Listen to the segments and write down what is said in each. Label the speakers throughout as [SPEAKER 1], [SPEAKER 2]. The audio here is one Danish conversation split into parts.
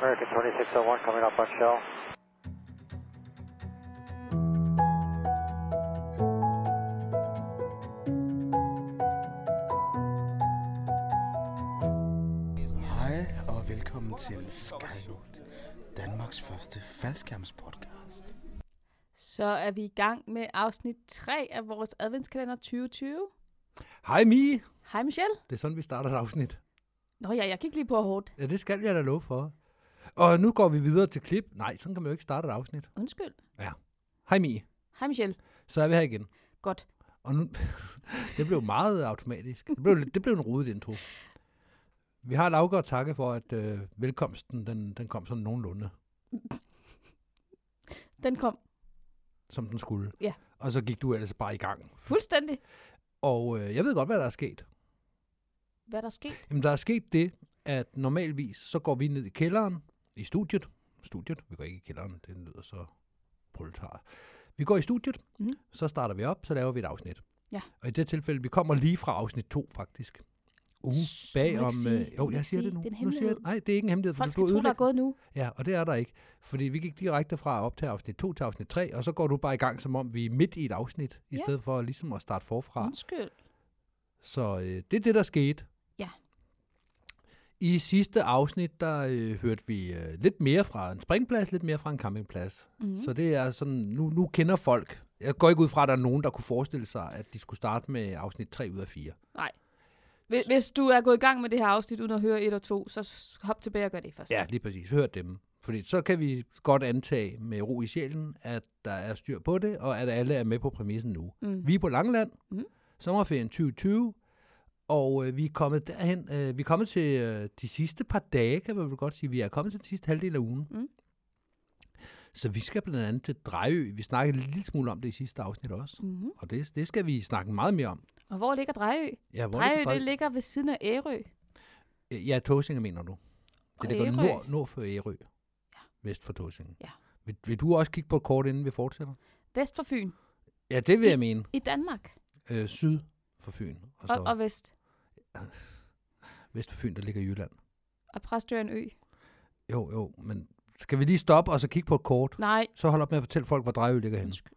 [SPEAKER 1] American 2601 coming up on shell.
[SPEAKER 2] Hej og velkommen til Skyholt, Danmarks første faldskærmspodcast.
[SPEAKER 3] Så er vi i gang med afsnit 3 af vores adventskalender 2020.
[SPEAKER 4] Hej Mie!
[SPEAKER 3] Hej Michelle.
[SPEAKER 4] Det er sådan, vi starter et afsnit.
[SPEAKER 3] Nå ja, jeg gik lige på hårdt.
[SPEAKER 4] Ja, det skal jeg da love for. Og nu går vi videre til klip. Nej, sådan kan man jo ikke starte et afsnit.
[SPEAKER 3] Undskyld.
[SPEAKER 4] Hej Mie,
[SPEAKER 3] Hej Michelle.
[SPEAKER 4] så er vi her igen.
[SPEAKER 3] Godt.
[SPEAKER 4] Og nu, det blev meget automatisk. Det blev, det blev en rodet intro. Vi har Lauke at takke for, at øh, velkomsten den, den kom sådan nogenlunde,
[SPEAKER 3] Den kom
[SPEAKER 4] som den skulle.
[SPEAKER 3] Ja.
[SPEAKER 4] Og så gik du ellers bare i gang.
[SPEAKER 3] fuldstændig.
[SPEAKER 4] Og øh, jeg ved godt, hvad der er sket.
[SPEAKER 3] Hvad der er sket?
[SPEAKER 4] Jamen, der er sket det, at normalvis så går vi ned i kælderen i studiet. Studiet, vi går ikke i kælderen, det lyder så proletar. Vi går i studiet,
[SPEAKER 3] Mhm.
[SPEAKER 4] mm. så starter vi op, så laver vi et afsnit.
[SPEAKER 3] Ja.
[SPEAKER 4] Og i det tilfælde, vi kommer lige fra afsnit 2 faktisk. Ugen
[SPEAKER 3] Shh, du må
[SPEAKER 4] Uh, bag
[SPEAKER 3] ikke
[SPEAKER 4] om...
[SPEAKER 3] sige, du
[SPEAKER 4] øh,
[SPEAKER 3] må
[SPEAKER 4] jo,
[SPEAKER 3] ikke
[SPEAKER 4] jeg siger
[SPEAKER 3] sige,
[SPEAKER 4] det nu.
[SPEAKER 3] det er en
[SPEAKER 4] nu siger jeg,
[SPEAKER 3] hemmelighed.
[SPEAKER 4] nej, det er ikke en hemmelighed. for
[SPEAKER 3] Folk
[SPEAKER 4] du
[SPEAKER 3] skal tro, der er gået nu.
[SPEAKER 4] Ja, og det er der ikke. Fordi vi gik direkte fra op til afsnit 2 til afsnit 3, og så går du bare i gang, som om vi er midt i et afsnit, i
[SPEAKER 3] Ja. Mhm.
[SPEAKER 4] stedet for ligesom at starte forfra.
[SPEAKER 3] Undskyld.
[SPEAKER 4] Så øh, det er det, der skete.
[SPEAKER 3] Ja.
[SPEAKER 4] I sidste afsnit, der øh, hørte vi øh, lidt mere fra en springplads, lidt mere fra en campingplads. Mm. Så det er sådan, nu, nu kender folk. Jeg går ikke ud fra, at der er nogen, der kunne forestille sig, at de skulle starte med afsnit 3 ud af 4.
[SPEAKER 3] Nej. Hvis- Hvis du er gået i gang med det her afsnit uden at høre 1 og 2, så s- hop tilbage og gør det først.
[SPEAKER 4] Ja, lige præcis. Hør dem. Fordi så kan vi godt antage med ro i sjælen, at der er styr på det, og at alle er med på præmissen nu.
[SPEAKER 3] Mm.
[SPEAKER 4] Vi er på Langland,
[SPEAKER 3] Mm.
[SPEAKER 4] mm. sommerferien 2020, og øh, vi er kommet derhen, øh, vi er kommet til øh, de sidste par dage, kan man vel godt sige. Vi er kommet til den sidste halvdel af ugen.
[SPEAKER 3] Mm.
[SPEAKER 4] Så vi skal blandt andet til Drejø. Vi snakkede en lille smule om det i sidste afsnit også.
[SPEAKER 3] Mm-hmm.
[SPEAKER 4] Og det, det skal vi snakke meget mere om.
[SPEAKER 3] Og hvor ligger Drejø?
[SPEAKER 4] Ja, hvor
[SPEAKER 3] Drejø,
[SPEAKER 4] er
[SPEAKER 3] det
[SPEAKER 4] det,
[SPEAKER 3] ligger ved siden af Ærø.
[SPEAKER 4] det Ja, Tåsinge mener du.
[SPEAKER 3] Og
[SPEAKER 4] Det ligger
[SPEAKER 3] Ærø.
[SPEAKER 4] nord, nord for Ærø. Vest for Tåsinge.
[SPEAKER 3] Ja.
[SPEAKER 4] Vil, vil du også kigge på et kort, inden vi fortsætter?
[SPEAKER 3] Vest for Fyn.
[SPEAKER 4] Ja, det vil jeg mene.
[SPEAKER 3] I Danmark.
[SPEAKER 4] Øh, syd for Fyn. Og så
[SPEAKER 3] Og, og
[SPEAKER 4] og,
[SPEAKER 3] vest.
[SPEAKER 4] vest for Fyn, der ligger Jylland.
[SPEAKER 3] Og Præstø er en ø.
[SPEAKER 4] Jo, jo, men skal vi lige stoppe og så kigge på et kort?
[SPEAKER 3] Nej.
[SPEAKER 4] Så hold op med at fortælle folk, hvor Drejø ligger henne.
[SPEAKER 3] Undskyld.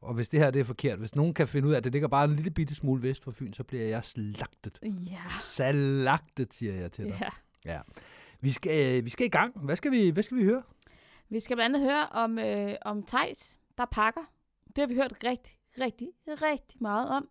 [SPEAKER 4] Og hvis det her det er forkert, hvis nogen kan finde ud af, at det ligger bare en lille bitte smule vest for Fyn, så bliver jeg slagtet.
[SPEAKER 3] Ja.
[SPEAKER 4] Salagtet, siger jeg til dig.
[SPEAKER 3] ja.
[SPEAKER 4] Vi, skal, øh, vi skal i gang. Hvad skal vi, hvad skal vi høre?
[SPEAKER 3] Vi skal blandt andet høre om, øh, om Tejs, der pakker. Det har vi hørt rigtig, rigtig, rigtig meget om.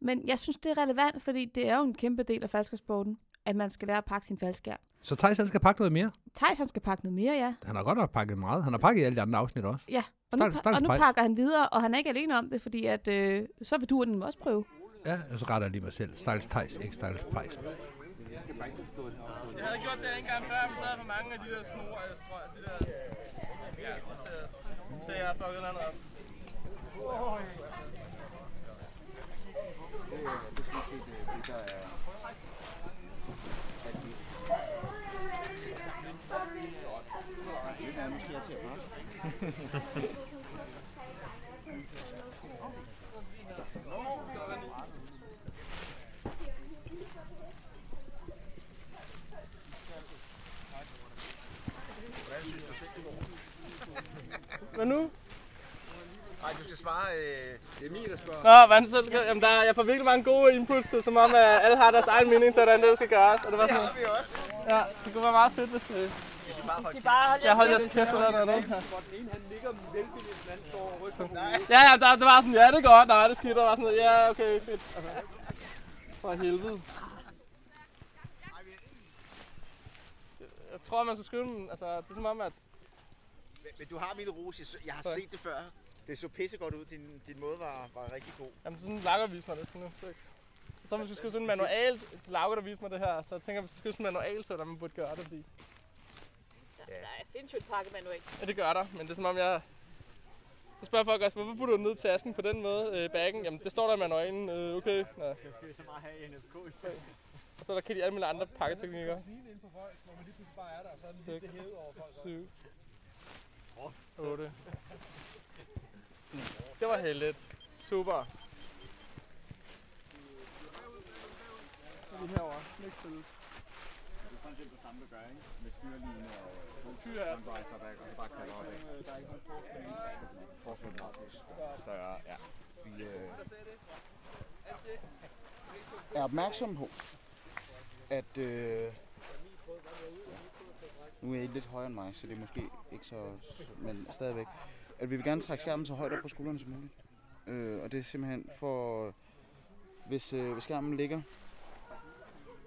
[SPEAKER 3] Men jeg synes, det er relevant, fordi det er jo en kæmpe del af falskersporten, at man skal lære at pakke sin falskær.
[SPEAKER 4] Så Thijs, han skal pakke noget mere.
[SPEAKER 3] Tejs, han skal pakke noget mere, ja.
[SPEAKER 4] Han har godt nok pakket meget. Han har pakket i alle de andre afsnit også.
[SPEAKER 3] Ja, og nu,
[SPEAKER 4] Stakkels-
[SPEAKER 3] pa- og
[SPEAKER 4] stakkels
[SPEAKER 3] nu
[SPEAKER 4] Theis.
[SPEAKER 3] pakker han videre, og han er ikke alene om det, fordi at, øh, så vil du og den også prøve.
[SPEAKER 4] Ja, og så retter jeg lige mig selv. Stakkels Thijs, ikke Stakkels Pejsen.
[SPEAKER 5] Jeg havde gjort det en gang før, men så havde jeg for mange af de der snore, jeg strøg, de der... Ja, så, så jeg har fucket noget op. Hvad nu?
[SPEAKER 6] Nej, du skal svare. Øh, det er Emil, der spørger.
[SPEAKER 5] Nå, hvordan så? Jamen, der, jeg får virkelig mange gode inputs til, som om at alle har deres egen mening til, hvordan det skal gøres. Og det var sådan,
[SPEAKER 6] vi også.
[SPEAKER 5] ja, det kunne være meget fedt, hvis øh,
[SPEAKER 7] Bare
[SPEAKER 5] jeg holdt jeres kæft eller noget.
[SPEAKER 6] Hvor den ene, han ligger vældig lidt blandt for at ryste
[SPEAKER 5] Ja, ja, der, det var sådan, ja, det er godt, nej, det er skidt, og var sådan, noget, ja, okay, fedt. Altså, for helvede. Jeg tror, man skal skynde den. Altså, det er som om, at
[SPEAKER 6] Men du har min rose. Jeg- Jeg har
[SPEAKER 5] Tak.
[SPEAKER 6] set det før. Det så pissegodt ud. Din, din måde var, var rigtig god.
[SPEAKER 5] Jamen sådan lakker viste mig det sådan nu. Så, så hvis vi skulle sådan manualt, Lauke der viste mig det her, så jeg tænker, hvis vi skulle sådan manualt, så hvordan man burde gøre det, fordi...
[SPEAKER 7] Der findes jo et pakkemanual.
[SPEAKER 5] Ja, det gør der, men det er som om jeg... Så spørger folk også, hvorfor putter du ned tasken på den måde, øh, bagen? Jamen, det står der i manualen, øh, okay. Nå. Jeg skal så meget have NFK i stedet. Og så er der kan de alle mulige andre pakketeknikker. Seks, syv, otte. Det var heldigt. Super. Så er vi herovre. Næste billede. Fyr her.
[SPEAKER 2] er opmærksom på, at... Øh, nu er I lidt højere end mig, så det er måske ikke så... Men stadigvæk. At vi vil gerne trække skærmen så højt op på skuldrene som muligt. Øh, og det er simpelthen for... Hvis, øh, hvis skærmen ligger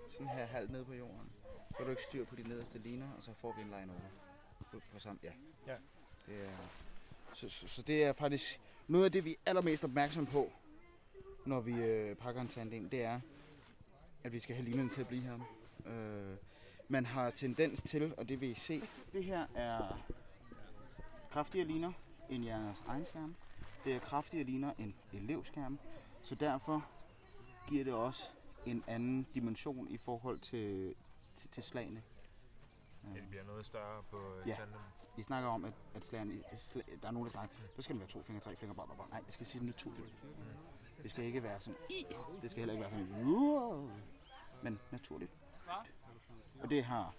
[SPEAKER 2] sådan her halvt nede på jorden, så har du ikke styr på de nederste liner, og så får vi en line over. På, på sammen. Ja.
[SPEAKER 5] Ja.
[SPEAKER 2] Det er, så, så, så, det er faktisk noget af det, vi er allermest opmærksom på, når vi øh, pakker en tandem, det er, at vi skal have linerne til at blive her. Øh, man har tendens til, og det vil I se, det her er kraftigere liner end jeres egen skærm. Det er kraftigere liner end elevskærm. Så derfor giver det også en anden dimension i forhold til, til, til slagene. Øh,
[SPEAKER 8] Det bliver noget større på øh,
[SPEAKER 2] Ja.
[SPEAKER 8] tandem.
[SPEAKER 2] vi snakker om, at, at slagerne, sl- der er nogen, der snakker, så skal den være to fingre, tre fingre, bare, bare, bare. Nej, det skal sige naturligt.
[SPEAKER 8] Mm.
[SPEAKER 2] Det skal ikke være sådan i, det skal heller ikke være sådan wow, men naturligt. Og det har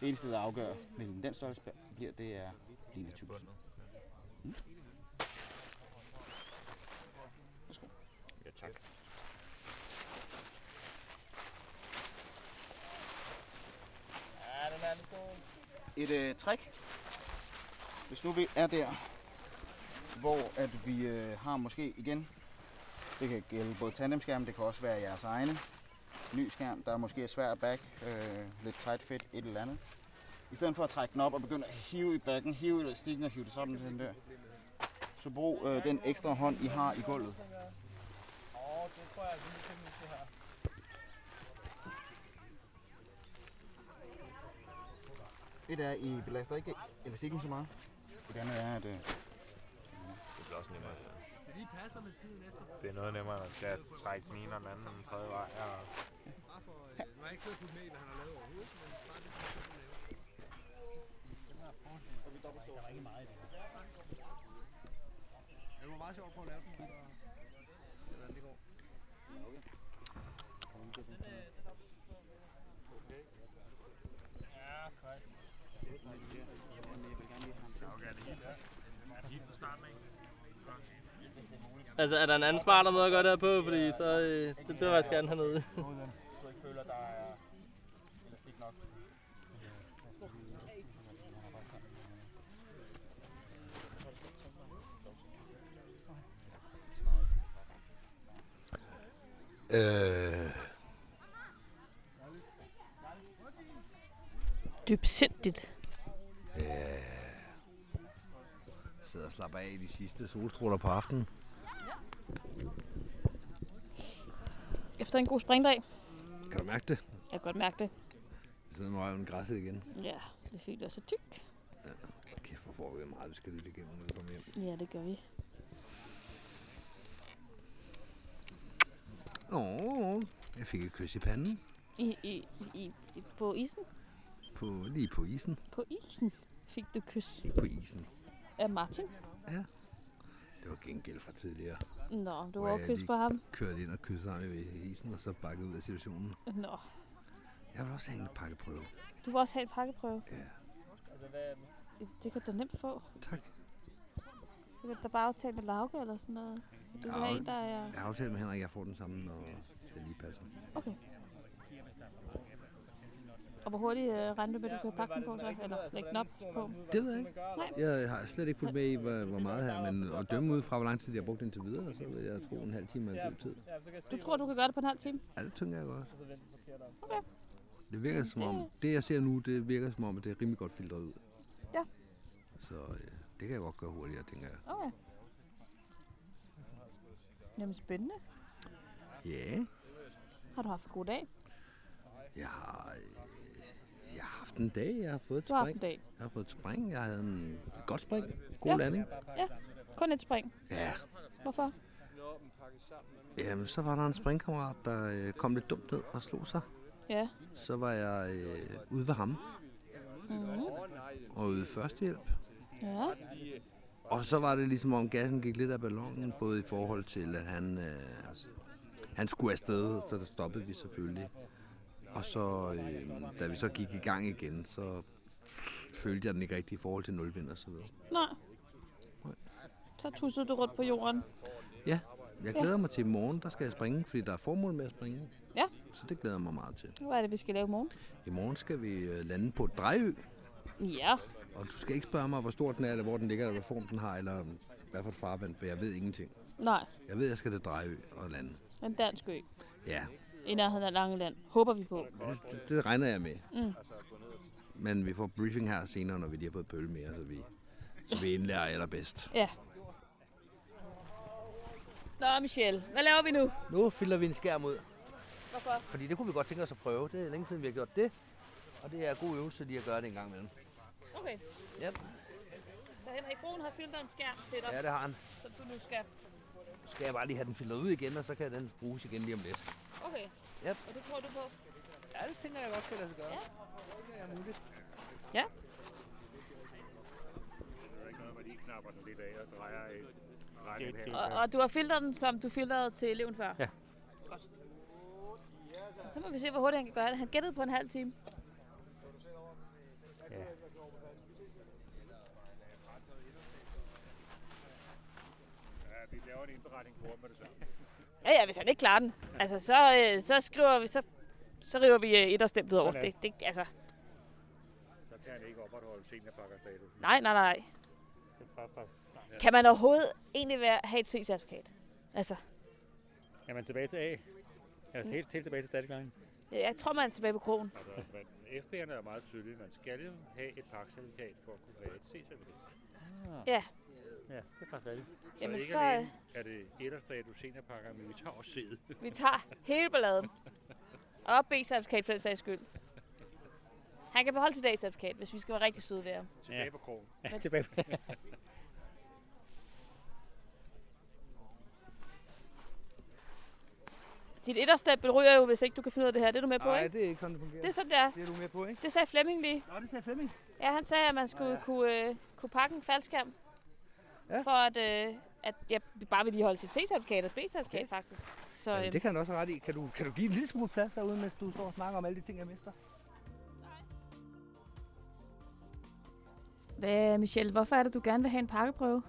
[SPEAKER 2] det eneste, der afgør, hvilken den størrelse bliver, det er linetypen.
[SPEAKER 8] Ja, tak.
[SPEAKER 5] Ja, den er lidt god.
[SPEAKER 2] et øh, trick. Hvis nu vi er der, hvor at vi øh, har måske igen, det kan gælde både tandemskærmen, det kan også være jeres egne, ny skærm, der er måske svær at back, øh, lidt tight fit, et eller andet. I stedet for at trække den op og begynde at hive i bakken, hive i elastikken og hive det sammen til den der, så brug øh, den ekstra hånd, I har i gulvet.
[SPEAKER 5] Åh, det tror jeg, vi kan nu det her.
[SPEAKER 2] Et er, I belaster ikke elastikken så meget. Et andet er, at øh,
[SPEAKER 8] Det bliver også nemmere. Ja. Det er noget nemmere, når man skal trække den ene eller anden den tredje vej. Og
[SPEAKER 6] Det var meget sjovt på at lave den.
[SPEAKER 5] Altså, er der en anden smartere måde at gøre det her på? Fordi så, øh, det, det vil jeg faktisk gerne hernede.
[SPEAKER 2] du ikke føler, der er elastik nok.
[SPEAKER 6] Øh,
[SPEAKER 3] Dybsindigt.
[SPEAKER 6] sidder og slapper af i de sidste solstråler på aftenen.
[SPEAKER 3] Efter en god springdag.
[SPEAKER 6] Kan du mærke det?
[SPEAKER 3] Jeg kan godt mærke det.
[SPEAKER 6] Jeg sidder med røven i græsset igen.
[SPEAKER 3] Ja, det føler så tyk.
[SPEAKER 6] Kæft, hvor får vi meget, vi skal lytte igennem, når vi kommer hjem.
[SPEAKER 3] Ja, det gør vi.
[SPEAKER 6] Åh, jeg fik et kys i panden.
[SPEAKER 3] I, i, i, i, på isen?
[SPEAKER 6] På, lige på isen.
[SPEAKER 3] På isen fik du kys
[SPEAKER 6] Lige på isen.
[SPEAKER 3] af Martin.
[SPEAKER 6] Det var gengæld fra tidligere.
[SPEAKER 3] Nå, du
[SPEAKER 6] Hvor
[SPEAKER 3] har
[SPEAKER 6] er
[SPEAKER 3] også kys
[SPEAKER 6] de?
[SPEAKER 3] på ham.
[SPEAKER 6] Kørte ind og kyssede ham i isen, og så bakkede ud af situationen.
[SPEAKER 3] Nå,
[SPEAKER 6] Jeg vil også have en pakkeprøve.
[SPEAKER 3] du vil også have en pakkeprøve.
[SPEAKER 6] Ja,
[SPEAKER 3] Det kan du nemt få.
[SPEAKER 6] tak.
[SPEAKER 3] Så kan der bare aftale med Lauke eller sådan noget. Så du vil have en, der er...
[SPEAKER 6] Jeg har aftalt med Henrik, at jeg får den samme, når det lige passer.
[SPEAKER 3] Okay. Og hvor hurtigt øh, regner du med, du kan pakke den på så? Eller lægge den op på?
[SPEAKER 6] Det ved jeg ikke.
[SPEAKER 3] Nej.
[SPEAKER 6] Jeg har slet ikke fulgt med i, hvor, hvor meget her, men at dømme ud fra, hvor lang tid jeg har brugt indtil videre, så vil jeg tro en halv time er en god tid.
[SPEAKER 3] Du tror, du kan gøre det på en halv time?
[SPEAKER 6] Ja, det tænker jeg godt. Det virker som om, det jeg ser nu, det virker som om, at det er rimelig godt filtreret ud.
[SPEAKER 3] Ja.
[SPEAKER 6] Så øh, det kan jeg godt gøre hurtigere, tænker jeg.
[SPEAKER 3] Okay. Jamen spændende.
[SPEAKER 6] Ja,
[SPEAKER 3] Har du haft en god dag?
[SPEAKER 6] jeg har, øh, jeg har haft en dag, jeg har fået et
[SPEAKER 3] Du har haft
[SPEAKER 6] spring.
[SPEAKER 3] en dag.
[SPEAKER 6] Jeg har fået et spring, jeg havde en et godt spring, god
[SPEAKER 3] Ja.
[SPEAKER 6] landing.
[SPEAKER 3] Kun et spring.
[SPEAKER 6] Ja,
[SPEAKER 3] Hvorfor?
[SPEAKER 6] jamen, så var der en springkammerat, der øh, kom lidt dumt ned og slog sig.
[SPEAKER 3] Ja.
[SPEAKER 6] Så var jeg øh, ude ved ham
[SPEAKER 3] Mm-hmm.
[SPEAKER 6] og ude førstehjælp.
[SPEAKER 3] Ja.
[SPEAKER 6] Og så var det ligesom om gassen gik lidt af ballonen, både i forhold til, at han, øh, han skulle afsted, så der stoppede vi selvfølgelig.
[SPEAKER 4] Og så, øh, da vi så gik i gang igen, så følte jeg den ikke rigtig i forhold til nulvind og så videre.
[SPEAKER 3] Nej. Så tussede du rundt på jorden.
[SPEAKER 4] Ja, jeg glæder mig til i morgen, der skal jeg springe, fordi der er formål med at springe.
[SPEAKER 3] Ja.
[SPEAKER 4] Så det glæder jeg mig meget til.
[SPEAKER 3] Hvad er det, vi skal lave i morgen?
[SPEAKER 4] I morgen skal vi øh, lande på Drejø,
[SPEAKER 3] Ja.
[SPEAKER 4] og du skal ikke spørge mig, hvor stor den er, eller hvor den ligger, eller hvad form den har, eller øh, hvad for et farvand, for jeg ved ingenting.
[SPEAKER 3] Nej,
[SPEAKER 4] Jeg ved, jeg skal til Drejø og lande.
[SPEAKER 3] en dansk ø.
[SPEAKER 4] Ja,
[SPEAKER 3] I nærheden af Langeland. Håber vi på.
[SPEAKER 4] det, det, det regner jeg med.
[SPEAKER 3] Mm.
[SPEAKER 4] Men vi får briefing her senere, når vi lige har fået pøl mere, så vi, så vi indlærer allerbedst.
[SPEAKER 3] Ja. Nå, Michelle, hvad laver vi nu?
[SPEAKER 6] Nu filter vi en skærm ud,
[SPEAKER 3] Hvorfor?
[SPEAKER 6] fordi det kunne vi godt tænke os at prøve. Det er længe siden, vi har gjort det, og det er en god øvelse lige at gøre det en gang imellem.
[SPEAKER 3] Okay,
[SPEAKER 6] Ja,
[SPEAKER 3] så Henrik Brun har filtret en skærm til dig,
[SPEAKER 6] ja det har han.
[SPEAKER 3] som du nu skal...
[SPEAKER 6] Nu skal jeg bare lige have den filtret ud igen, og så kan den bruges igen lige om lidt.
[SPEAKER 3] Okay,
[SPEAKER 6] Ja.
[SPEAKER 3] og det tror du på?
[SPEAKER 6] Ja, det tænker jeg godt kan lade sig gøre.
[SPEAKER 3] Ja.
[SPEAKER 6] Det er muligt.
[SPEAKER 3] Ja. Og, og du har filtret den, som du filtrede til eleven før?
[SPEAKER 6] Ja.
[SPEAKER 3] Godt. Så må vi se, hvor hurtigt han kan gøre det. Han gættede på en halv time.
[SPEAKER 6] Ja.
[SPEAKER 3] Ja, ja, hvis han ikke klarer den, altså, så, øh, så skriver vi, så, så river vi øh, etterstemplet over. Det, det, altså. Så kan han ikke opretholde seniorpakkerstatus. Nej, nej, nej. Kan man overhovedet egentlig være, have et C-certifikat? Altså, Mm.
[SPEAKER 1] Jamen tilbage til A. Eller helt, helt tilbage til static line.
[SPEAKER 3] jeg tror, man er tilbage på krogen.
[SPEAKER 1] Altså, men FB'erne er meget tydelige. Man skal jo have et pakcertifikat for at kunne have et C-certifikat.
[SPEAKER 3] Ja,
[SPEAKER 1] Ja, det er faktisk rigtigt.
[SPEAKER 3] jamen
[SPEAKER 1] ikke
[SPEAKER 3] så, øh,
[SPEAKER 1] alene er det etterstatus seniorpakker, men vi tager også C'et.
[SPEAKER 3] vi tager hele balladen. Og B-certifikat for den sags skyld. Han kan beholde sit A-certifikat, hvis vi skal være rigtig søde ved ham.
[SPEAKER 1] Tilbage på krogen.
[SPEAKER 6] Tilbage.
[SPEAKER 3] Dit etterstempel ryger jo, hvis ikke du kan finde ud af det her. Det er du med på,
[SPEAKER 6] Nej,
[SPEAKER 3] ikke?
[SPEAKER 6] det er ikke sådan, det fungerer.
[SPEAKER 3] Det er sådan, der.
[SPEAKER 6] Det er du med på, ikke?
[SPEAKER 3] Det sagde Flemming lige.
[SPEAKER 6] Nå, det sagde Flemming.
[SPEAKER 3] Ja, han sagde, at man skulle ja. kunne, øh, kunne pakke en faldskærm. Ja.
[SPEAKER 6] Ja.
[SPEAKER 3] For at, øh, at jeg bare vil lige holde sit T-certifikat og B-certifikat okay. faktisk. Så
[SPEAKER 6] Jamen,
[SPEAKER 3] øh,
[SPEAKER 6] det kan han også have ret i. Kan du, kan du give en lille smule plads derude, mens du står og snakker om alle de ting, jeg mister?
[SPEAKER 3] Hvad, Michelle, hvorfor er det, du gerne vil have en pakkeprøve?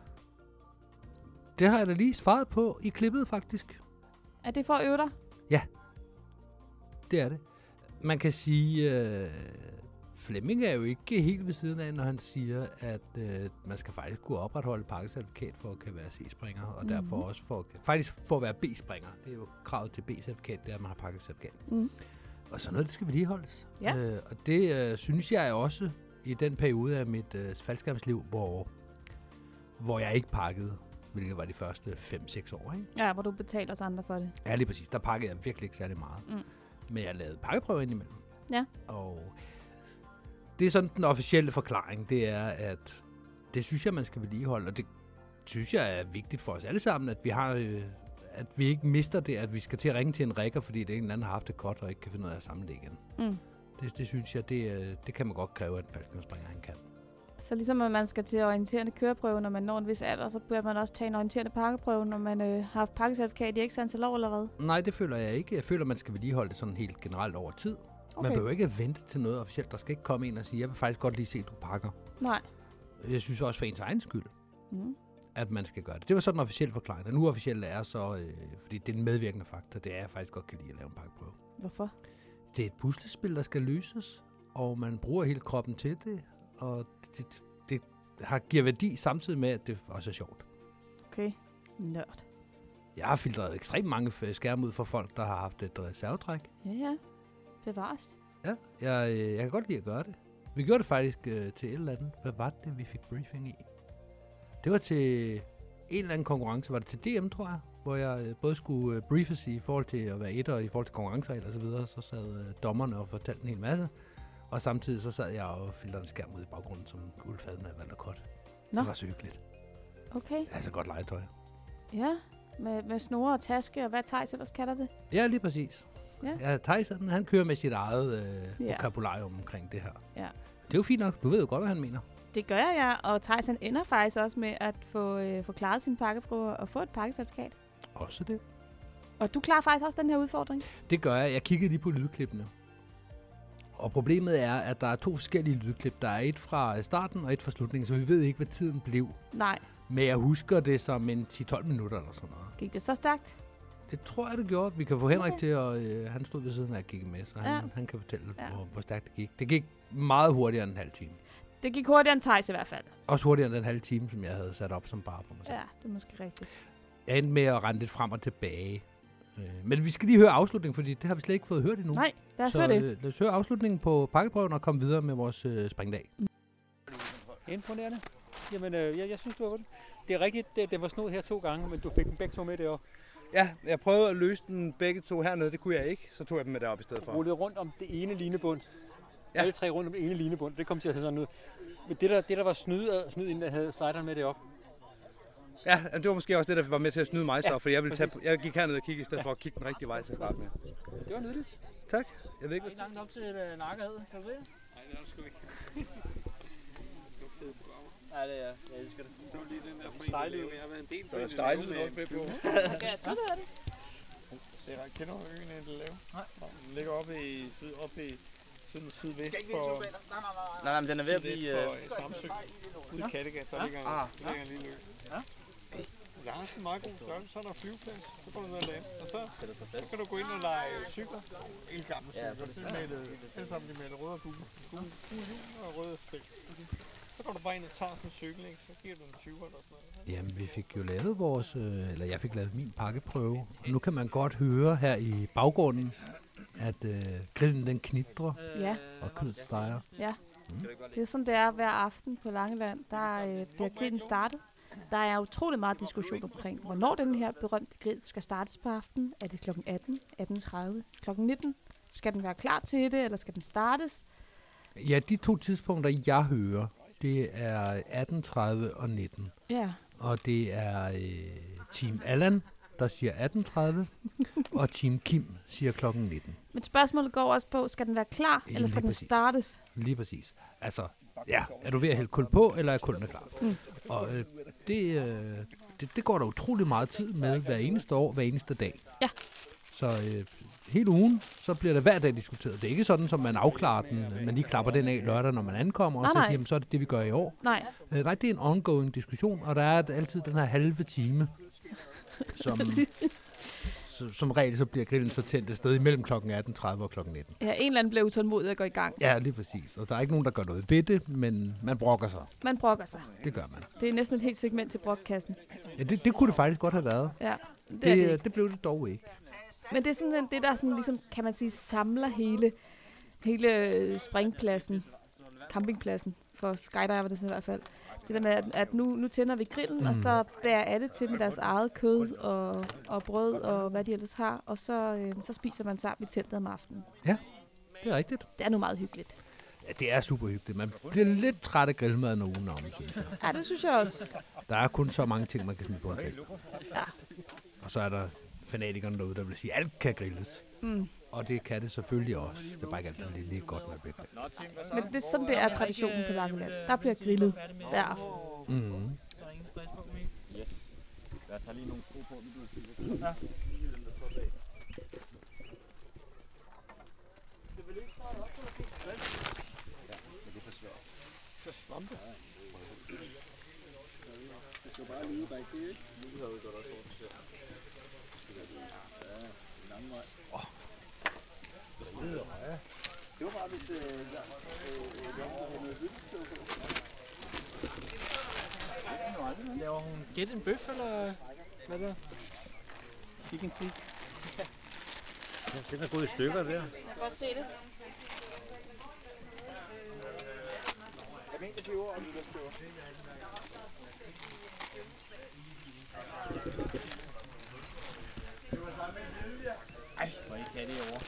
[SPEAKER 4] Det har jeg da lige svaret på i klippet, faktisk.
[SPEAKER 3] Er det for at øve dig?
[SPEAKER 4] Det er det. Man kan sige, øh, Flemming er jo ikke helt ved siden af, når han siger, at øh, man skal faktisk kunne opretholde pakkecertifikat for at kan være C-springer, og mm-hmm. derfor
[SPEAKER 3] Mhm.
[SPEAKER 4] også for at, kan- faktisk for at være B-springer. Det er jo kravet til B-certifikat, det er, at man har pakkecertifikat.
[SPEAKER 3] Mhm.
[SPEAKER 4] Og sådan noget, det skal vedligeholdes.
[SPEAKER 3] Ja.
[SPEAKER 4] Øh, og det øh, synes jeg også i den periode af mit øh, faldskærmsliv, hvor, hvor jeg ikke pakkede, hvilket var de første 5-6 år. Ikke?
[SPEAKER 3] Ja, hvor du betaler os andre for det.
[SPEAKER 4] Ja, lige præcis. Der pakkede jeg virkelig ikke særlig meget.
[SPEAKER 3] Mm.
[SPEAKER 4] Men jeg lavede pakkeprøver indimellem.
[SPEAKER 3] Ja.
[SPEAKER 4] Og det er sådan den officielle forklaring, det er, at det synes jeg, man skal vedligeholde. Og det synes jeg er vigtigt for os alle sammen, at vi har... Øh, at vi ikke mister det, at vi skal til at ringe til en rækker, fordi det en eller anden har haft det godt, og ikke kan finde ud af at samle det igen.
[SPEAKER 3] Mm.
[SPEAKER 4] Det, det synes jeg, det, øh, det kan man godt kræve, at en springer han kan.
[SPEAKER 3] Så ligesom at man skal til orienterende køreprøve, når man når en vis alder, så bør man også tage en orienterende pakkeprøve, når man øh, har haft pakkecertifikat i x antal år eller hvad?
[SPEAKER 4] Nej, det føler jeg ikke. Jeg føler, man skal vedligeholde det sådan helt generelt over tid. Okay. Man behøver ikke at vente til noget officielt. Der skal ikke komme en og sige, jeg vil faktisk godt lige se, at du pakker.
[SPEAKER 3] Nej.
[SPEAKER 4] Jeg synes også for ens egen skyld,
[SPEAKER 3] Mm.
[SPEAKER 4] at man skal gøre det. Det var sådan en officiel forklaring. Den uofficielle er så, øh, fordi det er en medvirkende faktor, det er, at jeg faktisk godt kan lide at lave en pakkeprøve.
[SPEAKER 3] Hvorfor?
[SPEAKER 4] Det er et puslespil, der skal løses, og man bruger hele kroppen til det, og det, det, det har, giver værdi samtidig med, at det også er sjovt.
[SPEAKER 3] Okay. Nørd.
[SPEAKER 4] Jeg har filtreret ekstremt mange øh, skærme ud for folk, der har haft et øh, reservetræk.
[SPEAKER 3] Ja, ja. Bevares.
[SPEAKER 4] Ja, jeg, øh, jeg kan godt lide at gøre det. Vi gjorde det faktisk øh, til et eller andet. Hvad var det, vi fik briefing i? Det var til en eller anden konkurrence. Var det til DM, tror jeg? Hvor jeg øh, både skulle øh, briefes i forhold til at være etter, og i forhold til konkurrenceregler osv. Så sad øh, dommerne og fortalte en hel masse. Og samtidig så sad jeg og filtrede en skærm ud i baggrunden, som Ulf havde med valgt kort.
[SPEAKER 3] Nå.
[SPEAKER 4] Det var så hyggeligt.
[SPEAKER 3] Okay.
[SPEAKER 4] Altså godt legetøj.
[SPEAKER 3] Ja. Med, med snore og taske, og hvad Thijs ellers kalder det?
[SPEAKER 4] Ja, lige præcis.
[SPEAKER 3] Ja.
[SPEAKER 4] ja Thijs, han, han kører med sit eget øh,
[SPEAKER 3] Ja.
[SPEAKER 4] vokabularium omkring det her.
[SPEAKER 3] Ja.
[SPEAKER 4] Det er jo fint nok. Du ved jo godt, hvad han mener.
[SPEAKER 3] Det gør jeg, ja. Og Thijs han ender faktisk også med at få, øh, få klaret sine pakkeprøver og få et pakkecertifikat.
[SPEAKER 4] Også det.
[SPEAKER 3] Og du klarer faktisk også den her udfordring.
[SPEAKER 4] Det gør jeg. Jeg kiggede lige på lydklippene. Og problemet er, at der er to forskellige lydklip. Der er et fra starten og et fra slutningen, så vi ved ikke, hvad tiden blev.
[SPEAKER 3] Nej.
[SPEAKER 4] Men jeg husker det som en 10-12 minutter eller sådan noget.
[SPEAKER 3] Gik det så stærkt?
[SPEAKER 4] Det tror jeg, det gjorde. Vi kan få Henrik okay. til, og øh, han stod ved siden af og gik med, så han,
[SPEAKER 3] Ja.
[SPEAKER 4] ja. han kan fortælle,
[SPEAKER 3] Ja.
[SPEAKER 4] ja. hvor, hvor stærkt det gik. Det gik meget hurtigere end en halv time.
[SPEAKER 3] Det gik hurtigere end Thijs i hvert fald.
[SPEAKER 4] Også hurtigere end den halve time, som jeg havde sat op som bar på mig.
[SPEAKER 3] Ja, det er måske rigtigt.
[SPEAKER 4] Jeg endte med at rende lidt frem og tilbage. Øh, men vi skal lige høre afslutningen, fordi det har vi slet ikke fået hørt endnu.
[SPEAKER 3] Nej, lad os
[SPEAKER 4] Uh,
[SPEAKER 3] høre
[SPEAKER 4] så,
[SPEAKER 3] det.
[SPEAKER 4] Øh, lad os høre afslutningen på pakkeprøven og komme videre med vores øh, springdag.
[SPEAKER 9] Imponerende. Jamen, øh, jeg, jeg synes, du har vundet. Det er rigtigt, det, det var snod her to gange, men du fik dem begge to med derovre.
[SPEAKER 6] Ja, jeg prøvede at løse den begge to hernede, det kunne jeg ikke, så tog jeg dem med deroppe i stedet for.
[SPEAKER 9] Rullede rundt om det ene linebund. Ja. Alle tre rundt om det ene linebund. Det kom til at se sådan ud. Men det der, det, der var snyd, snyd inden jeg havde slideren med deroppe.
[SPEAKER 6] Ja, jamen, det var måske også det, der var med til at snyde mig så,
[SPEAKER 9] Ja,
[SPEAKER 6] ja, fordi jeg, ville tage,
[SPEAKER 9] præcis.
[SPEAKER 6] jeg gik herned og kigge i stedet for at kigge den rigtige vej til at starte med.
[SPEAKER 9] Det var nydeligt.
[SPEAKER 6] Tak. Jeg ved ikke,
[SPEAKER 9] hvad langt op til øh, nakkerhed, kan du se? Nej, det er du sgu ikke. Nej, det er jeg. Jeg elsker det. Så lige den der stejle ud. Jeg har været en del
[SPEAKER 5] Der er stejlet noget med på.
[SPEAKER 10] Ja, jeg tror, det er det.
[SPEAKER 5] Det er, kender du øen Endelave? Nej. Den ligger oppe i syd, oppe i syd, sydvest
[SPEAKER 8] Skal ikke vise
[SPEAKER 5] for...
[SPEAKER 8] soldater. Nej, nej, nej,
[SPEAKER 11] nej, men den er ved at
[SPEAKER 5] sydvest
[SPEAKER 11] blive, øh,
[SPEAKER 5] for, øh, Samsø. Ude i Kattegat, der
[SPEAKER 11] Ja.
[SPEAKER 5] ligger en,
[SPEAKER 11] Ah.
[SPEAKER 5] der ligger en lille ø. Ja. Der er sådan en meget god størrelse, så er der flyveplads, så går du ned og lande, og så, så kan du gå ind og lege cykler, en gammel
[SPEAKER 11] Ja,
[SPEAKER 5] cykler,
[SPEAKER 11] præcis.
[SPEAKER 5] ja, med, øh, alle sammen de maler røde og gule, gule, gule hjul og røde stik. Så går du bare ind og tager sådan en cykel, ikke? så giver du den 20 eller sådan noget.
[SPEAKER 4] Jamen, vi fik jo lavet vores, øh, eller jeg fik lavet min pakkeprøve. Og nu kan man godt høre her i baggrunden, at øh, grillen den knitrer,
[SPEAKER 3] Ja.
[SPEAKER 4] og kødet steger.
[SPEAKER 3] Ja. Det er sådan, det er hver aften på Langeland. Der øh, bliver grillen startet. Der er utrolig meget diskussion omkring, hvornår den her berømte grill skal startes på aftenen. Er det kl. 18, 18.30, kl. 19? Skal den være klar til det, eller skal den startes?
[SPEAKER 4] Ja, de to tidspunkter, jeg hører, det er 18.30 og 19.
[SPEAKER 3] Ja.
[SPEAKER 4] Og det er øh, Team Allan, der siger 18.30, og Team Kim siger klokken 19.
[SPEAKER 3] Men spørgsmålet går også på, skal den være klar,
[SPEAKER 4] Ja,
[SPEAKER 3] eller skal
[SPEAKER 4] lige
[SPEAKER 3] den
[SPEAKER 4] præcis.
[SPEAKER 3] startes?
[SPEAKER 4] Lige præcis. Altså, ja, er du ved at hælde kul på, eller er kullene klar?
[SPEAKER 3] Mm.
[SPEAKER 4] Og øh, det, øh, det, det går der utrolig meget tid med hver eneste år, hver eneste dag.
[SPEAKER 3] Ja.
[SPEAKER 4] Så øh, hele ugen, så bliver der hver dag diskuteret. Det er ikke sådan, som man afklarer den, øh, man lige klapper den af lørdag, når man ankommer, og
[SPEAKER 3] Nej,
[SPEAKER 4] så
[SPEAKER 3] nej.
[SPEAKER 4] siger, jamen, så er det det, vi gør i år.
[SPEAKER 3] Nej.
[SPEAKER 4] Øh, nej, det er en ongoing diskussion, og der er altid den her halve time, som, så- som regel så bliver grillen så tændt et sted imellem kl. 18.30 og kl. 19.
[SPEAKER 3] Ja, en eller anden bliver utålmodig og går i gang.
[SPEAKER 4] Ja, lige præcis. Og der er ikke nogen, der gør noget ved det, men man brokker sig.
[SPEAKER 3] Man brokker sig.
[SPEAKER 4] Det gør man.
[SPEAKER 3] Det er næsten et helt segment til brokkassen.
[SPEAKER 4] Ja, det, det kunne det faktisk godt have været.
[SPEAKER 3] Ja, det,
[SPEAKER 4] Det,
[SPEAKER 3] er det
[SPEAKER 4] øh, det blev det dog ikke.
[SPEAKER 3] Men det er sådan en- det, der sådan, ligesom, kan man sige, samler hele, hele øh, springpladsen, campingpladsen for skydiver det i hvert fald. Det der med, at, at nu, nu tænder vi grillen, mm. og
[SPEAKER 2] Mm.
[SPEAKER 3] så bærer alle til dem deres eget kød og, og brød og hvad de ellers har, og så, øh, så spiser man sammen i teltet om aftenen.
[SPEAKER 4] Ja, det er rigtigt.
[SPEAKER 3] Det er nu meget hyggeligt.
[SPEAKER 4] Ja, det er super hyggeligt. Man bliver lidt træt af grillmaden og ugen om, synes jeg.
[SPEAKER 3] Ja, det synes jeg også.
[SPEAKER 4] Der er kun så mange ting, man kan smide på en grill.
[SPEAKER 3] Ja.
[SPEAKER 4] Og så er der fanatikerne derude, der vil sige, at alt kan grilles.
[SPEAKER 3] Mm.
[SPEAKER 4] Og det kan det selvfølgelig også. Det er bare ikke altid lige, lige godt, når det bliver grillet.
[SPEAKER 3] Men det er sådan, det er traditionen på Langeland. Der bliver grillet hver aften.
[SPEAKER 4] Mm.
[SPEAKER 11] Så ingen stress på mig. Yes. Jeg tager lige nogle sko på, men du
[SPEAKER 9] Ja.
[SPEAKER 8] Men det er for svært. Så svampe. Det skal bare lyde rigtigt, ikke? Nu har vi godt også rundt til. Ja, lang vej. Åh. Det var bare, hvis... Øh, der, øh, der var noget vildt.
[SPEAKER 9] Laver hun gæt en bøf, eller hvad der? Chicken stick.
[SPEAKER 12] Den er gået i stykker der.
[SPEAKER 10] Jeg kan godt se det.
[SPEAKER 8] Jeg mener, det var, om det var
[SPEAKER 9] Ej, hvor ikke kan det over.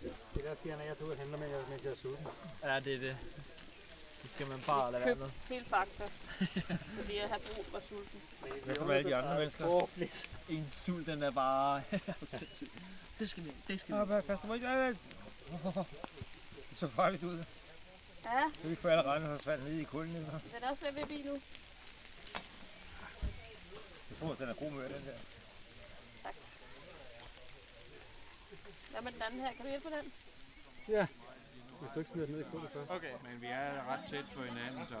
[SPEAKER 9] Det er der pigerne, jeg tog og henter med, mens jeg er sulten.
[SPEAKER 11] Ja, det er det. Det skal man bare lade være
[SPEAKER 10] Køb
[SPEAKER 11] med.
[SPEAKER 10] hele faktor. Fordi jeg har brug for sulten.
[SPEAKER 11] Hvad så med alle de andre mennesker? En sult, den er bare... det skal vi, det skal vi.
[SPEAKER 5] Op, kaster mig ikke af. Så farligt ud.
[SPEAKER 10] Ja,
[SPEAKER 5] Så vi får alle regnet, så svandt ned i kulden. ikke?
[SPEAKER 10] den er også ved at blive nu.
[SPEAKER 5] Jeg tror, den er god mør, den der.
[SPEAKER 10] Tak.
[SPEAKER 13] Hvad med den anden her? Kan du hjælpe med den?
[SPEAKER 9] Ja. Hvis du ikke smider den ned i kuldet før.
[SPEAKER 5] Okay.
[SPEAKER 8] Men vi er ret tæt på hinanden, så...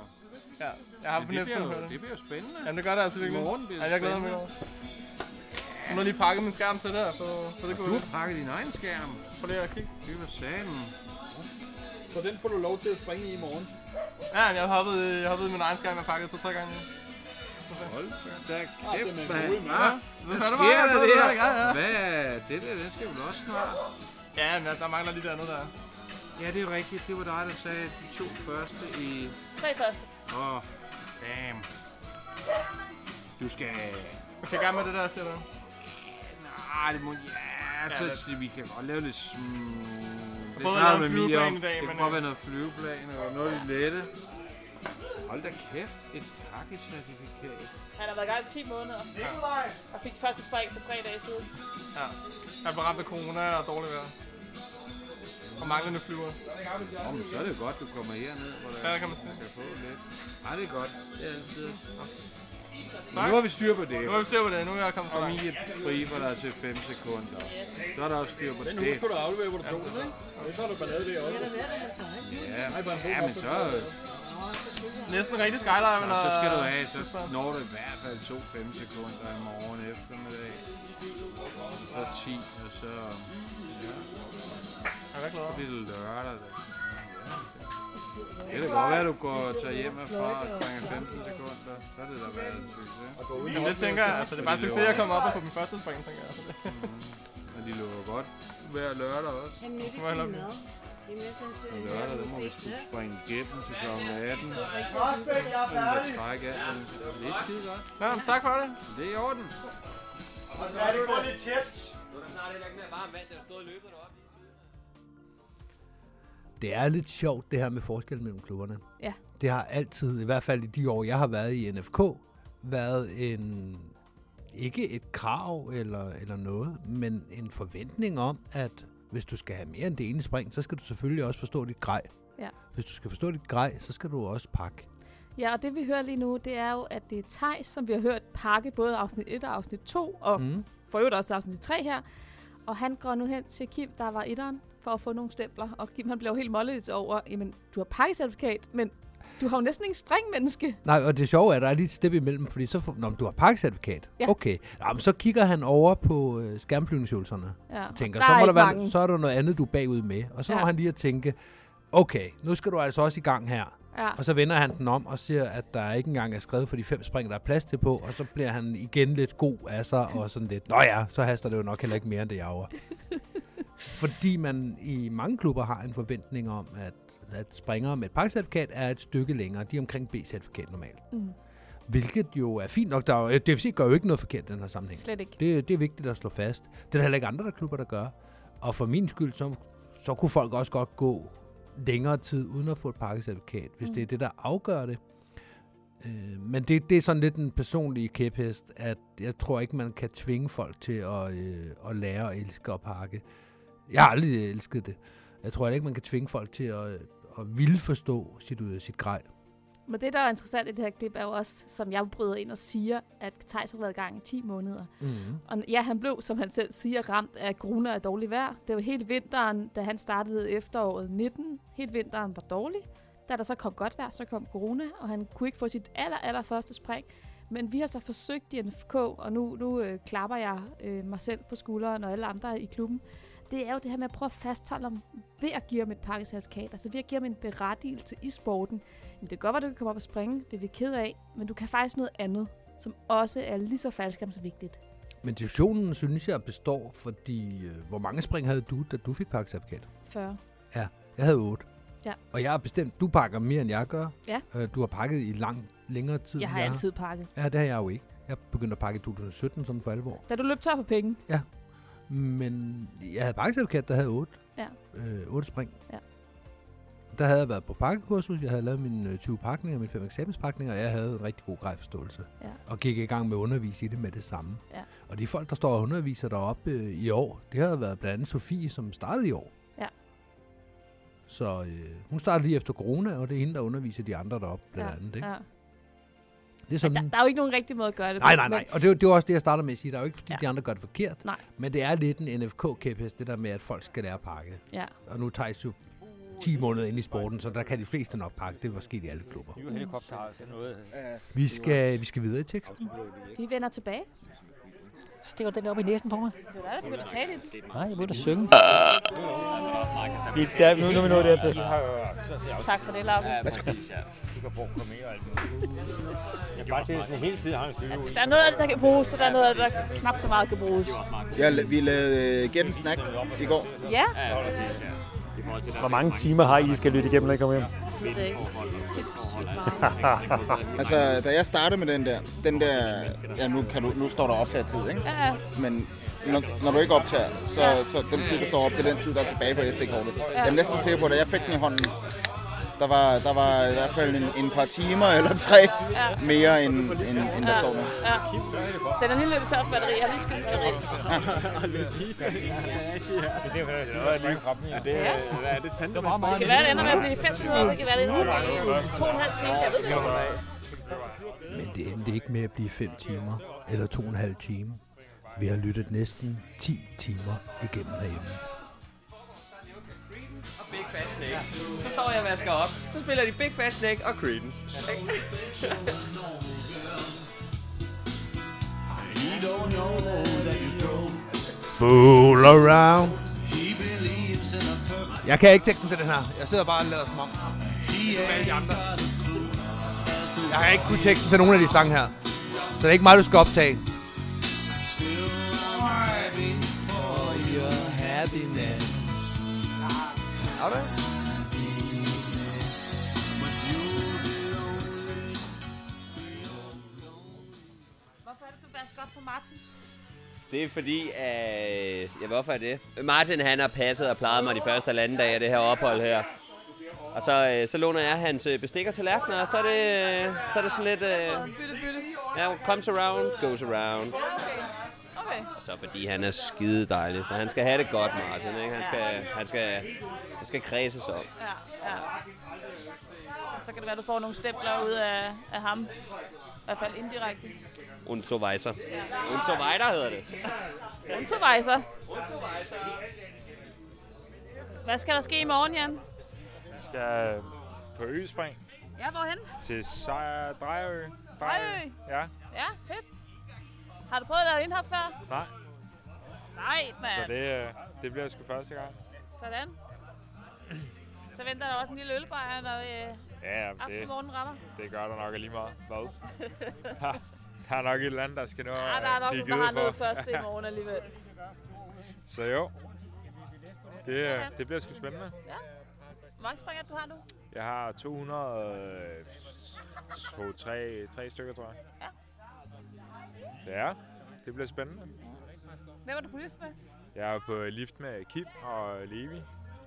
[SPEAKER 5] Ja, jeg har
[SPEAKER 8] Men
[SPEAKER 5] fornemt
[SPEAKER 8] det bliver,
[SPEAKER 5] på
[SPEAKER 8] jo, det bliver jo spændende.
[SPEAKER 5] Jamen det gør det altså virkelig.
[SPEAKER 8] Morgen bliver
[SPEAKER 5] Ej, jeg glæder mig over.
[SPEAKER 8] spændende.
[SPEAKER 5] Nu har jeg lige pakket min skærm til der, så, så det kunne
[SPEAKER 8] Du har pakket din egen skærm.
[SPEAKER 5] Prøv lige at kigge.
[SPEAKER 8] Det var salen.
[SPEAKER 5] Så den får du lov til at springe i i morgen? Ja, men jeg har hoppet, øh, jeg hoppede min egen skærm, jeg har pakket to-tre gange. Hold
[SPEAKER 8] da kæft, mand.
[SPEAKER 5] Ja,
[SPEAKER 8] Hvad
[SPEAKER 5] hvad fanden var
[SPEAKER 8] sker
[SPEAKER 5] det?
[SPEAKER 8] der
[SPEAKER 5] Hvad
[SPEAKER 8] der?
[SPEAKER 5] der? Ja, ja.
[SPEAKER 8] Hvad er det der? Det skal vel også snart.
[SPEAKER 5] Ja, men der mangler lige det andet der.
[SPEAKER 8] Ja, det er rigtigt. Det var dig, der sagde de to første i...
[SPEAKER 13] Tre første.
[SPEAKER 8] Åh, oh, damn. Du skal...
[SPEAKER 5] Jeg skal i gang med det der, siger du.
[SPEAKER 8] Nej, Ah, det må... Ja,
[SPEAKER 5] Ja,
[SPEAKER 8] så vi kan godt lave lidt... Sm... Det
[SPEAKER 5] prøvede at
[SPEAKER 8] snakker
[SPEAKER 5] lave en
[SPEAKER 8] med Mia
[SPEAKER 5] flyveplan
[SPEAKER 8] om.
[SPEAKER 5] i dag,
[SPEAKER 8] Det
[SPEAKER 5] men,
[SPEAKER 8] kan godt
[SPEAKER 5] øh,
[SPEAKER 8] være noget flyveplan og noget lidt lette. Hold da kæft, et pakkecertifikat.
[SPEAKER 13] Han har været i gang i 10 måneder.
[SPEAKER 5] Nikolaj!
[SPEAKER 13] Og fik første spring for tre dage siden.
[SPEAKER 5] Ja. Jeg blev ramt af corona og dårligt vejr. Og manglende flyver.
[SPEAKER 8] Nå, men så er det jo godt, du kommer herned, hvor der
[SPEAKER 5] Ja, kan man sige.
[SPEAKER 8] kan få lidt. Nej, det er godt. Det er altid.
[SPEAKER 5] Tak.
[SPEAKER 8] Nu har vi styr på det.
[SPEAKER 5] Nu har vi styr på det. Nu er jeg kommet så
[SPEAKER 8] Og
[SPEAKER 5] langt.
[SPEAKER 8] Mie briefer dig til 5 sekunder.
[SPEAKER 5] Yes.
[SPEAKER 8] Så er der også styr på det.
[SPEAKER 5] Den husker du at aflevere, hvor du
[SPEAKER 8] tog den,
[SPEAKER 5] ikke? Så er der ballade der også.
[SPEAKER 8] Ja, ja men så,
[SPEAKER 5] Næsten rigtig øh, skydive,
[SPEAKER 8] så, så skal du have, så når du i hvert fald 2-5 sekunder i morgen eftermiddag. Så 10, og så...
[SPEAKER 5] Ja, jeg glæder
[SPEAKER 8] Det er lørdag. Da. Det kan da godt være, at du går og tager hjem herfra og springer 15 sekunder. Så er det da været en succes.
[SPEAKER 5] Jamen, det tænker jeg. Altså, det er bare
[SPEAKER 8] Fordi
[SPEAKER 5] succes at
[SPEAKER 8] var-
[SPEAKER 5] komme op og få min første spring, tænker jeg.
[SPEAKER 8] Men de lukker godt hver lørdag også.
[SPEAKER 2] Han mødte sin
[SPEAKER 8] Hvor er der-
[SPEAKER 2] mad. Vi mødte hans
[SPEAKER 8] Men lørdag, der må vi sgu springe igennem til kl. 18.
[SPEAKER 5] Prospect, jeg er
[SPEAKER 8] Men
[SPEAKER 5] færdig.
[SPEAKER 8] der trækker af, men det er skide godt.
[SPEAKER 5] Nå, men tak for det.
[SPEAKER 8] Det er i orden.
[SPEAKER 5] Ja, det var lidt tæt.
[SPEAKER 14] Nu er der snart heller ikke mere varmt vand, der har stået og løbet deroppe.
[SPEAKER 4] Det er lidt sjovt, det her med forskellen mellem klubberne.
[SPEAKER 3] Ja.
[SPEAKER 4] Det har altid, i hvert fald i de år, jeg har været i NFK, været en ikke et krav eller, eller noget, men en forventning om, at hvis du skal have mere end det ene spring, så skal du selvfølgelig også forstå dit grej.
[SPEAKER 3] Ja.
[SPEAKER 4] Hvis du skal forstå dit grej, så skal du også pakke.
[SPEAKER 3] Ja, og det vi hører lige nu, det er jo, at det er Tej, som vi har hørt pakke både afsnit 1 og afsnit 2, og mm.
[SPEAKER 4] Mm.
[SPEAKER 3] for øvrigt også afsnit 3 her. Og han går nu hen til Kim, der var etteren, for at få nogle stempler. Og Kim, han blev jo helt målløs over, jamen, du har pakkecertifikat, men du har jo næsten ingen springmenneske.
[SPEAKER 4] Nej, og det sjove er, at der er lige et step imellem, fordi så får, Nå, men du har pakkecertifikat.
[SPEAKER 3] Ja.
[SPEAKER 4] Okay. Nå, men så kigger han over på øh, skærmflyvningsøvelserne.
[SPEAKER 3] Ja, og
[SPEAKER 4] tænker,
[SPEAKER 3] der
[SPEAKER 4] så,
[SPEAKER 3] er
[SPEAKER 4] må der
[SPEAKER 3] ikke
[SPEAKER 4] være,
[SPEAKER 3] mange.
[SPEAKER 4] så er der noget andet, du er bagud med. Og så ja.
[SPEAKER 3] Ja.
[SPEAKER 4] når han lige at tænke, okay, nu skal du altså også i gang her.
[SPEAKER 3] Ja.
[SPEAKER 4] Og så vender han den om og ser, at der ikke engang er skrevet for de fem spring, der er plads til på. Og så bliver han igen lidt god af sig og sådan lidt, nå ja, så haster det jo nok heller ikke mere end det, jeg over. Fordi man i mange klubber har en forventning om, at, at springere med et pakkecertifikat er et stykke længere. De er omkring B-certifikat normalt.
[SPEAKER 3] Mm.
[SPEAKER 4] Hvilket jo er fint nok. Der er, jo- DFC gør jo ikke noget forkert i den her sammenhæng.
[SPEAKER 3] Slet ikke.
[SPEAKER 4] Det, det er vigtigt at slå fast. Det er der heller ikke andre der klubber, der gør. Og for min skyld, så, så kunne folk også godt gå længere tid uden at få et pakkecertifikat, hvis
[SPEAKER 6] Mm.
[SPEAKER 4] mm. det er det, der afgør det. Øh, men det, det er sådan lidt en personlig kæphest, at jeg tror ikke, man kan tvinge folk til at, øh, at lære at elske at pakke. Jeg har aldrig elsket det. Jeg tror ikke, man kan tvinge folk til at, øh, at ville forstå sit, øh, sit grej.
[SPEAKER 3] Men det, der er interessant i det her klip, er jo også, som jeg bryder ind og siger, at Thijs har været i gang i 10 måneder.
[SPEAKER 4] Mhm.
[SPEAKER 3] Og ja, han blev, som han selv siger, ramt af corona og dårlig vejr. Det var helt vinteren, da han startede efteråret 19. Helt vinteren var dårlig. Da der så kom godt vejr, så kom corona, og han kunne ikke få sit aller, aller første spring. Men vi har så forsøgt i NFK, og nu, nu øh, klapper jeg øh, mig selv på skulderen og alle andre i klubben. Det er jo det her med at prøve at fastholde ham ved at give ham et pakkecertifikat. Altså ved at give ham en berettigelse i sporten. Jamen, det kan godt være, du kan komme op og springe. Det er vi ked af. Men du kan faktisk noget andet, som også er lige så faldskærmsvigtigt.
[SPEAKER 4] Men diskussionen, synes jeg, består, fordi øh, hvor mange spring havde du, da du fik pakkecertifikat?
[SPEAKER 3] 40.
[SPEAKER 4] Ja, jeg havde 8.
[SPEAKER 3] Ja.
[SPEAKER 4] Og jeg har bestemt, du pakker mere, end jeg gør.
[SPEAKER 3] Ja.
[SPEAKER 4] Øh, du har pakket i lang, længere tid,
[SPEAKER 3] Jeg
[SPEAKER 4] end
[SPEAKER 3] har altid pakket.
[SPEAKER 4] Ja, det har jeg jo ikke. Jeg begyndte at pakke i 2017, sådan for alvor.
[SPEAKER 3] Da du løb tør for penge.
[SPEAKER 4] Ja. Men jeg havde pakkecertifikat, der havde 8.
[SPEAKER 3] Ja.
[SPEAKER 4] Øh, 8 spring.
[SPEAKER 3] Ja.
[SPEAKER 4] Der havde jeg været på pakkekursus, jeg havde lavet mine øh, 20 pakninger, mine 5 eksamenspakninger, og jeg havde en rigtig god grejforståelse.
[SPEAKER 3] Ja.
[SPEAKER 4] Og gik i gang med at undervise i det med det samme.
[SPEAKER 3] Ja.
[SPEAKER 4] Og de folk, der står og underviser deroppe øh, i år, det har været blandt andet Sofie, som startede i år.
[SPEAKER 3] Ja.
[SPEAKER 4] Så øh, hun startede lige efter corona, og det er hende, der underviser de andre deroppe, blandt
[SPEAKER 3] ja.
[SPEAKER 4] andet. Ikke?
[SPEAKER 3] Ja.
[SPEAKER 4] Det er sådan,
[SPEAKER 3] Der, der er jo ikke nogen rigtig måde at gøre det
[SPEAKER 4] Nej,
[SPEAKER 3] på,
[SPEAKER 4] nej, nej.
[SPEAKER 3] Altså, men-
[SPEAKER 4] Og det, er jo- det er jo også det, jeg starter med at sige. Der er jo ikke, fordi
[SPEAKER 3] Ja.
[SPEAKER 4] ja. de andre gør det forkert.
[SPEAKER 3] Nej.
[SPEAKER 4] Men det er lidt en NFK-kæphest, det der med, at folk skal lære at pakke.
[SPEAKER 3] Ja.
[SPEAKER 4] Og nu tager jo 10 måneder ind i sporten, så der kan de fleste nok pakke. Det var sket i alle klubber.
[SPEAKER 9] Nye helikopter og sådan noget.
[SPEAKER 4] Vi skal, vi skal videre i teksten.
[SPEAKER 3] Vi vender tilbage.
[SPEAKER 9] Stikker den op i næsen på mig?
[SPEAKER 3] Det var dig, der begyndte at tale i den.
[SPEAKER 9] Nej, jeg begyndte at synge.
[SPEAKER 8] Vi- der- nu- nu er vi nået dertil.
[SPEAKER 3] Tak for det, Laura.
[SPEAKER 9] Ja,
[SPEAKER 3] Ja,
[SPEAKER 9] præcis,
[SPEAKER 3] præcis,
[SPEAKER 9] ja. Du kan bruge mere og alt muligt. Jeg bare til sådan hele tiden har en flyve
[SPEAKER 3] Der er noget af det, der kan bruges, og der er noget af det, der knap så meget kan bruges.
[SPEAKER 2] Jeg, vi lavede øh, gennem snak i går.
[SPEAKER 3] Ja.
[SPEAKER 8] Hvor mange timer har I, I skal lytte igennem, når I kommer hjem?
[SPEAKER 3] Jeg ved det ikke. Sindssygt meget.
[SPEAKER 2] altså, da jeg startede med den der, den der, ja, nu, kan du, nu står der optaget tid, ikke?
[SPEAKER 3] Ja, ja.
[SPEAKER 2] Men når, når du ikke optager, så, så den tid, der står op, det er den tid, der er tilbage på SD-kortet. Jeg er næsten sikker på, at da jeg fik den i hånden, der var, der var i hvert fald en, en par timer eller tre
[SPEAKER 3] Ja.
[SPEAKER 2] mere, end, end, end der
[SPEAKER 3] Ja,
[SPEAKER 2] står nu.
[SPEAKER 3] Ja. Den er lige løbet tør for batteri. Jeg har lige skyldt batteri.
[SPEAKER 8] Ja, det er, hvad er det, tandem?
[SPEAKER 3] Det kan være, det ender med at blive 5 minutter. Det kan være, det ender med at blive to og en halv time. Jeg ved det ikke.
[SPEAKER 4] Men det endte ikke med at blive 5 timer, eller 2,5 timer. Vi har lyttet næsten 10 timer igennem herhjemme.
[SPEAKER 14] og Big Fat Snake. Så står jeg og vasker op. Så spiller de Big Fat Snake og Creedence.
[SPEAKER 4] Fool around. Jeg kan ikke tænke den til den her. Jeg sidder bare og lader som om. Ligesom alle de andre. Jeg har ikke kunnet teksten til nogen af de sange her. Så det er ikke mig, du skal optage. Har du
[SPEAKER 3] Hvorfor er det, du vasker op for Martin?
[SPEAKER 14] Det er fordi, at... Ja, hvorfor er det? Martin, han har passet og plejet mig de første halvanden dag af det her ophold her. Og så, øh, så låner jeg hans øh, bestik og tallerkener, og så er det, øh, så er det sådan lidt... Øh,
[SPEAKER 3] Bytte, bytte.
[SPEAKER 14] ja, comes around, goes around.
[SPEAKER 3] Okay. Okay.
[SPEAKER 14] Og så fordi han er skide dejlig, så han skal have det godt, Martin. Ikke? Han, skal, han, skal, han skal kredses om.
[SPEAKER 3] Ja, ja. Og så kan det være, du får nogle stempler ud af, af ham. I hvert fald indirekte.
[SPEAKER 14] Und so weiter. Und so weiter hedder det.
[SPEAKER 3] Unterweiser. Hvad skal der ske i morgen, Jan?
[SPEAKER 8] Vi skal øh, på Øspring
[SPEAKER 3] Ja, hvorhen?
[SPEAKER 8] til Sejr Drejø.
[SPEAKER 3] Drejø?
[SPEAKER 8] Ja,
[SPEAKER 3] Ja, fedt. Har du prøvet at lave indhop før?
[SPEAKER 8] nej.
[SPEAKER 3] Sejt,
[SPEAKER 8] Så
[SPEAKER 3] mand.
[SPEAKER 8] det, øh, det bliver sgu første gang.
[SPEAKER 3] Sådan. Så venter der også en lille ølbejer, når øh,
[SPEAKER 8] Ja, ja, men
[SPEAKER 3] aftenen morgen rammer.
[SPEAKER 8] det, det gør der nok lige meget. Hvad? Der, der er nok et eller andet, der skal nå
[SPEAKER 3] Ja, Ah, der er nok nogen, der har noget først i morgen alligevel.
[SPEAKER 8] Så jo, det, øh, det bliver sgu spændende.
[SPEAKER 3] Ja. Hvor mange springer du har nu?
[SPEAKER 8] Jeg har 200... øh, to, tre, tre stykker, tror jeg.
[SPEAKER 3] Ja.
[SPEAKER 8] Så ja, det bliver spændende.
[SPEAKER 3] Hvem var du på lift med?
[SPEAKER 8] Jeg er på lift med Kip og Levi.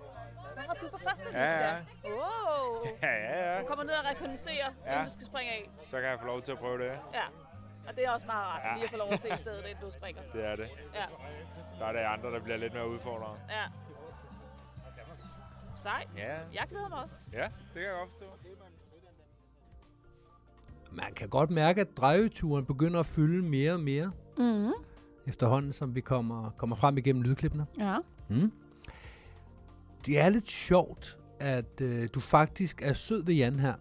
[SPEAKER 3] Hvad var du på første lift?
[SPEAKER 8] Ja, ja.
[SPEAKER 3] ja. Wow.
[SPEAKER 8] Ja, ja, ja.
[SPEAKER 3] Du kommer ned og rekogniserer, ja.
[SPEAKER 8] Ja.
[SPEAKER 3] inden du skal springe af.
[SPEAKER 8] Så kan jeg få lov til at prøve det.
[SPEAKER 3] Ja. Og det er også meget rart,
[SPEAKER 8] Ja.
[SPEAKER 3] ja. lige at få lov at se stedet, inden du springer.
[SPEAKER 8] Det er det.
[SPEAKER 3] Ja.
[SPEAKER 8] Der er det andre, der bliver lidt mere udfordrende.
[SPEAKER 3] Ja. Sej.
[SPEAKER 8] Ja.
[SPEAKER 3] Jeg glæder mig også.
[SPEAKER 8] Ja, det kan jeg godt forstå.
[SPEAKER 4] Man kan godt mærke, at drejeturen begynder at fylde mere og mere,
[SPEAKER 3] Mm.
[SPEAKER 4] efterhånden som vi kommer, kommer frem igennem lydklippene.
[SPEAKER 3] Ja.
[SPEAKER 4] Mm. Det er lidt sjovt, at øh, du faktisk er sød ved Jan her,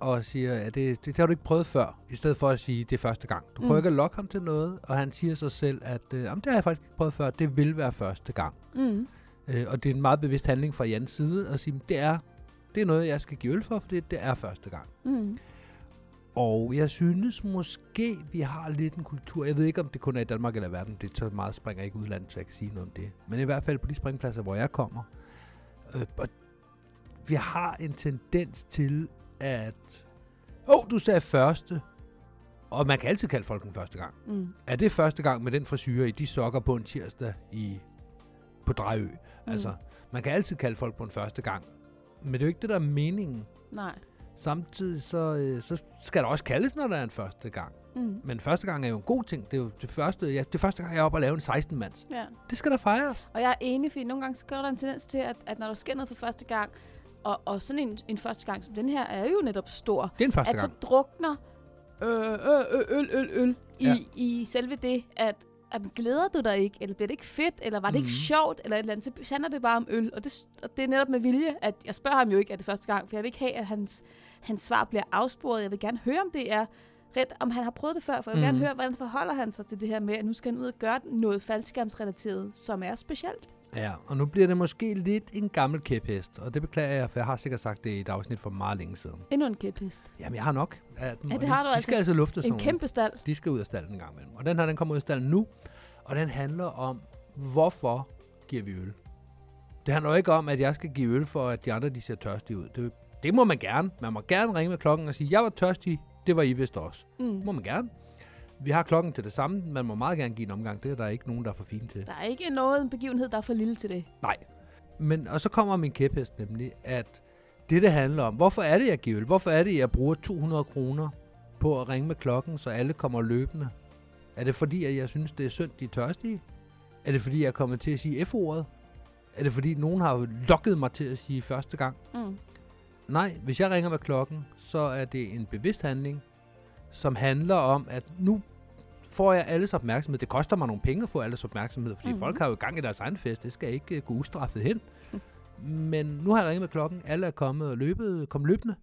[SPEAKER 4] og siger, at det, det, det har du ikke prøvet før, i stedet for at sige, det er første gang. Du prøver
[SPEAKER 6] Mm.
[SPEAKER 4] ikke at lokke ham til noget, og han siger sig selv, at øh, jamen, det har jeg faktisk ikke prøvet før, det vil være første gang.
[SPEAKER 6] Mm.
[SPEAKER 4] Øh, og det er en meget bevidst handling fra Jans side, at sige, det er, det er noget, jeg skal give øl for, for det, det er første gang.
[SPEAKER 6] Mm.
[SPEAKER 4] Og jeg synes måske, vi har lidt en kultur. Jeg ved ikke, om det kun er i Danmark eller i verden. Det er så meget springer ikke udlandet, så jeg kan sige noget om det. Men i hvert fald på de springpladser, hvor jeg kommer. Øh, og vi har en tendens til, at... Åh, oh, du sagde første. Og man kan altid kalde folk den første gang.
[SPEAKER 6] Mm.
[SPEAKER 4] Er det første gang med den frisyr i de sokker på en tirsdag i, på Drejø? Mm. Altså, man kan altid kalde folk på en første gang. Men det er jo ikke det, der er meningen.
[SPEAKER 3] Nej.
[SPEAKER 4] Samtidig så, øh, så skal der også kaldes, når der er en første gang.
[SPEAKER 3] Mm.
[SPEAKER 4] Men første gang er jo en god ting. Det er jo det første, ja, det er første gang, jeg er oppe og lave en 16-mands.
[SPEAKER 3] Ja.
[SPEAKER 4] Det skal der fejres.
[SPEAKER 3] Og jeg er enig, fordi nogle gange så går der en tendens til, at, at når der sker noget for første gang, og, og sådan en, en første gang som den her, er jo netop stor. Altså,
[SPEAKER 4] Det er en første
[SPEAKER 3] At så
[SPEAKER 4] gang.
[SPEAKER 3] drukner øh, øh, øh, øl, øl, øl, i, ja. i selve det, at, at glæder du dig ikke, eller bliver det ikke fedt, eller var det mm. ikke
[SPEAKER 4] Mhm.
[SPEAKER 3] sjovt, eller et eller andet, så handler det bare om øl. Og det, og det er netop med vilje, at jeg spørger ham jo ikke, at det er første gang, for jeg vil ikke have, at hans, hans svar bliver afsporet. Jeg vil gerne høre, om det er ret, om han har prøvet det før, for jeg vil mm. gerne
[SPEAKER 4] Mhm.
[SPEAKER 3] høre, hvordan forholder han sig til det her med, at nu skal han ud og gøre noget faldskærmsrelateret, som er specielt.
[SPEAKER 4] Ja, og nu bliver det måske lidt en gammel kæphest, og det beklager jeg, for jeg har sikkert sagt det i et afsnit for meget længe siden.
[SPEAKER 3] Endnu en kæphest.
[SPEAKER 4] Jamen, jeg har nok. af dem,
[SPEAKER 3] Ja,
[SPEAKER 4] og
[SPEAKER 3] det har
[SPEAKER 4] de,
[SPEAKER 3] du
[SPEAKER 4] de
[SPEAKER 3] altså.
[SPEAKER 4] skal altså luftes.
[SPEAKER 3] En
[SPEAKER 4] sådan nogle.
[SPEAKER 3] kæmpe stald.
[SPEAKER 4] De skal ud af stallen en gang imellem. Og den her, den kommer ud af stallen nu, og den handler om, hvorfor giver vi øl? Det handler jo ikke om, at jeg skal give øl for, at de andre de ser tørstige ud. Det, det må man gerne. Man må gerne ringe med klokken og sige, jeg var tørstig, det var I vist også.
[SPEAKER 3] Mm.
[SPEAKER 4] Må man gerne. Vi har klokken til det samme. Man må meget gerne give en omgang. Det er der ikke nogen, der er for fine til.
[SPEAKER 3] Der er ikke noget en begivenhed, der er for lille til det.
[SPEAKER 4] Nej. Men, og så kommer min kæphest nemlig, at det, det handler om, hvorfor er det, jeg giver øl? Hvorfor er det, jeg bruger 200 kroner på at ringe med klokken, så alle kommer løbende? Er det fordi, at jeg synes, det er synd, de er tørstige? Er det fordi, jeg kommer til at sige F-ordet? Er det fordi, nogen har lokket mig til at sige første gang?
[SPEAKER 3] Mm.
[SPEAKER 4] Nej, hvis jeg ringer med klokken, så er det en bevidst handling, som handler om, at nu får jeg alles opmærksomhed. Det koster mig nogle penge at få alles opmærksomhed, fordi
[SPEAKER 15] Mhm.
[SPEAKER 4] mm-hmm. folk har jo gang i deres egen fest. Det skal ikke øh, gå ustraffet hen. Men nu har jeg ringet med klokken. Alle er kommet og løbet, kom løbende.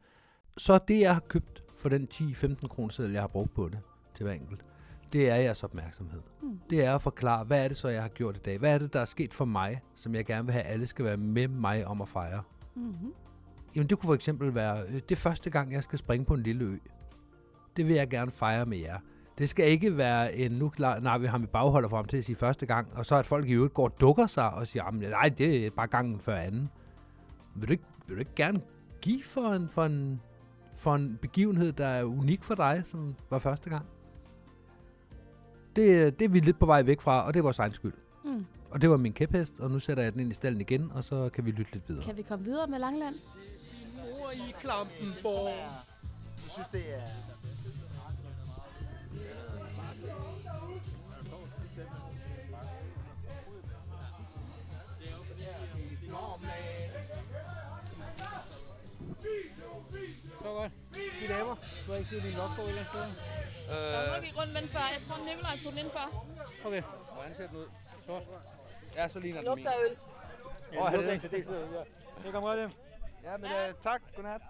[SPEAKER 4] Så det, jeg har købt for den 10-15 kroner seddel, jeg har brugt på det til hver enkelt, det er jeres opmærksomhed.
[SPEAKER 15] Mm.
[SPEAKER 4] Mm. Det er at forklare, hvad er det så, jeg har gjort i dag? Hvad er det, der er sket for mig, som jeg gerne vil have, at alle skal være med mig om at fejre?
[SPEAKER 3] Mm-hmm.
[SPEAKER 4] Jamen det kunne for eksempel være, øh, det er første gang, jeg skal springe på en lille ø. Det vil jeg gerne fejre med jer. Det skal ikke være en, nu klar- nej, vi har med bagholder frem til at sige første gang, og så at folk i øvrigt går og dukker sig og siger, jamen nej, det er bare gangen før anden. Vil du ikke, vil du ikke gerne give for en, for, en, for en begivenhed, der er unik for dig, som var første gang? Det, det er vi lidt på vej væk fra, og det er vores egen skyld.
[SPEAKER 3] Mm.
[SPEAKER 4] Og det var min kæphest, og nu sætter jeg den ind i stallen igen, og så kan vi lytte lidt videre.
[SPEAKER 3] Kan vi komme videre med Langland?
[SPEAKER 4] Mor i klampen, borg.
[SPEAKER 16] Jeg synes, det er...
[SPEAKER 5] Så godt. De damer, du har ikke set din lok på et eller andet sted.
[SPEAKER 17] Der var nok ikke rundt med den før. Jeg tror, Nikolaj tog den ind før.
[SPEAKER 5] Okay.
[SPEAKER 6] Hvordan ser den ud?
[SPEAKER 5] Sort.
[SPEAKER 6] Ja, så ligner den min.
[SPEAKER 17] Lugter af øl.
[SPEAKER 5] Åh,
[SPEAKER 6] Åh,
[SPEAKER 5] oh,
[SPEAKER 6] er
[SPEAKER 5] det
[SPEAKER 6] det
[SPEAKER 5] er
[SPEAKER 6] det?
[SPEAKER 5] det. Ja. Jeg kommer godt hjem.
[SPEAKER 6] Ja, men øh, tak. Godnat.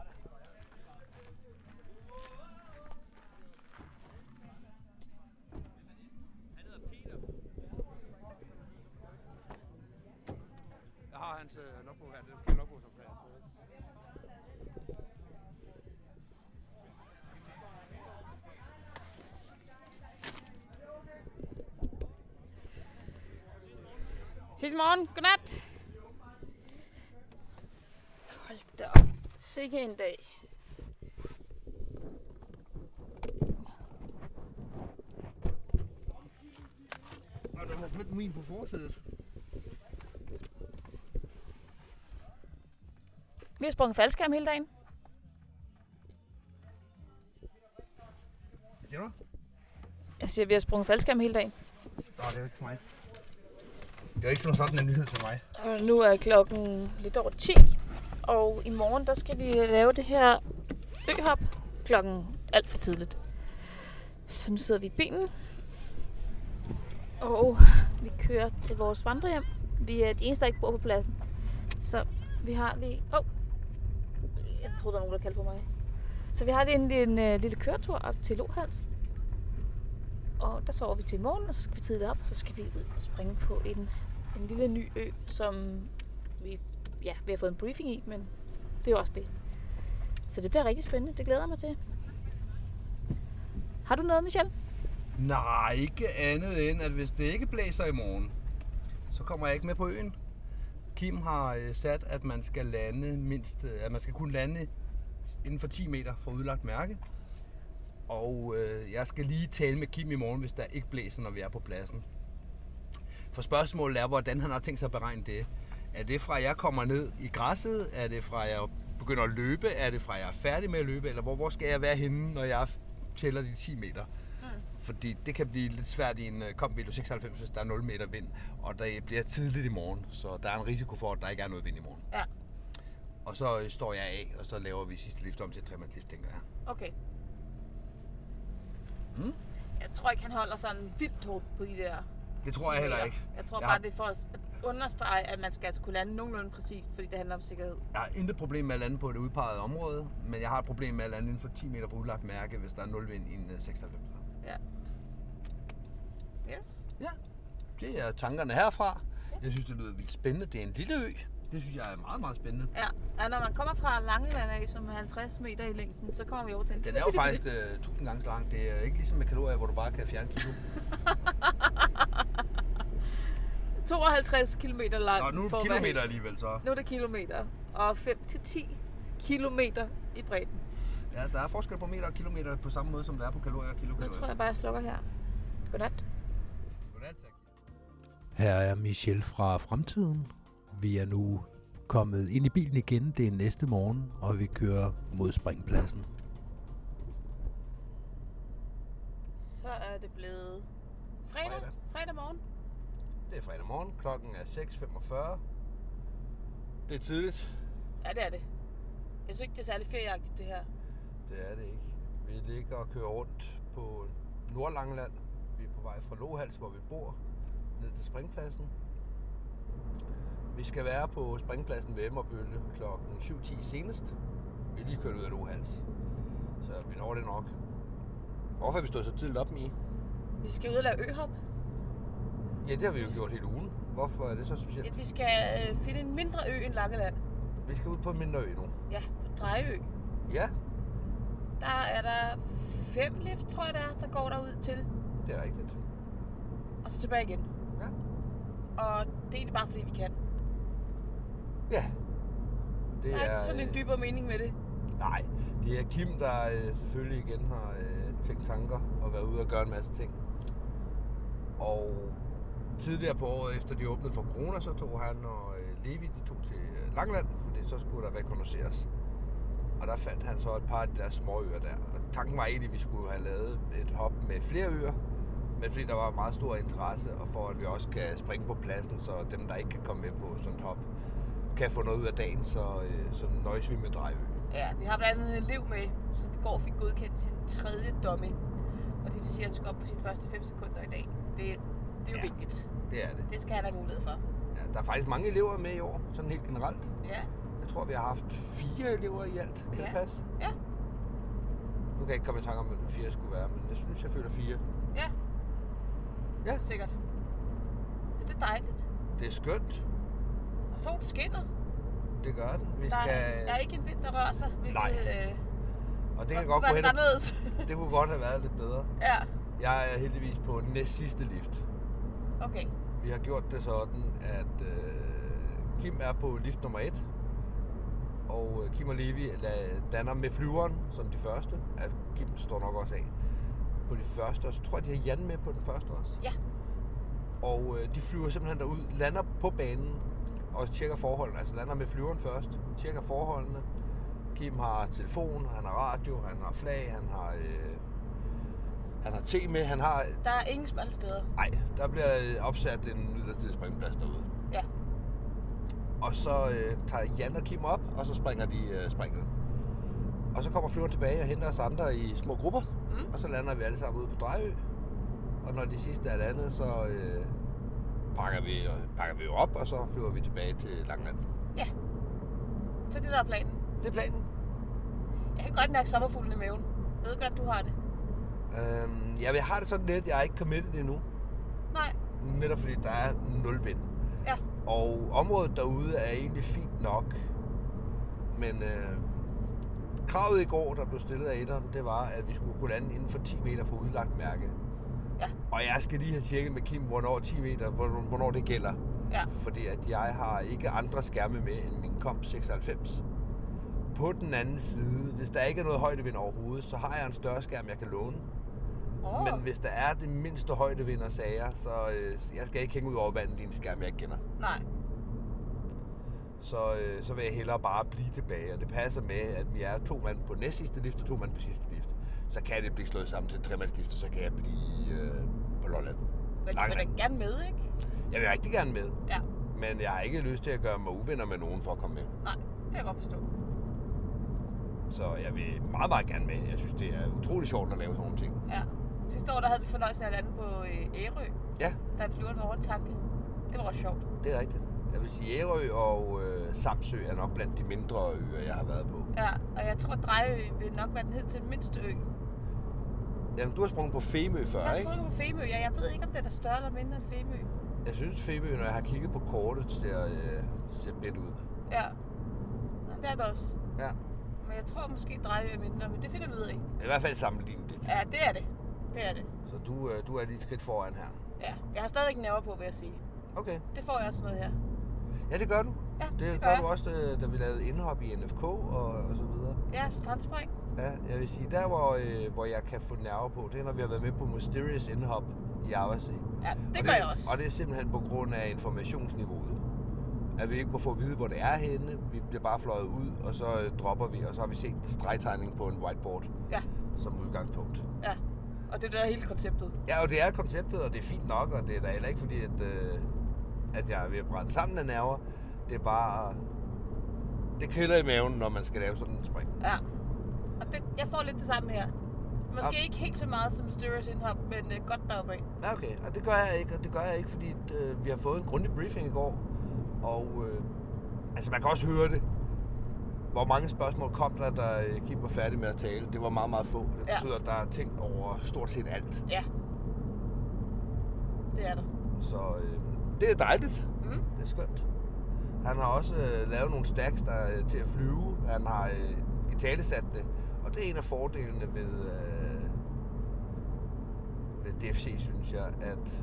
[SPEAKER 6] Jeg har hans øh, logbog her. Det er logbog, som planer.
[SPEAKER 17] Ses i morgen. Godnat. Hold da op. Sikke en dag.
[SPEAKER 6] Og du har smidt min på forsædet.
[SPEAKER 3] Vi har sprunget faldskærm hele dagen.
[SPEAKER 6] Hvad siger du?
[SPEAKER 3] Jeg siger, vi har sprunget faldskærm hele dagen.
[SPEAKER 6] Nå, det er jo ikke for mig. Det er jo ikke som sådan en nyhed til mig.
[SPEAKER 3] Og nu er klokken lidt over 10. Og i morgen, der skal vi øh, lave det her øhop klokken alt for tidligt. Så nu sidder vi i bilen. Og vi kører til vores vandrehjem. Vi er de eneste, der ikke bor på pladsen. Så vi har lige... Åh! Oh. Jeg troede, der var nogen, der kaldte på mig. Så vi har lige en, en, en lille køretur op til Lohals. Og der sover vi til i morgen, og så skal vi tidligt op, og så skal vi ud og springe på en, en lille ny ø, som vi, ja, vi har fået en briefing i, men det er jo også det. Så det bliver rigtig spændende, det glæder jeg mig til. Har du noget, Michelle?
[SPEAKER 6] Nej, ikke andet end, at hvis det ikke blæser i morgen, så kommer jeg ikke med på øen. Kim har øh, sat, at man skal lande mindst, øh, at man skal kunne lande inden for 10 meter fra udlagt mærke. Og øh, jeg skal lige tale med Kim i morgen, hvis der ikke blæser, når vi er på pladsen. For spørgsmålet er, hvordan han har tænkt sig at beregne det. Er det fra, at jeg kommer ned i græsset? Er det fra, at jeg begynder at løbe? Er det fra, at jeg er færdig med at løbe? Eller hvor, hvor skal jeg være henne, når jeg tæller de 10 meter?
[SPEAKER 3] Mm.
[SPEAKER 6] Fordi det kan blive lidt svært i en øh, kom Velo 96, hvis der er 0 meter vind. Og der bliver tidligt i morgen, så der er en risiko for, at der ikke er noget vind i morgen.
[SPEAKER 17] Ja.
[SPEAKER 6] Og så øh, står jeg af, og så laver vi sidste lift om til et lift, tænker jeg.
[SPEAKER 17] Okay.
[SPEAKER 6] Mm.
[SPEAKER 3] Jeg tror ikke, han holder sådan vildt hårdt på de der...
[SPEAKER 6] Det tror
[SPEAKER 3] 10 meter.
[SPEAKER 6] jeg heller ikke.
[SPEAKER 3] Jeg tror
[SPEAKER 6] Jeg
[SPEAKER 3] bare,
[SPEAKER 6] har-
[SPEAKER 3] det er for at understrege, at man skal altså kunne lande nogenlunde præcist, fordi det handler om sikkerhed.
[SPEAKER 6] Jeg har intet problem med at lande på et udpeget område, men jeg har et problem med at lande inden for 10 meter på udlagt mærke, hvis der er 0 vind i en øh, 96.
[SPEAKER 3] Ja. Yes.
[SPEAKER 6] Ja. Det er tankerne herfra. Jeg synes, det lyder vildt spændende. Det er en lille ø. Det synes jeg er meget, meget spændende.
[SPEAKER 3] Ja, og når man kommer fra Langeland af, som er 50 meter i længden, så kommer vi over til en
[SPEAKER 6] Den er jo faktisk øh, 1000 gange så lang. Det er ikke ligesom med kalorier, hvor du bare kan fjerne kilo.
[SPEAKER 3] 52 km lang.
[SPEAKER 6] Nå, nu er
[SPEAKER 3] for at være
[SPEAKER 6] det kilometer
[SPEAKER 3] helt-
[SPEAKER 6] alligevel så.
[SPEAKER 3] Nu er det kilometer. Og 5-10 kilometer i bredden.
[SPEAKER 6] Ja, der er forskel på meter og kilometer på samme måde, som der er på kalorier og kilokalorier.
[SPEAKER 3] Nu tror jeg bare, jeg slukker her. Godnat.
[SPEAKER 4] Her er Michel fra Fremtiden. Vi er nu kommet ind i bilen igen. Det er næste morgen, og vi kører mod springpladsen.
[SPEAKER 3] Så er det blevet fredag. Fredag, morgen.
[SPEAKER 6] Det er fredag morgen. Klokken er 6.45. Det er tidligt.
[SPEAKER 3] Ja, det er det. Jeg synes ikke, det er særlig ferieagtigt, det her.
[SPEAKER 6] Det er det ikke. Vi ligger og kører rundt på Nordlangeland. Vi er på vej fra Lohals, hvor vi bor, ned til Springpladsen. Vi skal være på Springpladsen ved Emmerbølle kl. 7.10 senest. Vi er lige kørt ud af Lohals. Så vi når det nok. Hvorfor har vi stået så tidligt op, i?
[SPEAKER 3] Vi skal ud og lave øhop.
[SPEAKER 6] Ja, det har vi jo gjort hele ugen. Hvorfor er det så
[SPEAKER 3] Ja,
[SPEAKER 6] specielt?
[SPEAKER 3] vi skal øh, finde en mindre ø end Langeland.
[SPEAKER 6] Vi skal ud på en mindre ø nu.
[SPEAKER 3] Ja, på Drejeø.
[SPEAKER 6] Ja,
[SPEAKER 3] Der er der fem lift, tror jeg der er, der går derud til.
[SPEAKER 6] det er rigtigt.
[SPEAKER 3] Og så tilbage igen.
[SPEAKER 6] Ja.
[SPEAKER 3] Og det er egentlig bare, fordi vi kan.
[SPEAKER 6] Ja.
[SPEAKER 3] Det der er, ikke sådan
[SPEAKER 6] øh,
[SPEAKER 3] en dybere mening med det.
[SPEAKER 6] Nej, det er Kim, der øh, selvfølgelig igen har øh, tænkt tanker og været ude og gøre en masse ting. Og tidligere på året, efter de åbnede for corona, så tog han og øh, Levi, de tog til øh, Langland, fordi så skulle der rekognoseres. Og der fandt han så et par af de der småøer der. Og tanken var egentlig, at vi skulle have lavet et hop med flere øer, men fordi der var meget stor interesse, og for at vi også kan springe på pladsen, så dem, der ikke kan komme med på sådan et hop, kan få noget ud af dagen, så, øh, så nøjes vi med Drejø.
[SPEAKER 3] Ja, vi har blandt andet en elev med, som i går fik godkendt sin tredje dummy. Og det vil sige, at han skal op på sine første 5 sekunder i dag. Det, det er jo ja. vigtigt.
[SPEAKER 6] Det er det.
[SPEAKER 3] Det skal han have mulighed for.
[SPEAKER 6] Ja, der er faktisk mange elever med i år, sådan helt generelt.
[SPEAKER 3] Ja.
[SPEAKER 6] Jeg tror, vi har haft fire elever i alt. Kan ja. det
[SPEAKER 3] Ja.
[SPEAKER 6] passe?
[SPEAKER 3] Ja.
[SPEAKER 6] Nu kan jeg ikke komme i tanke om, hvad den fire skulle være, men jeg synes, jeg føler fire.
[SPEAKER 3] Ja.
[SPEAKER 6] Ja.
[SPEAKER 3] Sikkert. Så det er dejligt.
[SPEAKER 6] Det er skønt.
[SPEAKER 3] Og solen skinner.
[SPEAKER 6] Det gør den. Vi
[SPEAKER 3] der,
[SPEAKER 6] skal...
[SPEAKER 3] er, der er ikke en vind, der rører sig. Hvilket,
[SPEAKER 6] Nej.
[SPEAKER 3] Øh,
[SPEAKER 6] Og det kan
[SPEAKER 3] hvor-
[SPEAKER 6] godt
[SPEAKER 3] hvor
[SPEAKER 6] gå
[SPEAKER 3] er
[SPEAKER 6] hen.
[SPEAKER 3] det
[SPEAKER 6] og-
[SPEAKER 3] anderledes?
[SPEAKER 6] det kunne godt have været lidt bedre.
[SPEAKER 3] ja,
[SPEAKER 6] Jeg er heldigvis på næst sidste lift.
[SPEAKER 3] okay.
[SPEAKER 6] Vi har gjort det sådan, at øh, Kim er på lift nummer 1, og øh, Kim og Levi la- danner med flyveren som de første. At Kim står nok også af på de første, og så tror jeg, de har Jan med på den første også.
[SPEAKER 3] Ja.
[SPEAKER 6] Og øh, de flyver simpelthen derud, lander på banen og tjekker forholdene. Altså lander med flyveren først, tjekker forholdene. Kim har telefon, han har radio, han har flag, han har, øh, han har te med, han har
[SPEAKER 3] Der er ingen smalle steder.
[SPEAKER 6] Nej, der bliver øh, opsat en midlertidig springplads derude.
[SPEAKER 3] Ja.
[SPEAKER 6] Og så øh, tager Jan og Kim op, og så springer de øh, springet. Og så kommer flyveren tilbage og henter os andre i små grupper. Mm. Og så lander vi alle sammen ude på Drejø. Og når de sidste er landet, så øh, pakker, vi, øh, pakker vi jo op, og så flyver vi tilbage til Langland.
[SPEAKER 3] Ja. Så det der er planen.
[SPEAKER 6] Det er planen.
[SPEAKER 3] Jeg kan godt mærke sommerfuglen i maven. Jeg ved godt, du har det.
[SPEAKER 6] Øhm, ja, jeg har det sådan lidt, jeg er ikke committed endnu.
[SPEAKER 3] Nej.
[SPEAKER 6] Netop fordi der er nul vind.
[SPEAKER 3] Ja.
[SPEAKER 6] Og området derude er egentlig fint nok. Men øh, kravet i går, der blev stillet af etteren, det var, at vi skulle kunne lande inden for 10 meter fra udlagt mærke.
[SPEAKER 3] Ja.
[SPEAKER 6] Og jeg skal lige have tjekket med Kim, hvornår 10 meter, hvornår, hvornår det gælder.
[SPEAKER 3] Ja.
[SPEAKER 6] Fordi at jeg har ikke andre skærme med end min Comp 96. På den anden side, hvis der ikke er noget højdevind overhovedet, så har jeg en større skærm, jeg kan låne.
[SPEAKER 3] Åh.
[SPEAKER 6] Men hvis der er det mindste højdevind og sager, så øh, jeg skal ikke hænge ud over vandet i en skærm, jeg ikke kender.
[SPEAKER 3] Nej.
[SPEAKER 6] Så, øh, så vil jeg hellere bare blive tilbage. Og det passer med, at vi er to mand på næst sidste lift og to mand på sidste lift. Så kan det blive slået sammen til et tremandslift, og så kan jeg blive øh, på Lolland.
[SPEAKER 3] Men du vil
[SPEAKER 6] Langeland.
[SPEAKER 3] da gerne med, ikke?
[SPEAKER 6] Jeg vil rigtig gerne med,
[SPEAKER 3] Ja.
[SPEAKER 6] men jeg har ikke lyst til at gøre mig uvenner med nogen for at komme med.
[SPEAKER 3] Nej, det kan jeg godt forstå.
[SPEAKER 6] Så jeg vil meget, meget gerne med. Jeg synes, det er utrolig sjovt at lave sådan nogle ting.
[SPEAKER 3] Ja.
[SPEAKER 5] Sidste år der havde vi fornøjelsen af at lande på øh, Ærø.
[SPEAKER 6] Ja.
[SPEAKER 5] Der er flyveren over tanke. Det var også sjovt.
[SPEAKER 6] Det er rigtigt. Jeg vil sige, Ærø og øh, Samsø er nok blandt de mindre øer, jeg har været på.
[SPEAKER 5] Ja, og jeg tror, Drejø vil nok være den hed til den mindste ø.
[SPEAKER 6] Jamen, du har sprunget på Femø før,
[SPEAKER 5] Jeg har
[SPEAKER 6] ikke?
[SPEAKER 5] sprunget på Femø. Ja, jeg ved ikke, om den er større eller mindre end Femø.
[SPEAKER 6] Jeg synes, Femø, når jeg har kigget på kortet, ser, øh, ser bedt ud.
[SPEAKER 5] Ja. Jamen, Det er det også.
[SPEAKER 6] Ja.
[SPEAKER 5] Men jeg tror måske, Drejø er mindre, men det finder vi ud af.
[SPEAKER 6] I hvert fald sammenligneligt.
[SPEAKER 5] Ja, det er det. Det er det.
[SPEAKER 6] Så du, øh, du er lige et skridt foran her.
[SPEAKER 5] Ja. Jeg har stadigvæk nerver på, vil jeg sige.
[SPEAKER 6] Okay.
[SPEAKER 5] Det får jeg også noget her.
[SPEAKER 6] Ja, det gør du.
[SPEAKER 5] Ja,
[SPEAKER 6] det,
[SPEAKER 5] det gør
[SPEAKER 6] gør
[SPEAKER 5] jeg.
[SPEAKER 6] du også, øh, da vi lavede indhop i NFK og, og så videre.
[SPEAKER 5] Ja, strandspring.
[SPEAKER 6] Ja, jeg vil sige, der hvor, øh, hvor jeg kan få nerve på, det er, når vi har været med på Mysterious Indhop i Avasi.
[SPEAKER 5] Ja, det
[SPEAKER 6] og
[SPEAKER 5] gør jeg også.
[SPEAKER 6] Og det er simpelthen på grund af informationsniveauet. At vi ikke må få at vide, hvor det er henne. Vi bliver bare fløjet ud, og så øh, dropper vi, og så har vi set stregtegning på en whiteboard
[SPEAKER 5] Ja,
[SPEAKER 6] som udgangspunkt.
[SPEAKER 5] ja. Og det er det der er hele konceptet.
[SPEAKER 6] Ja, og det er konceptet, og det er fint nok, og det er da heller ikke fordi, at, øh, at jeg er ved at brænde sammen af nerver. Det er bare... Det kælder i maven, når man skal lave sådan en spring.
[SPEAKER 5] Ja. Og det, jeg får lidt det samme her. Måske
[SPEAKER 6] Ja.
[SPEAKER 5] ikke helt så meget som Mysterious Indhop, men øh, godt deroppe af.
[SPEAKER 6] Ja, okay. Og det gør jeg ikke, og det gør jeg ikke, fordi øh, vi har fået en grundig briefing i går. Og øh, altså, man kan også høre det. Hvor mange spørgsmål kom der, da øh, Kim var færdig med at tale? Det var meget, meget få. Det
[SPEAKER 5] Ja.
[SPEAKER 6] betyder, at der er tænkt over stort set alt.
[SPEAKER 5] Ja. Det er der.
[SPEAKER 6] Så øh, det er dejligt.
[SPEAKER 5] Mm.
[SPEAKER 6] Det er skønt. Han har også øh, lavet nogle stacks der, er, øh, til at flyve. Han har øh, i tale sat det. Og det er en af fordelene ved, øh, ved DFC, synes jeg, at,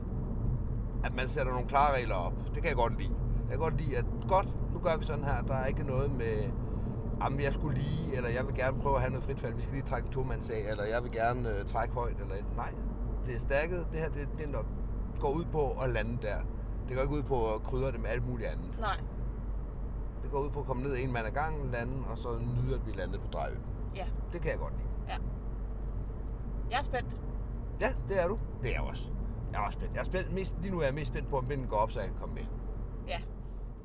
[SPEAKER 6] at man sætter nogle klare regler op. Det kan jeg godt lide. Jeg kan godt lide, at godt, nu gør vi sådan her. Der er ikke noget med, jamen jeg skulle lige, eller jeg vil gerne prøve at have noget fritfald. Vi skal lige trække en tomands af, eller jeg vil gerne øh, trække højt, eller et. Nej, det er stærket. Det her, det, det er nok går ud på at lande der. Det går ikke ud på at krydre det med alt muligt andet.
[SPEAKER 5] Nej.
[SPEAKER 6] Det går ud på at komme ned en mand ad gangen, lande, og så nyde, at vi landede på Drejø.
[SPEAKER 5] Ja.
[SPEAKER 6] Det kan jeg godt lide.
[SPEAKER 5] Ja. Jeg er spændt.
[SPEAKER 6] Ja, det er du. Det er jeg også. Jeg er også spændt. Jeg er spændt. Mest, lige nu er jeg mest spændt på, om vinden går op, så jeg kan komme med.
[SPEAKER 5] Ja.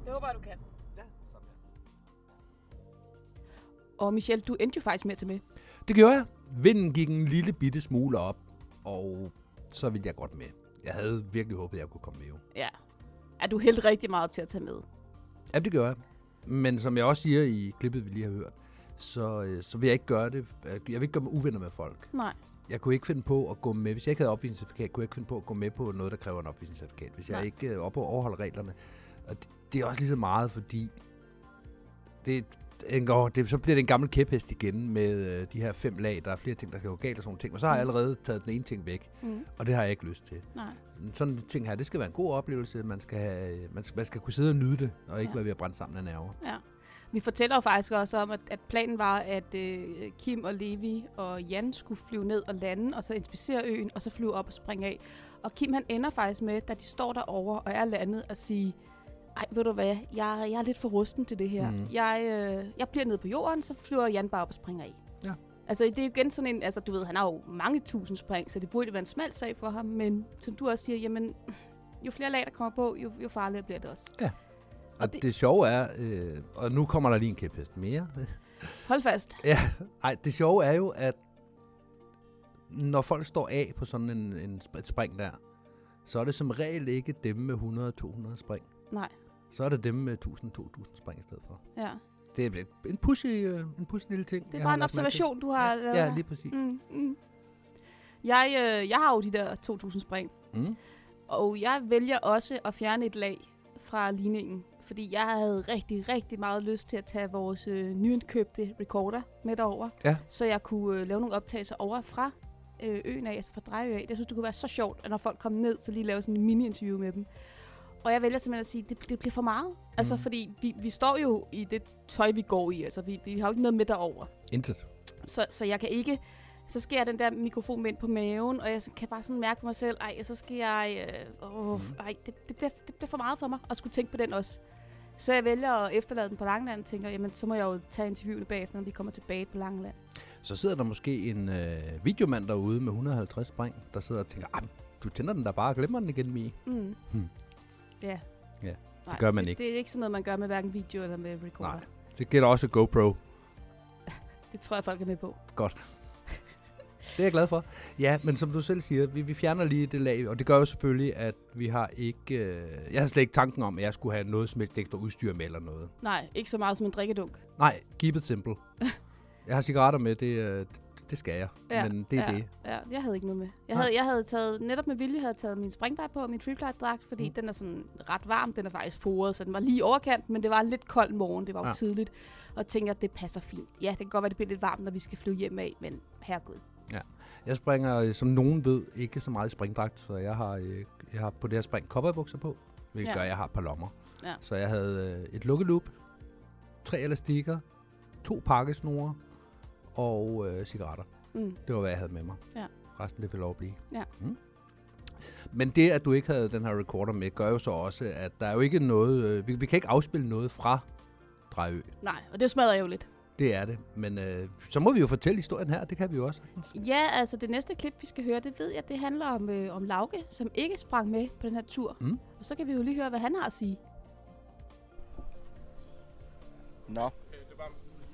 [SPEAKER 5] Det håber jeg, du kan.
[SPEAKER 6] Ja.
[SPEAKER 3] Og Michelle, du endte jo faktisk med at tage med.
[SPEAKER 4] Det gjorde jeg. Vinden gik en lille bitte smule op, og så ville jeg godt med. Jeg havde virkelig håbet, at jeg kunne komme med. Jo.
[SPEAKER 3] Ja. Er du helt rigtig meget til at tage med?
[SPEAKER 4] Ja, det gør jeg. Men som jeg også siger i klippet, vi lige har hørt, så, øh, så vil jeg ikke gøre det. Jeg vil ikke gøre mig uvenner med folk.
[SPEAKER 3] Nej.
[SPEAKER 4] Jeg kunne ikke finde på at gå med, hvis jeg ikke havde opvisningscertifikat, kunne jeg ikke finde på at gå med på noget, der kræver en opvisningscertifikat, hvis Nej.
[SPEAKER 3] Nej.
[SPEAKER 4] jeg ikke øh, op og overholder reglerne. Og det, det er også lige så meget, fordi det, en, åh, det, så bliver det en gammel kæphest igen med øh, de her fem lag. Der er flere ting, der skal gå galt og sådan nogle ting. Og så har jeg
[SPEAKER 6] Mm.
[SPEAKER 4] allerede taget den ene ting væk,
[SPEAKER 6] Mm.
[SPEAKER 4] mm. og det har jeg ikke lyst til.
[SPEAKER 6] Nej.
[SPEAKER 4] Sådan en ting her, det skal være en god oplevelse. Man skal, have, øh, man skal, man skal kunne sidde og nyde det, og ikke ja. være ved at brænde sammen af nerver.
[SPEAKER 3] Ja. Vi fortæller jo faktisk også om, at, at planen var, at øh, Kim og Levi og Jan skulle flyve ned og lande, og så inspicere øen, og så flyve op og springe af. Og Kim han ender faktisk med, da de står derovre og er landet, og sige, ej, ved du hvad, jeg, jeg er lidt for rusten til det her.
[SPEAKER 4] Mhm.
[SPEAKER 3] Mm. Jeg, øh, jeg bliver nede på jorden, så flyver Jan bare op og springer af.
[SPEAKER 4] Ja.
[SPEAKER 3] Altså, det er jo igen sådan en, altså du ved, han har jo mange tusind spring, så det burde være en smal sag for ham, men som du også siger, jamen, jo flere lag, der kommer på, jo, jo farligere bliver det også.
[SPEAKER 4] Og det, det sjove er, øh, og nu kommer der lige en kæphest mere.
[SPEAKER 3] Hold fast.
[SPEAKER 4] ja, ej, det sjove er jo, at når folk står af på sådan en, en sp- et spring der, så er det som regel ikke dem med 100-200 spring.
[SPEAKER 3] Nej.
[SPEAKER 4] Så er det dem med 1000-2000 spring i stedet for.
[SPEAKER 3] Ja.
[SPEAKER 4] Det er en pushy, øh, en pushy lille ting.
[SPEAKER 3] Det
[SPEAKER 4] jeg
[SPEAKER 3] er
[SPEAKER 4] har
[SPEAKER 3] bare en
[SPEAKER 4] lagt mærke til.
[SPEAKER 3] observation, du har
[SPEAKER 4] ja,
[SPEAKER 3] lavet.
[SPEAKER 4] Ja,
[SPEAKER 3] her.
[SPEAKER 4] lige præcis. Mm.
[SPEAKER 3] Mm, mm. Jeg, øh, jeg har jo de der 2.000 spring,
[SPEAKER 4] Mm.
[SPEAKER 3] og jeg vælger også at fjerne et lag fra ligningen, fordi jeg havde rigtig, rigtig meget lyst til at tage vores øh, nyindkøbte recorder med derover,
[SPEAKER 4] Ja.
[SPEAKER 3] så jeg kunne øh, lave nogle optagelser over fra øh, øen af, altså fra Drejø af. Jeg synes, det kunne være så sjovt, at når folk kom ned, så lige lave sådan en mini-interview med dem. Og jeg vælger simpelthen at sige, at det, det bliver for meget. Altså,
[SPEAKER 4] Mm.
[SPEAKER 3] fordi vi, vi står jo i det tøj, vi går i. Altså, vi, vi har jo ikke noget med derover.
[SPEAKER 4] Intet.
[SPEAKER 3] Så, så jeg kan ikke... Så skal jeg den der mikrofon med ind på maven, og jeg kan bare sådan mærke på mig selv, ej, så skal jeg... Øh, åh,
[SPEAKER 4] Mhm.
[SPEAKER 3] ej, det, det, bliver, det bliver for meget for mig at skulle tænke på den også. Så jeg vælger at efterlade den på Langeland og tænker, jamen, så må jeg jo tage interviewet bagefter, når vi kommer tilbage på Langeland.
[SPEAKER 4] Så sidder der måske en øh, videomand derude med 150 spring, der sidder og tænker, "Ah, du tænder den der bare og glemmer den igen, Mie.
[SPEAKER 3] Mm.
[SPEAKER 4] Hmm.
[SPEAKER 3] Ja.
[SPEAKER 4] Ja, det gør man
[SPEAKER 3] det,
[SPEAKER 4] ikke.
[SPEAKER 3] Det er ikke sådan noget, man gør med hverken video eller med recorder. Nej.
[SPEAKER 4] Det gælder også GoPro.
[SPEAKER 3] Det tror jeg, folk er med på.
[SPEAKER 4] Godt. Det er jeg glad for. Ja, men som du selv siger, vi, vi fjerner lige det lag, og det gør jo selvfølgelig, at vi har ikke... Øh, jeg har slet ikke tanken om, at jeg skulle have noget som helst ekstra udstyr med eller noget.
[SPEAKER 1] Nej, ikke så meget som en drikkedunk.
[SPEAKER 4] Nej, keep it simple. jeg har cigaretter med, det, øh, det- det skal jeg, ja, men det er
[SPEAKER 1] ja,
[SPEAKER 4] det.
[SPEAKER 1] Ja, jeg havde ikke noget med. Jeg
[SPEAKER 4] Nej.
[SPEAKER 1] havde, jeg havde taget, netop med vilje havde jeg taget min springdragt på, min treefly-dragt, fordi mm. den er sådan ret varm. Den er faktisk foret, så den var lige i overkant, men det var en lidt kold morgen. Det var jo
[SPEAKER 4] Ja.
[SPEAKER 1] ja. tidligt. Og tænkte, at det passer fint. Ja, det kan godt være, det bliver lidt varmt, når vi skal flyve hjem af, men herregud.
[SPEAKER 4] Ja. Jeg springer, øh, som nogen ved, ikke så meget i springdragt, så jeg har, øh, jeg har på det her spring kopperbukser på, hvilket
[SPEAKER 1] Ja.
[SPEAKER 4] ja. gør, at jeg har et par lommer.
[SPEAKER 1] Ja.
[SPEAKER 4] Så jeg havde øh, et lukkeloop, tre elastikker, to pakkesnore og øh, cigaretter.
[SPEAKER 1] Mm.
[SPEAKER 4] Det var, hvad jeg havde med mig.
[SPEAKER 1] Ja.
[SPEAKER 4] Resten det fik lov at blive.
[SPEAKER 1] Ja.
[SPEAKER 4] Mm. Men det, at du ikke havde den her recorder med, gør jo så også, at der er jo ikke noget... Øh, vi, vi kan ikke afspille noget fra Drejø.
[SPEAKER 1] Nej, og det smadrer jo lidt.
[SPEAKER 4] Det er det. Men øh, så må vi jo fortælle historien her. Det kan vi jo også.
[SPEAKER 1] Ja, altså det næste klip, vi skal høre, det ved jeg, det handler om, øh, om Lauke, som ikke sprang med på den her tur.
[SPEAKER 4] Mm.
[SPEAKER 1] Og så kan vi jo lige høre, hvad han har at sige.
[SPEAKER 2] Nå.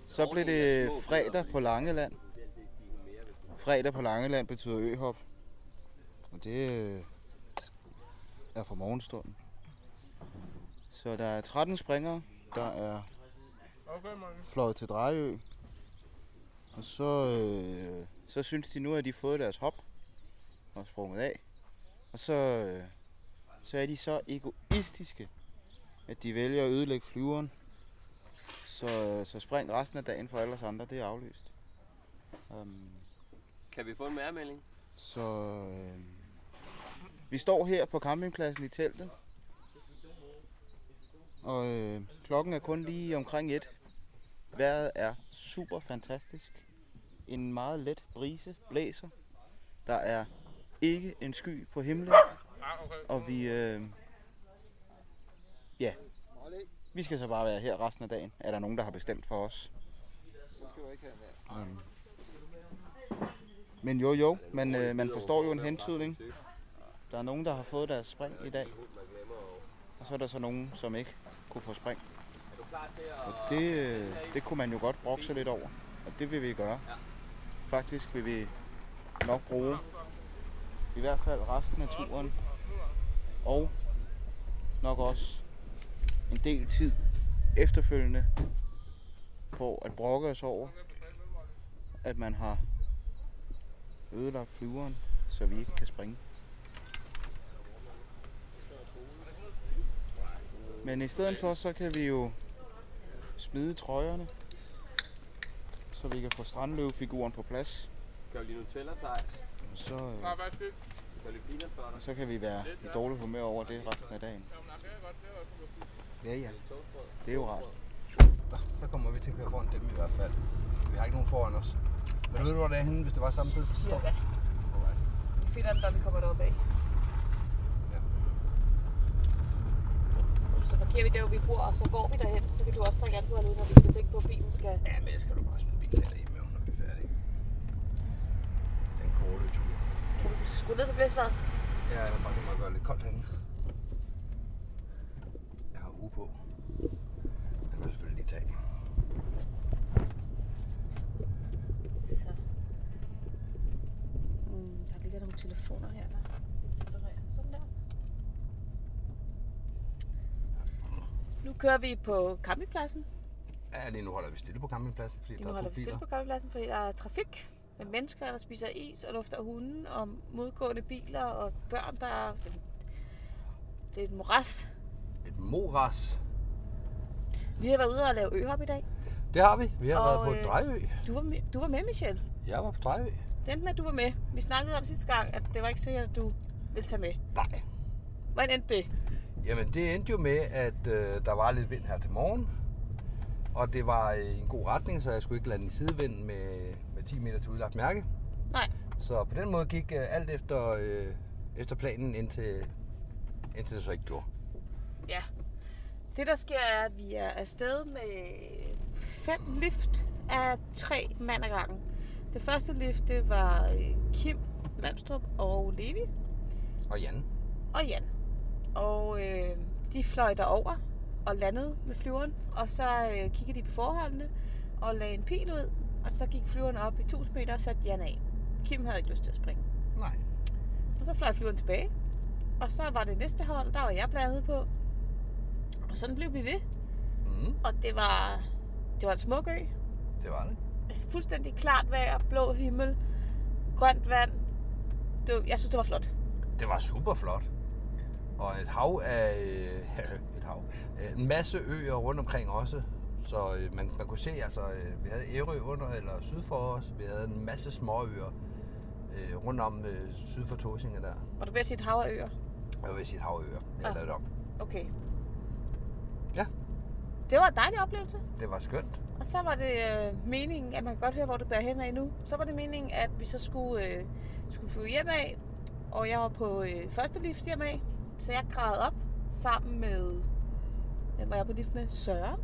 [SPEAKER 2] Så blev det fredag på Langeland. Fredag på Langeland betyder øhop. Og det øh, er fra morgenstunden. Så der er 13 springere, der er fløjet til Drejø. Og så, øh, så synes de nu, at de har fået deres hop og sprunget af. Og så, øh, så er de så egoistiske, at de vælger at ødelægge flyveren. Så, så spring resten af dagen, for ellers andre, det er aflyst. Um,
[SPEAKER 14] Kan vi få en mærmelding?
[SPEAKER 2] så øh, vi står her på campingpladsen i teltet. Og øh, klokken er kun lige omkring et. Vejret er super fantastisk. En meget let brise blæser. Der er ikke en sky på himlen. Og vi, øh, ja, vi skal så bare være her resten af dagen. Er der nogen, der har bestemt for os? Um, men jo, jo, man, øh, man forstår jo en hentydning. Der er nogen, der har fået deres spring i dag. Og så er der så nogen, som ikke kunne få spring. Og det, øh, det kunne man jo godt brokke sig lidt over. Og det vil vi gøre. Faktisk vil vi nok bruge i hvert fald resten af turen. Og nok også en del tid efterfølgende på at brokke os over, at man har ødelagt flyveren, så vi ikke kan springe. Men i stedet for, så kan vi jo smide trøjerne, så vi kan få strandløvefiguren på plads.
[SPEAKER 14] Gør vi lige Nutella, Thijs?
[SPEAKER 2] Så, øh, og så kan vi være i dårlig humør over det resten af dagen. Ja, ja. Det er jo rart.
[SPEAKER 6] Så kommer vi til at køre foran dem i hvert fald. Vi har ikke nogen foran os. Men ved du, hvor det er henne, hvis det var samme følelse?
[SPEAKER 3] Cirka. Finder den, da vi kommer derop af. Så parkerer vi der, hvor vi bor, og så går vi derhen. Så kan du også drikke alkohol ud, når vi skal tænke på, at bilen skal... Ja, men skal du bare smide bilen derhjemme, når vi er færdige.
[SPEAKER 6] Den korte tur.
[SPEAKER 3] Kan du skrue ned for blæsvaren?
[SPEAKER 6] Ja, jeg har bare det må gøre lidt koldt herinde. Jeg har uge på. Den kan jeg selvfølgelig lige tage.
[SPEAKER 3] Så. Mm, der ligger nogle telefoner her, der tempererer. Sådan der. Nu kører vi på campingpladsen.
[SPEAKER 6] Ja, lige nu holder vi stille på campingpladsen, fordi
[SPEAKER 3] Lige nu
[SPEAKER 6] der er to
[SPEAKER 3] holder vi
[SPEAKER 6] biler.
[SPEAKER 3] stille på campingpladsen, fordi der er trafik med mennesker, der spiser is og lufter hunden, og modgående biler og børn, der er... Det er et moras.
[SPEAKER 6] Et moras.
[SPEAKER 3] Vi har været ude og lave øhop i dag.
[SPEAKER 6] Det har vi. Vi har
[SPEAKER 3] og,
[SPEAKER 6] været på
[SPEAKER 3] øh,
[SPEAKER 6] Drejø.
[SPEAKER 3] Du var, med, du var med, Michelle.
[SPEAKER 6] Jeg var på Drejø.
[SPEAKER 3] Det endte med, at du var med. Vi snakkede om sidste gang, at det var ikke sikkert, at du ville tage med.
[SPEAKER 6] Nej.
[SPEAKER 3] Hvordan endte det?
[SPEAKER 6] Jamen, det endte jo med, at øh, der var lidt vind her til morgen. Og det var øh, en god retning, så jeg skulle ikke lande i sidevind med, med 10 meter til udlagt mærke.
[SPEAKER 3] Nej.
[SPEAKER 6] Så på den måde gik øh, alt efter, øh, efter planen, indtil, indtil det så ikke gjorde.
[SPEAKER 3] Ja. Det, der sker, er, at vi er afsted med fem lift af tre mand ad gangen. Det første lift, det var øh, Kim Malmstrup og Levi
[SPEAKER 6] Og Jan.
[SPEAKER 3] og Jan. Og øh, de fløj over og landede med flyveren, og så øh, kiggede de på forholdene og lagde en pil ud, og så gik flyveren op i 1000 meter og satte Jan af. Kim havde ikke lyst til at springe.
[SPEAKER 6] Nej.
[SPEAKER 3] Og så fløj flyveren tilbage. Og så var det næste hold, der var jeg blandet på. Og sådan blev vi ved.
[SPEAKER 6] Mm.
[SPEAKER 3] Og det var, det var en smuk ø.
[SPEAKER 6] Det var det.
[SPEAKER 3] Fuldstændig klart vejr, blå himmel, grønt vand. Det var, jeg synes, det var flot.
[SPEAKER 6] Det var super flot. Og et hav af... øh, et hav. øh, En masse øer rundt omkring også. Så øh, man, man kunne se, altså, øh, vi havde Ærø under eller syd for os. Vi havde en masse småøer øh, rundt om øh, syd for Tåsinge der.
[SPEAKER 3] Var du ved at sige et hav af øer?
[SPEAKER 6] Jeg vil sige et havøer. Jeg
[SPEAKER 3] Ah.
[SPEAKER 6] har lavet det om.
[SPEAKER 3] Okay.
[SPEAKER 6] Ja.
[SPEAKER 3] Det var en dejlig oplevelse.
[SPEAKER 6] Det var skønt.
[SPEAKER 3] Og så var det øh, meningen, at man kan godt høre, hvor det bærer hen af nu. Så var det meningen, at vi så skulle, øh, skulle flyve hjem af. Og jeg var på øh, første lift hjem af. Så jeg græd op sammen med... øh, Hvem var jeg på lift med? Søren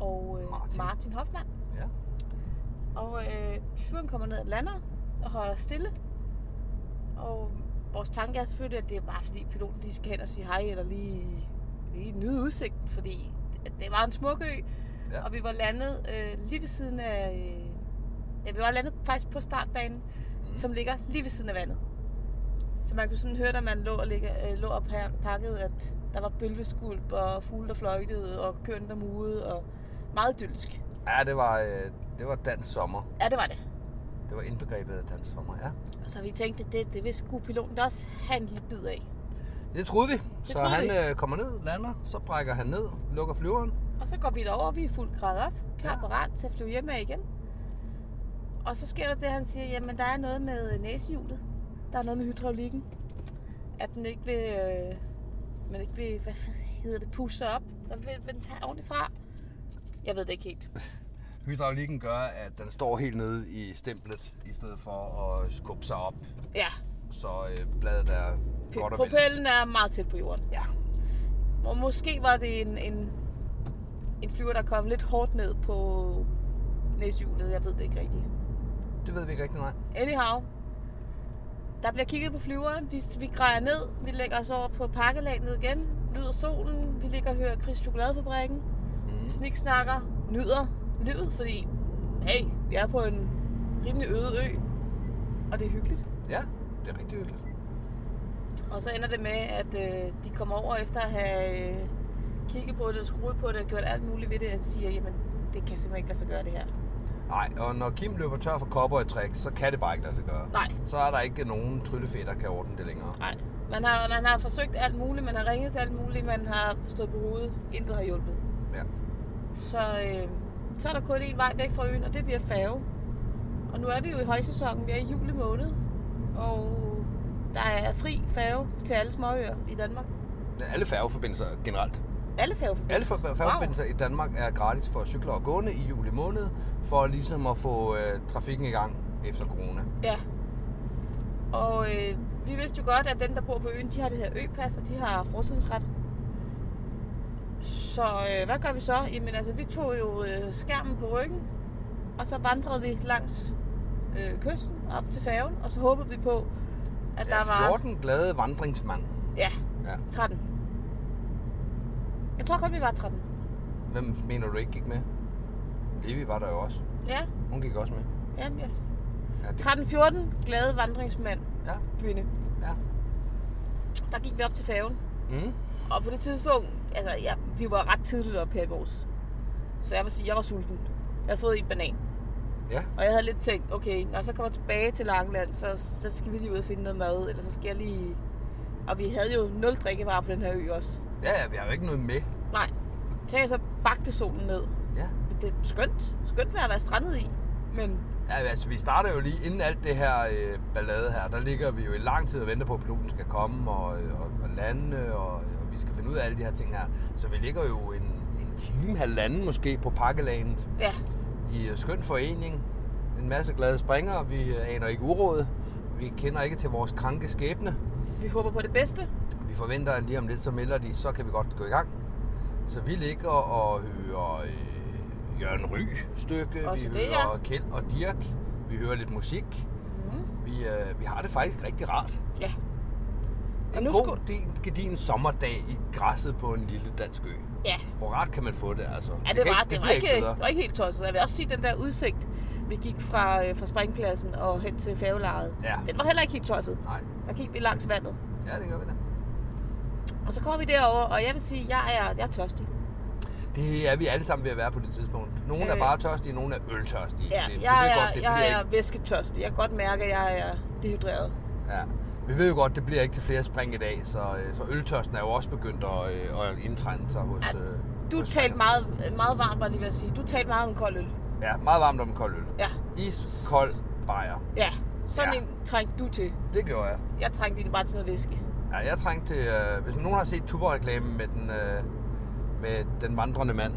[SPEAKER 3] og øh, Martin. Martin Hoffmann.
[SPEAKER 6] Ja.
[SPEAKER 3] Og øh, flyveren kommer ned og lander og holder stille. Og vores tanke er selvfølgelig, at det er bare fordi piloten lige skal hen og sige hej, eller lige, lige nyde udsigten, fordi det- det var en smuk ø,
[SPEAKER 6] ja.
[SPEAKER 3] og vi var landet øh, lige ved siden af... Øh, ja, vi var landet faktisk på startbanen, mm. som ligger lige ved siden af vandet. Så man kunne sådan høre, da man lå og, ligge, øh, lå og pa- pakkede, at der var bølveskulp og fugle, der fløjtede, og køerne, der mugede, og meget idyllisk.
[SPEAKER 6] Ja, det var, øh, det var dansk sommer.
[SPEAKER 3] Ja, det var det.
[SPEAKER 6] Det var indbegrebet af dansk sommer, ja.
[SPEAKER 3] Og så vi tænkte, det, det vil sgu piloten da også have en lille bid af.
[SPEAKER 6] Det troede vi. så
[SPEAKER 3] troede
[SPEAKER 6] han
[SPEAKER 3] vi.
[SPEAKER 6] øh, kommer ned, lander, så brækker han ned, lukker flyveren.
[SPEAKER 3] Og så går vi derover, vi er fuldt grad op, klar ja. parat til at flyve hjem af igen. Og så sker der det, han siger, jamen der er noget med næsehjulet. Der er noget med hydraulikken. At den ikke vil, øh, man ikke vil, hvad hedder det, pusse sig op. Hvad vil vil den tage ordentligt fra? Jeg ved det ikke helt.
[SPEAKER 6] Hydraulikken gør, at den står helt nede i stemplet, i stedet for at skubbe sig op,
[SPEAKER 3] Ja,
[SPEAKER 6] så øh, bladet er
[SPEAKER 3] p-
[SPEAKER 6] godt og vel.
[SPEAKER 3] propellen er meget tæt på jorden.
[SPEAKER 6] Ja.
[SPEAKER 3] Og måske var det en, en, en flyver, der kom lidt hårdt ned på næsehjulet. Jeg ved det ikke rigtigt.
[SPEAKER 6] Det ved vi ikke rigtig, nej.
[SPEAKER 3] Anyhow. Der bliver kigget på flyveren. Vi, vi grejer ned. Vi lægger os over på pakkelanet igen. Lyder solen. Vi ligger og hører Chris Chokoladefabrikken. Snik snakker. Nyder livet, fordi hey, vi er på en rimelig øde ø. Og det er hyggeligt.
[SPEAKER 6] Ja, det er rigtig hyggeligt.
[SPEAKER 3] Og så ender det med, at øh, de kommer over efter at have øh, kigget på det og skruet på det og gjort alt muligt ved det. Og siger, jamen det kan simpelthen ikke lade sig gøre det her.
[SPEAKER 6] Nej, og når Kim løber tør for kopper og træk, så kan det bare ikke lade sig gøre.
[SPEAKER 3] Nej.
[SPEAKER 6] Så er der ikke nogen tryllefedt, der kan ordne det længere.
[SPEAKER 3] Nej. Man har, man har forsøgt alt muligt, man har ringet til alt muligt, man har stået på hovedet, intet har hjulpet.
[SPEAKER 6] Ja.
[SPEAKER 3] Så, øh, så er der kun en vej væk fra øen, og det bliver færge. Og nu er vi jo i højsæsonen, vi er i juli måned, og der er fri færge til alle småøer i Danmark.
[SPEAKER 6] Men Alle færgeforbindelser generelt.
[SPEAKER 3] Alle færge.
[SPEAKER 6] Alle for- færgeforbindelser i Danmark er gratis for cykler og gående i juli måned, for ligesom at få øh, trafikken i gang efter corona.
[SPEAKER 3] Ja. Og øh, vi vidste jo godt, at dem, der bor på øen, de har det her øpas, og de har fortrinsret. Så øh, hvad gør vi så? Jamen altså, vi tog jo øh, skærmen på ryggen, og så vandrede vi langs øh, kysten op til færgen, og så håbede vi på, at der
[SPEAKER 6] Ja,
[SPEAKER 3] var...
[SPEAKER 6] 14 glade vandringsmand.
[SPEAKER 3] Ja,
[SPEAKER 6] Ja.
[SPEAKER 3] 13. Jeg tror godt, vi var 13.
[SPEAKER 6] Hvem mener du ikke gik med? Levi var der jo også.
[SPEAKER 3] Ja,
[SPEAKER 6] Hun gik også med.
[SPEAKER 3] ja, ja.
[SPEAKER 6] Ja, det-
[SPEAKER 3] 13-14 glade vandringsmænd.
[SPEAKER 6] Ja.
[SPEAKER 3] Kvinde.
[SPEAKER 6] Ja.
[SPEAKER 3] Der gik vi op til færgen.
[SPEAKER 6] Mm.
[SPEAKER 3] Og på det tidspunkt, altså ja, vi var ret tidligt oppe her i vores. Så jeg vil sige, jeg var sulten. Jeg havde fået en banan.
[SPEAKER 6] Ja.
[SPEAKER 3] Og jeg havde lidt tænkt, okay, når jeg så kommer tilbage til Langeland, så, så skal vi lige ud og finde noget mad, eller så skal jeg lige... Og vi havde jo nul drikkevarer på den her ø også.
[SPEAKER 6] Ja, ja, vi har jo ikke noget med.
[SPEAKER 3] Nej. Så jeg så bagte solen ned.
[SPEAKER 6] Ja.
[SPEAKER 3] Det er skønt. Skønt vejr at være strandet i. Men
[SPEAKER 6] Ja, altså, vi starter jo lige inden alt det her øh, ballade her. Der ligger vi jo i lang tid og venter på, at piloten skal komme og, øh, og, og lande, og, og vi skal finde ud af alle de her ting her. Så vi ligger jo en, en time, halvanden måske, på pakkelanet
[SPEAKER 3] ja,
[SPEAKER 6] i øh, skøn forening. En masse glade springere. Vi øh, aner ikke uråd. Vi kender ikke til vores kranke skæbne.
[SPEAKER 3] vi håber på det bedste.
[SPEAKER 6] Vi forventer, at lige om lidt, så melder de, så kan vi godt gå i gang. Så vi ligger og hører øh, Jørgen Ry stykke,
[SPEAKER 3] Også
[SPEAKER 6] vi
[SPEAKER 3] det,
[SPEAKER 6] hører
[SPEAKER 3] ja.
[SPEAKER 6] Kjeld og Dirk, vi hører lidt musik.
[SPEAKER 3] Mm.
[SPEAKER 6] Vi, øh, vi har det faktisk rigtig rart.
[SPEAKER 3] Ja.
[SPEAKER 6] En nu god, din, gedin sommerdag i græsset på en lille dansk ø.
[SPEAKER 3] Ja.
[SPEAKER 6] Hvor rart kan man få det, altså?
[SPEAKER 3] Ja, det,
[SPEAKER 6] kan
[SPEAKER 3] var,
[SPEAKER 6] ikke-
[SPEAKER 3] det, var
[SPEAKER 6] bliver
[SPEAKER 3] ikke, det
[SPEAKER 6] bedre.
[SPEAKER 3] var ikke helt tosset. Jeg vil også sige, den der udsigt, vi gik fra, øh, fra springpladsen og hen til færgelejet.
[SPEAKER 6] Ja.
[SPEAKER 3] Den var heller ikke helt tosset.
[SPEAKER 6] Nej.
[SPEAKER 3] Der gik vi langs vandet.
[SPEAKER 6] Ja, det gør vi da.
[SPEAKER 3] Og så går vi derover, og jeg vil sige, jeg er, jeg er tørstig.
[SPEAKER 6] Det er vi alle sammen ved at være på det tidspunkt. Nogle er
[SPEAKER 3] Øh.
[SPEAKER 6] bare tørstige, nogle er øltørstige.
[SPEAKER 3] Ja,
[SPEAKER 6] det, vi
[SPEAKER 3] jeg,
[SPEAKER 6] ved
[SPEAKER 3] er,
[SPEAKER 6] godt, det
[SPEAKER 3] jeg
[SPEAKER 6] bliver
[SPEAKER 3] er væsketørstig. Jeg kan godt mærke, at jeg er dehydreret.
[SPEAKER 6] Ja. Vi ved jo godt, det bliver ikke til flere spring i dag, så, øh, så øltørsten er jo også begyndt at, øh, at indtrænde sig hos... øh,
[SPEAKER 3] Du talte meget, meget varmt, var jeg lige ved at sige. Du talte meget om kold øl.
[SPEAKER 6] Ja, meget varmt om en kold øl.
[SPEAKER 3] Ja,
[SPEAKER 6] Iskold bajer.
[SPEAKER 3] ja. Sådan
[SPEAKER 6] Ja.
[SPEAKER 3] ja. en trængte du til.
[SPEAKER 6] Det gjorde jeg.
[SPEAKER 3] Jeg trængte egentlig bare til noget væske.
[SPEAKER 6] Ja, jeg trængte til... Øh, hvis nogen har set Tuborg-reklamen med den, øh, med den vandrende mand.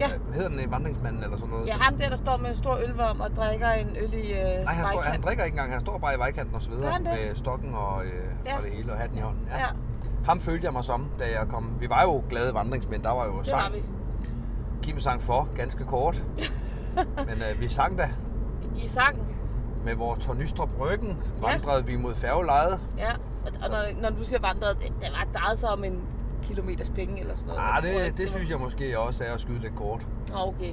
[SPEAKER 3] Ja.
[SPEAKER 6] Hedder den øh, vandringsmanden eller sådan noget?
[SPEAKER 3] Ja, ham der, der står med en stor ølvarm og drikker en øl i øh,
[SPEAKER 6] Nej, han, står, han
[SPEAKER 3] vejkant.
[SPEAKER 6] drikker ikke engang. Han står bare i vejkanten og
[SPEAKER 3] Gør
[SPEAKER 6] sveder
[SPEAKER 3] han det?
[SPEAKER 6] med stokken og, øh,
[SPEAKER 3] Ja.
[SPEAKER 6] og det hele og hatten i hånden. Ja.
[SPEAKER 3] Ja,
[SPEAKER 6] Ham følte jeg mig som, da jeg kom. Vi var jo glade vandringsmænd. Der var jo
[SPEAKER 3] det var
[SPEAKER 6] sang.
[SPEAKER 3] vi.
[SPEAKER 6] Kim sang for, ganske kort. Men øh, vi sang da.
[SPEAKER 3] I sangen.
[SPEAKER 6] Med vores Tornystrup Ryggen vandrede vi mod færgelejet.
[SPEAKER 3] Ja, og, og når, når du siger vandret, det, det var drejet sig om en kilometers penge eller sådan noget.
[SPEAKER 6] Ah,
[SPEAKER 3] Jeg tror ikke,
[SPEAKER 6] det, det synes jeg måske også er at skyde lidt kort.
[SPEAKER 3] var- Nå, okay.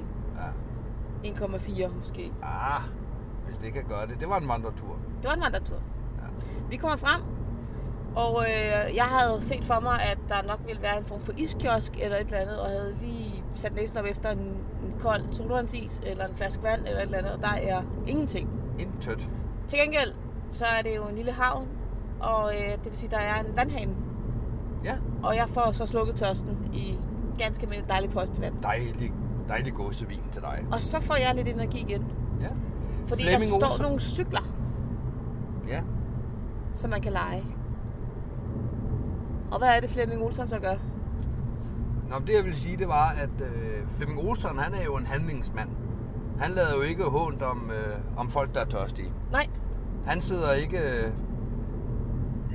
[SPEAKER 6] Ja.
[SPEAKER 3] 1,4 måske.
[SPEAKER 6] Ah, hvis det kan gøre det. Det var en vandretur.
[SPEAKER 3] Det var en vandretur. Vi kommer frem, og øh, jeg havde jo set for mig, at der nok ville være en form for iskiosk eller et eller andet, og havde lige sat næsten op efter en, en kold solvandsis eller en flaske vand eller et eller andet, og der er ingenting.
[SPEAKER 6] Intet.
[SPEAKER 3] Til gengæld, så er det jo en lille havn, og øh, det vil sige, der er en vandhane.
[SPEAKER 6] Ja.
[SPEAKER 3] Og jeg får så slukket tørsten i ganske almindelig dejlig postvand.
[SPEAKER 6] Dejlig, dejlig gåsevin til dig.
[SPEAKER 3] Og så får jeg lidt energi igen.
[SPEAKER 6] Ja.
[SPEAKER 3] Fordi
[SPEAKER 6] Flemming
[SPEAKER 3] der står
[SPEAKER 6] Olsen.
[SPEAKER 3] nogle cykler,
[SPEAKER 6] Ja.
[SPEAKER 3] som man kan lege. Og hvad er det, Flemming Olsen så gør?
[SPEAKER 6] Nå, men det jeg ville sige, det var, at øh, Flemming Olsen, han er jo en handlingsmand. Han lader jo ikke hånd om, øh, om folk, der er tørstige.
[SPEAKER 3] Nej.
[SPEAKER 6] Han sidder ikke, øh,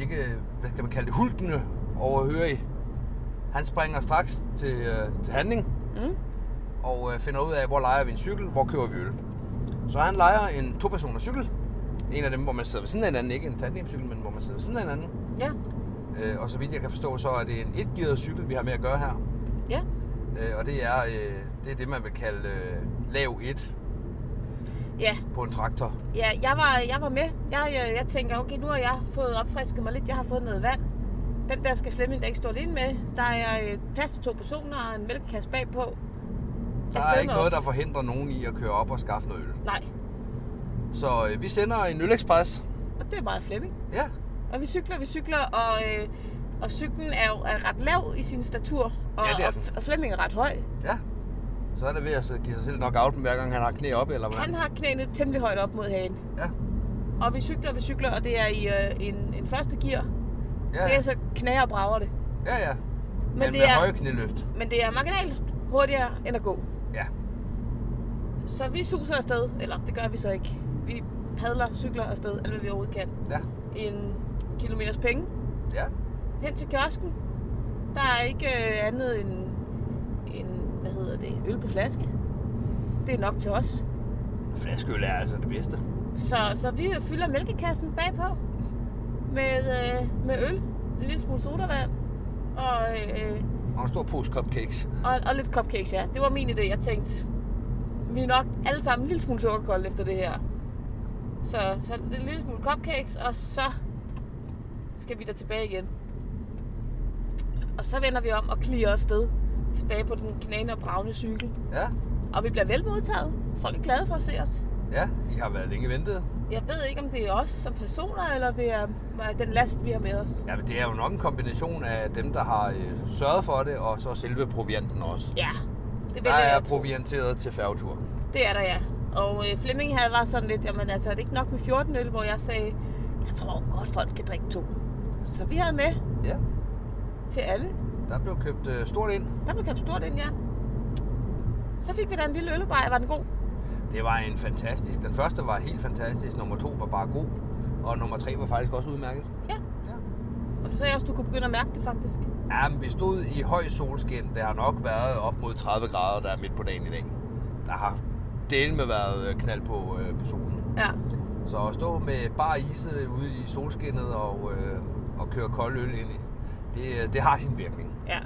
[SPEAKER 6] ikke hvad skal man kalde det, hulkende overhørig. Han springer straks til, øh, til handling
[SPEAKER 3] Mm.
[SPEAKER 6] og øh, finder ud af, hvor leger vi en cykel, hvor køber vi øl. Så han leger en to-personers cykel. En af dem, hvor man sidder ved siden af hinanden, ikke en tandemcykel, men hvor man sidder ved siden af hinanden.
[SPEAKER 3] Ja.
[SPEAKER 6] Øh, og så vidt jeg kan forstå, så er det en etgearet cykel, vi har med at gøre her.
[SPEAKER 3] Ja.
[SPEAKER 6] Øh, og det er, øh, det er det, man vil kalde øh, lav 1
[SPEAKER 3] Ja,
[SPEAKER 6] på en traktor.
[SPEAKER 3] ja jeg, var, jeg var med. Jeg, øh, jeg, jeg tænker, okay, nu har jeg fået opfrisket mig lidt. Jeg har fået noget vand. Den der skal Flemming da ikke stå alene med. Der er øh, plads til to personer og en mælkekasse bagpå.
[SPEAKER 6] Der
[SPEAKER 3] Afsted
[SPEAKER 6] er
[SPEAKER 3] med
[SPEAKER 6] ikke noget,
[SPEAKER 3] os.
[SPEAKER 6] der forhindrer nogen i at køre op og skaffe noget øl.
[SPEAKER 3] Nej,
[SPEAKER 6] Så øh, vi sender en ølexpress.
[SPEAKER 3] og det er meget Flemming.
[SPEAKER 6] Ja.
[SPEAKER 3] Og vi cykler, vi cykler, og, øh, og cyklen er jo er ret lav i sin statur. Og,
[SPEAKER 6] Ja, det er
[SPEAKER 3] og,
[SPEAKER 6] den.
[SPEAKER 3] F- og Flemming er ret høj.
[SPEAKER 6] Ja. Så er det ved at give sig selv nok out, hver gang han har knæ op, eller hvad?
[SPEAKER 3] Han har knænet temmelig højt op mod hagen.
[SPEAKER 6] Ja.
[SPEAKER 3] Og vi cykler, vi cykler, og det er i øh, en, en første gear.
[SPEAKER 6] Ja,
[SPEAKER 3] Det
[SPEAKER 6] ja.
[SPEAKER 3] er så knager og brager det.
[SPEAKER 6] Ja, ja. Men,
[SPEAKER 3] det
[SPEAKER 6] med
[SPEAKER 3] er-
[SPEAKER 6] høje knæløft.
[SPEAKER 3] Men det er marginalt hurtigere end at gå.
[SPEAKER 6] Ja.
[SPEAKER 3] Så vi suser afsted, eller det gør vi så ikke. Vi padler, cykler afsted, alt hvad vi overhovedet kan.
[SPEAKER 6] Ja.
[SPEAKER 3] En kilometers penge.
[SPEAKER 6] Ja.
[SPEAKER 3] Hen til kiosken. Der er ikke øh, andet end, end, hvad hedder det, øl på flaske. Det er nok til os.
[SPEAKER 6] Flaskeøl er altså det bedste.
[SPEAKER 3] Så, så vi fylder mælkekassen bagpå med, øh, med øl, en lille smule sodavand og, øh,
[SPEAKER 6] Og en stor pose cupcakes.
[SPEAKER 3] og, og lidt cupcakes, ja. Det var min idé. Jeg tænkte, vi er nok alle sammen en lille smule sukkerkolde efter det her. Så, så en lille smule cupcakes, og så skal vi der tilbage igen. Og så vender vi om og klirer afsted tilbage på den knagende og bravne cykel.
[SPEAKER 6] Ja.
[SPEAKER 3] Og vi bliver vel modtaget. Folk er glade for at se os.
[SPEAKER 6] Ja, I har været længe ventet.
[SPEAKER 3] Jeg ved ikke, om det er os som personer, eller det er øh, den last, vi har med os.
[SPEAKER 6] Ja, men det er jo nok en kombination af dem, der har øh, sørget for det, og så selve provianten også.
[SPEAKER 3] Ja, det
[SPEAKER 6] der
[SPEAKER 3] vælger jeg.
[SPEAKER 6] er provianteret til færgetur.
[SPEAKER 3] Det er der, ja. Og øh, Flemming havde var sådan lidt, jamen altså, er det ikke nok med 14 øl, hvor jeg sagde, jeg tror godt, folk kan drikke to. Så vi havde med
[SPEAKER 6] Ja.
[SPEAKER 3] til alle.
[SPEAKER 6] Der blev købt øh, stort ind.
[SPEAKER 3] Der blev købt stort ind, ja. Så fik vi da en lille øllebej. Var den god?
[SPEAKER 6] Det var en fantastisk. Den første var helt fantastisk. Nummer to var bare god. Og nummer tre var faktisk også udmærket.
[SPEAKER 3] Og du sagde også, du kunne begynde at mærke det, faktisk.
[SPEAKER 6] Ja, men vi stod i høj solskin. Det har nok været op mod 30 grader, der er midt på dagen i dag. Der har delen med været øh, knald på, øh, på solen.
[SPEAKER 3] Ja.
[SPEAKER 6] Så at stå med bare ise ude i solskinnet og, øh, og køre kold øl ind i, det, øh, det har øh, sin virkning.
[SPEAKER 3] Ja.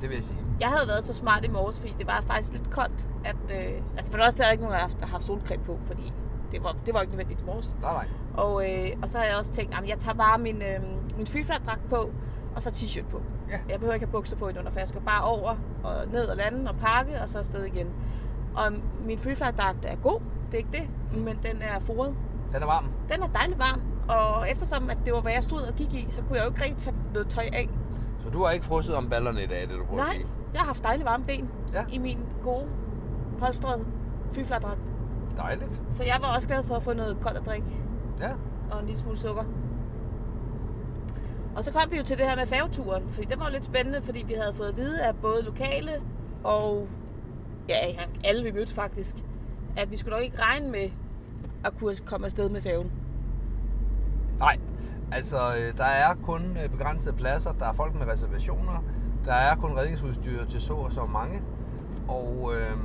[SPEAKER 6] det vil jeg sige.
[SPEAKER 3] Jeg havde været så smart i morges, fordi det var faktisk lidt koldt. At, øh, altså for det første er der ikke nogen, der har haft, haft solcreme på, fordi det var, det var ikke nødvendigt i morges.
[SPEAKER 6] Nej, nej.
[SPEAKER 3] Og, øh, og så har jeg også tænkt, at jeg tager bare min, øh, min flyflatdragt på, og så t-shirt på.
[SPEAKER 6] Ja.
[SPEAKER 3] Jeg behøver ikke have bukser på i under, for jeg skal bare over og ned og lande og pakke, og så afsted igen. Og min freefly-dragt er god, det er ikke det, men den er foret.
[SPEAKER 6] Den er varm.
[SPEAKER 3] Den er dejligt varm, og eftersom at det var, hvad jeg stod og gik i, så kunne jeg jo ikke rigtig tage noget tøj af.
[SPEAKER 6] Så du har ikke frosset om ballerne i dag, det du prøver at
[SPEAKER 3] Nej,
[SPEAKER 6] sige?
[SPEAKER 3] jeg har haft dejligt varme ben
[SPEAKER 6] ja.
[SPEAKER 3] i min gode, polstrede freefly-dragt.
[SPEAKER 6] Dejligt.
[SPEAKER 3] Så jeg var også glad for at få noget koldt at drikke.
[SPEAKER 6] Ja.
[SPEAKER 3] Og en lille smule sukker. Og så kom vi jo til det her med færgeturen, fordi det var jo lidt spændende, fordi vi havde fået at vide af både lokale og ja, ja, alle vi mødte faktisk, at vi skulle nok ikke regne med at kunne komme afsted med færgen.
[SPEAKER 6] Nej, altså øh, der er kun øh, begrænsede pladser, der er folk med reservationer, der er kun redningsudstyr til så og så mange, og øh,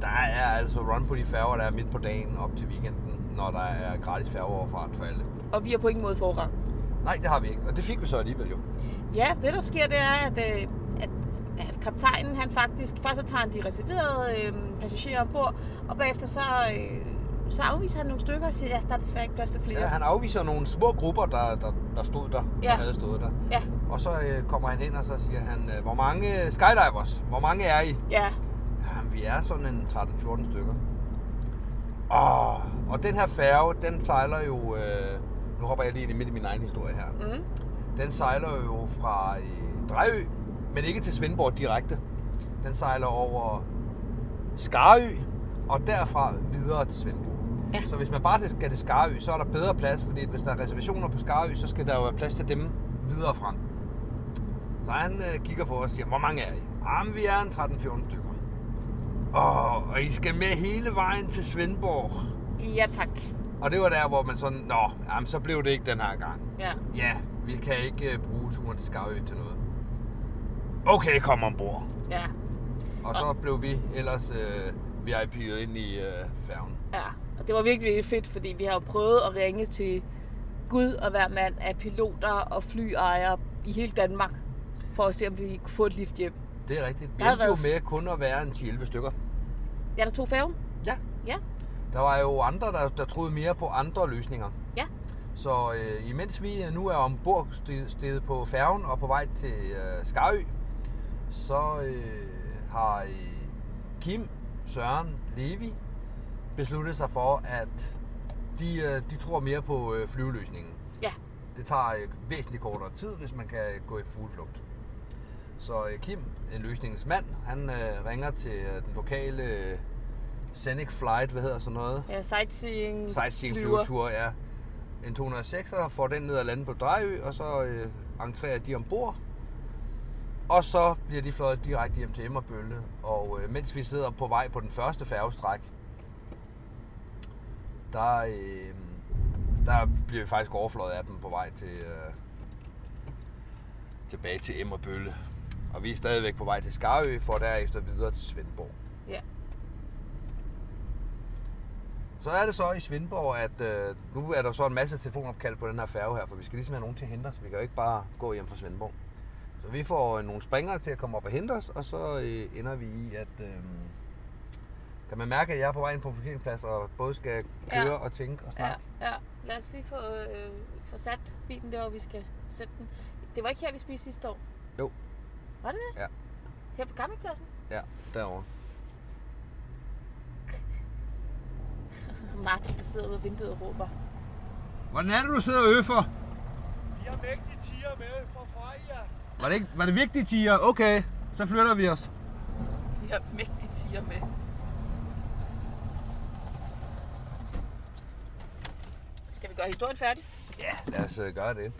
[SPEAKER 6] der er altså run på de færger, der er midt på dagen op til weekenden, når der er gratis færgeoverfart for alle.
[SPEAKER 3] Og vi har på ingen måde forrang.
[SPEAKER 6] Nej, det har vi ikke, og det fik vi så alligevel jo.
[SPEAKER 3] Ja, det der sker, det er, at, øh, at, at kaptajnen han faktisk, først så tager han de reserverede øh, passagerer ombord, og bagefter så, øh, så afviser han nogle stykker og siger, ja, der er desværre ikke plads til flere.
[SPEAKER 6] Ja, han afviser nogle små grupper, der, der, der stod der, ja.
[SPEAKER 3] Ja.
[SPEAKER 6] der havde stået der.
[SPEAKER 3] Ja,
[SPEAKER 6] Og så øh, kommer han hen, og så siger han, øh, hvor mange skydivers, hvor mange er I?
[SPEAKER 3] ja.
[SPEAKER 6] Jamen, vi er sådan en 13-14 stykker. Og, og den her færge, den sejler jo... Øh, nu hopper jeg lige ind i midt i min egen historie her.
[SPEAKER 3] Mm.
[SPEAKER 6] Den sejler jo fra øh, Drejø, men ikke til Svendborg direkte. Den sejler over Skarø, og derfra videre til Svendborg.
[SPEAKER 3] Ja.
[SPEAKER 6] Så hvis man bare skal til Skarø, så er der bedre plads, fordi hvis der er reservationer på Skarø, så skal der jo være plads til dem videre frem. Så han øh, kigger på os og siger, hvor mange er I? Jamen, vi er en 13-14 stykker. Åh, og I skal med hele vejen til Svendborg.
[SPEAKER 3] Ja, tak.
[SPEAKER 6] Og det var der, hvor man sådan, nå, jamen, så blev det ikke den her gang.
[SPEAKER 3] Ja.
[SPEAKER 6] Ja, vi kan ikke øh, bruge turen til Skarø til noget. Okay, kom ombord.
[SPEAKER 3] Ja.
[SPEAKER 6] Og så blev vi ellers øh, VIP'et ind i øh, færgen.
[SPEAKER 3] Ja, og det var virkelig, virkelig fedt, fordi vi har jo prøvet at ringe til Gud og hver mand af piloter og flyejere i hele Danmark, for at se, om vi kunne få et lift hjem.
[SPEAKER 6] Det er rigtigt. Vi
[SPEAKER 3] Der har
[SPEAKER 6] endte jo
[SPEAKER 3] været
[SPEAKER 6] med kun at være en 10-11 stykker.
[SPEAKER 3] Ja, der tog færgen.
[SPEAKER 6] Ja.
[SPEAKER 3] Ja,
[SPEAKER 6] Der var jo andre, der, der troede mere på andre løsninger.
[SPEAKER 3] ja.
[SPEAKER 6] Så øh, imens vi nu er ombord ste- steget på færgen og på vej til øh, Skarø, så øh, har øh, Kim, Søren, Levi besluttet sig for, at de, øh, de tror mere på øh, flyveløsningen.
[SPEAKER 3] Ja.
[SPEAKER 6] Det tager øh, væsentligt kortere tid, hvis man kan gå i fugleflugt. Så øh, Kim, en løsningens mand, han øh, ringer til øh, den lokale øh, Scenic Flight, hvad hedder sådan noget?
[SPEAKER 3] ja sightseeing,
[SPEAKER 6] sightseeing
[SPEAKER 3] flyver.
[SPEAKER 6] flyvetur er en 206, og får den ned og lande på Drejø, og så øh, entrerer de ombord. Og så bliver de fløjet direkte hjem til Emmerbølle, og øh, mens vi sidder på vej på den første færgestræk, der, øh, der bliver vi faktisk overfløjet af dem på vej til, øh, tilbage til Emmerbølle. Og vi er stadigvæk på vej til Skarø, for derefter videre til Svendborg.
[SPEAKER 3] Ja.
[SPEAKER 6] Så er det så i Svendborg, at øh, nu er der så en masse telefonopkald på den her færge her, for vi skal ligesom have nogen til at hente os. Vi kan jo ikke bare gå hjem fra Svendborg. Så vi får øh, nogle springere til at komme op og hente os, og så øh, ender vi i, at øh, kan man mærke, at jeg er på vej ind på en parkeringsplads, og både skal køre
[SPEAKER 3] Ja.
[SPEAKER 6] ja. og tænke og
[SPEAKER 3] Ja,
[SPEAKER 6] snakke.
[SPEAKER 3] ja. Lad os lige få, øh, få sat bilen der, hvor vi skal sætte den. Det var ikke her, vi spiste sidste år.
[SPEAKER 6] Jo.
[SPEAKER 3] Var det det?
[SPEAKER 6] Ja.
[SPEAKER 3] Her på Gammelpladsen?
[SPEAKER 6] Ja, derovre.
[SPEAKER 3] Martin, der sidder ude af vinduet og råber.
[SPEAKER 18] Hvordan er det, du sidder og øffer?
[SPEAKER 19] Vi har mægtige tiger med fra Freja.
[SPEAKER 18] Var det, ikke, var det vigtigt, Tia? Okay, så flytter vi os.
[SPEAKER 3] Vi har mægtige tiger med. Skal vi gøre historien færdig?
[SPEAKER 6] Ja. Lad os øh, gøre det.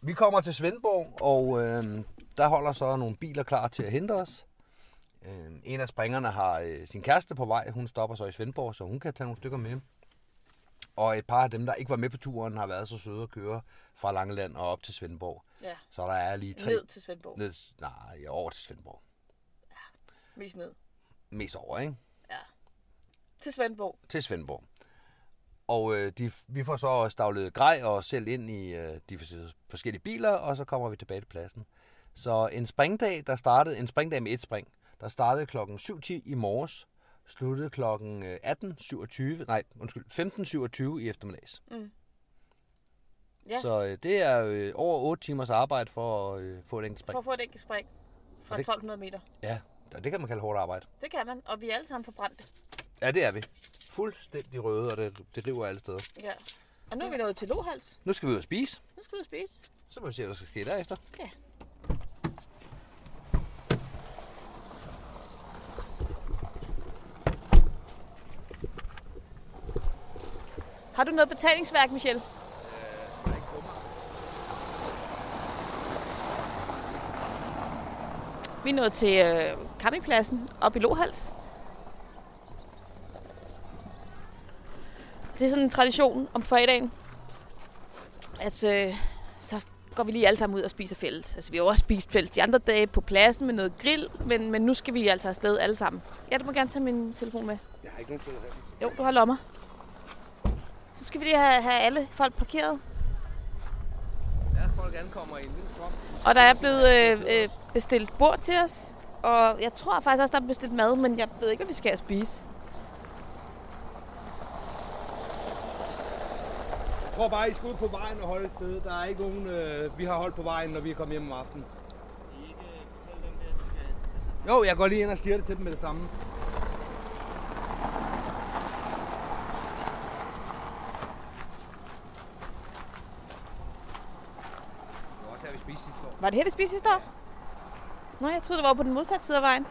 [SPEAKER 6] Vi kommer til Svendborg, og øh, der holder så nogle biler klar til at hente os. Øh, en af springerne har øh, sin kæreste på vej. Hun stopper så i Svendborg, så hun kan tage nogle stykker med. Og et par af dem, der ikke var med på turen, har været så søde at køre fra Langeland og op til Svendborg.
[SPEAKER 3] Ja.
[SPEAKER 6] Så der er lige tre...
[SPEAKER 3] Ned til Svendborg.
[SPEAKER 6] Ned, nej, over til Svendborg.
[SPEAKER 3] Mest ned.
[SPEAKER 6] Mest over, ikke?
[SPEAKER 3] Til Svendborg.
[SPEAKER 6] til Svendborg. Og øh, de, vi får så stavlet grej og os selv ind i øh, de fors- forskellige biler, og så kommer vi tilbage til pladsen. Så en springdag, der startede, en springdag med et spring, der startede klokken 7.10 i morges, sluttede klokken øh, 18.27, nej, undskyld, 15.27 i eftermiddags.
[SPEAKER 3] Mm.
[SPEAKER 6] Ja. Så øh, det er øh, over 8 timers arbejde for at øh, få et enkelt spring.
[SPEAKER 3] For at få et enkelt spring fra
[SPEAKER 6] Og det-
[SPEAKER 3] 1200 meter.
[SPEAKER 6] Ja, og det kan man kalde hårdt arbejde.
[SPEAKER 3] Det kan man, og vi er alle sammen forbrændte.
[SPEAKER 6] Ja, det er vi. Fuldstændig røde, og det, det river alle steder.
[SPEAKER 3] Ja. Og nu er vi nået til Lohals.
[SPEAKER 6] Nu skal vi ud og spise.
[SPEAKER 3] Nu skal vi ud og spise.
[SPEAKER 6] Så må vi se, hvad der skal ske derefter.
[SPEAKER 3] Ja. Har du noget betalingsværk, Michelle?
[SPEAKER 5] Øh,
[SPEAKER 3] Vi er nået til øh, campingpladsen op i Lohals. Det er sådan en tradition om fredagen, at øh, så går vi lige alle sammen ud og spiser fælles. Altså, vi har jo også spist fælles de andre dage på pladsen med noget grill, men, men nu skal vi altså afsted alle sammen. Ja, du må gerne tage min telefon med.
[SPEAKER 5] Jeg har ikke nogen steder her.
[SPEAKER 3] Jo, du har lommer. Så skal vi lige have, have alle folk parkeret.
[SPEAKER 5] Ja, folk ankommer i en lille flok.
[SPEAKER 3] Og der er blevet øh, øh, bestilt bord til os. Og jeg tror faktisk også, der er bestilt mad, men jeg ved ikke, hvad vi skal have at spise.
[SPEAKER 4] Jeg tror bare, I skal ud på vejen og holde et sted. Der er ikke nogen, øh, vi har holdt på vejen, når vi er kommet hjem om aftenen. Jo, jeg går lige ind og siger det til dem med det samme. Godt, her vi spiste sidste år.
[SPEAKER 3] Var det her, vi spiste sidste år? Nå, jeg troede, det var på den modsatte side af vejen.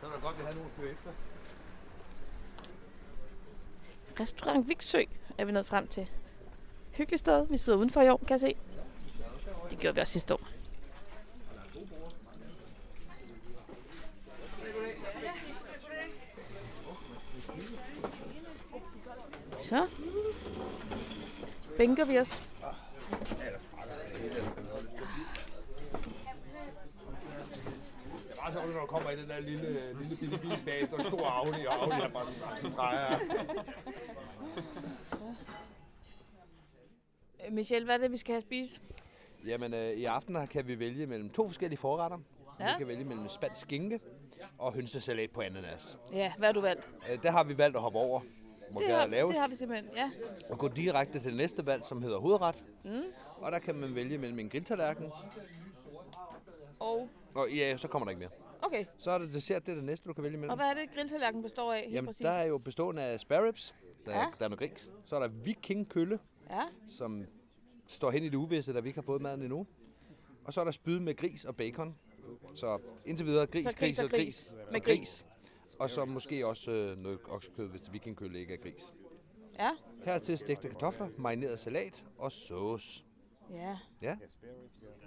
[SPEAKER 4] Så er det godt, vi havde nogen at køre efter.
[SPEAKER 3] Restaurant Viksø er vi nået frem til. Hyggeligt sted. Vi sidder udenfor i år, kan jeg se. Det gjorde vi også sidste år. Så. Bænker vi os.
[SPEAKER 4] Det er meget sjovt, når du kommer i den der lille, lille bitte bil bagefter en stor Audi, og Audi er bare sådan, "Ah, så drejer jeg."
[SPEAKER 3] Øh, Michelle, hvad er det, vi skal have at spise?
[SPEAKER 6] Jamen, øh, i aften her kan vi vælge mellem to forskellige forretter. Ja. Vi
[SPEAKER 3] Ja.
[SPEAKER 6] kan vælge mellem spansk skinke og hønsesalat på ananas.
[SPEAKER 3] Ja, hvad har du valgt?
[SPEAKER 6] Øh, der har vi valgt at hoppe over, hvor det
[SPEAKER 3] har,
[SPEAKER 6] er lavest,
[SPEAKER 3] det har vi simpelthen, ja.
[SPEAKER 6] og gå direkte til næste valg, som hedder hovedret.
[SPEAKER 3] Mm.
[SPEAKER 6] Og der kan man vælge mellem en grilltallerken,
[SPEAKER 3] Og,
[SPEAKER 6] og ja, så kommer der ikke mere.
[SPEAKER 3] okay.
[SPEAKER 6] Så er det dessert, det er det næste, du kan vælge mellem.
[SPEAKER 3] Og hvad er det, grilltallerken består af? helt
[SPEAKER 6] Jamen,
[SPEAKER 3] præcis?
[SPEAKER 6] der er jo bestående af spare ribs, der, ja.
[SPEAKER 3] Ja.
[SPEAKER 6] der er noget gris, så er der vikingkølle,
[SPEAKER 3] Ja.
[SPEAKER 6] som står hen i det uvisse, da vi ikke har fået maden endnu. Og så er der spyd med gris og bacon. Så indtil videre gris,
[SPEAKER 3] Så
[SPEAKER 6] gris, gris og gris.
[SPEAKER 3] Med
[SPEAKER 6] og gris. Og så måske også øh, noget oksekød, hvis vikingkølle ikke er gris.
[SPEAKER 3] Ja.
[SPEAKER 6] Hertil stegte kartofler, marineret salat og sauce.
[SPEAKER 3] Ja,
[SPEAKER 6] Ja,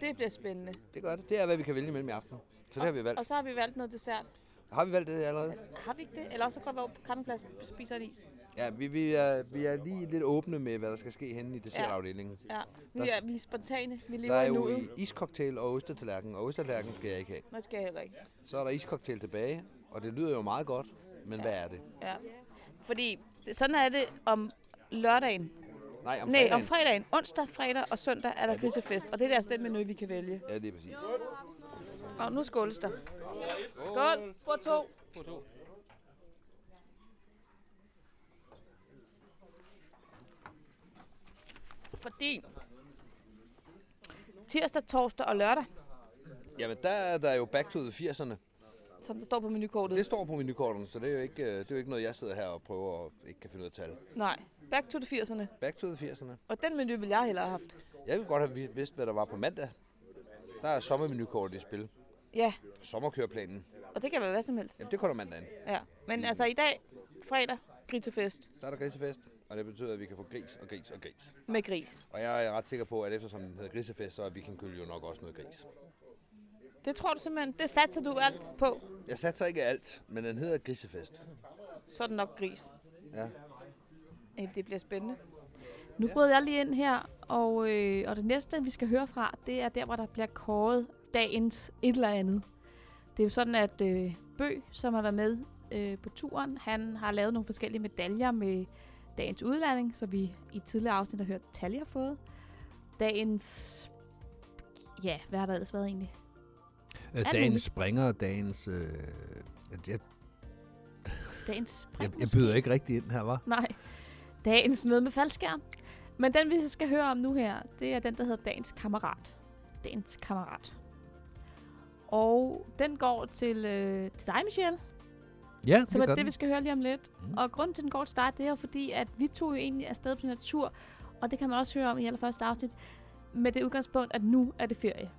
[SPEAKER 3] det bliver spændende.
[SPEAKER 6] det gør det. Det er, hvad vi kan vælge mellem i aften. Så det har vi valgt.
[SPEAKER 3] Og så har vi valgt noget dessert.
[SPEAKER 6] Har vi valgt det allerede?
[SPEAKER 3] Har vi ikke det? Eller også så går vi over på campingpladsen og spiser en is.
[SPEAKER 6] Ja, vi, vi, er, vi er lige lidt åbne med, hvad der skal ske henne i dessertafdelingen.
[SPEAKER 3] Ja, vi
[SPEAKER 6] Der-
[SPEAKER 3] er, vi er spontane. Vi
[SPEAKER 6] Der
[SPEAKER 3] lever
[SPEAKER 6] er
[SPEAKER 3] i
[SPEAKER 6] jo
[SPEAKER 3] nuet.
[SPEAKER 6] i- iscocktail og ostetallerken, og ostetallerken skal jeg ikke have.
[SPEAKER 3] Nå, det skal jeg heller ikke.
[SPEAKER 6] Så er der iscocktail tilbage, og det lyder jo meget godt, men ja. hvad er det?
[SPEAKER 3] Ja. Fordi det- sådan er det om lørdagen.
[SPEAKER 6] Nej, om
[SPEAKER 3] Nej,
[SPEAKER 6] fredagen.
[SPEAKER 3] om fredagen. Onsdag, fredag og søndag er der grisefest. Og det er altså den menu, vi kan vælge.
[SPEAKER 6] Ja, det er præcis.
[SPEAKER 3] Og nu skåles der. Skål! Bord to.
[SPEAKER 20] På to.
[SPEAKER 3] Fordi tirsdag, torsdag og lørdag,
[SPEAKER 6] Jamen, der er der jo back to the 80'erne.
[SPEAKER 3] som der står på menukortet.
[SPEAKER 6] Det står på menukorterne, så det er jo ikke, øh, det er jo ikke noget, jeg sidder her og prøver og ikke kan finde ud af tal.
[SPEAKER 3] Nej, back to the 80'erne.
[SPEAKER 6] Back to the 80'erne.
[SPEAKER 3] Og den menu vil jeg hellere have haft.
[SPEAKER 6] Jeg ville godt have vi- vidst, hvad der var på mandag. Der er sommermenukortet i spil.
[SPEAKER 3] Ja,
[SPEAKER 6] Sommerkøreplanen.
[SPEAKER 3] og det kan være hvad som helst.
[SPEAKER 6] Jamen, det kommer mandagen.
[SPEAKER 3] Ja, men altså i dag, fredag, grisefest
[SPEAKER 6] Der er der grisefest, og det betyder, at vi kan få gris og gris og gris.
[SPEAKER 3] med gris.
[SPEAKER 6] Og jeg er ret sikker på, at eftersom den hedder grisefest, så er vikingkølle jo nok også noget gris.
[SPEAKER 3] Det tror du simpelthen, det satser du alt på.
[SPEAKER 6] Jeg satser ikke alt, men den hedder grisefest.
[SPEAKER 3] Så er det nok gris.
[SPEAKER 6] Ja.
[SPEAKER 3] Jamen, Det bliver spændende.
[SPEAKER 21] Nu bryder jeg lige ind her, og, øh, og det næste, vi skal høre fra, det er der, hvor der bliver kåret dagens et eller andet. Det er jo sådan, at øh, Bø, som har været med øh, på turen, han har lavet nogle forskellige medaljer med dagens udlanding, så vi i et tidligere afsnit har hørt Talje har fået. Dagens
[SPEAKER 3] Ja, hvad har der ellers været egentlig?
[SPEAKER 4] Øh,
[SPEAKER 3] Alt
[SPEAKER 4] dagens
[SPEAKER 3] muligt.
[SPEAKER 4] springer, dagens... Øh, jeg,
[SPEAKER 3] Dagens spring.
[SPEAKER 4] jeg, jeg byder ikke rigtig ind her, var.
[SPEAKER 3] Nej. Dagens noget med faldskærm. Men den, vi skal høre om nu her, det er den, der hedder Dagens Kammerat. Dagens Kammerat. Og den går til, øh, til dig, Michelle.
[SPEAKER 4] Ja, det
[SPEAKER 3] Som
[SPEAKER 4] gør
[SPEAKER 3] er det,
[SPEAKER 4] den.
[SPEAKER 3] vi skal høre lige om lidt. Mm. Og grunden til, den går til dig, det er jo fordi, at vi tog jo egentlig afsted på natur. Og det kan man også høre om i allerførste afsnit. Med det udgangspunkt, at nu er det ferie.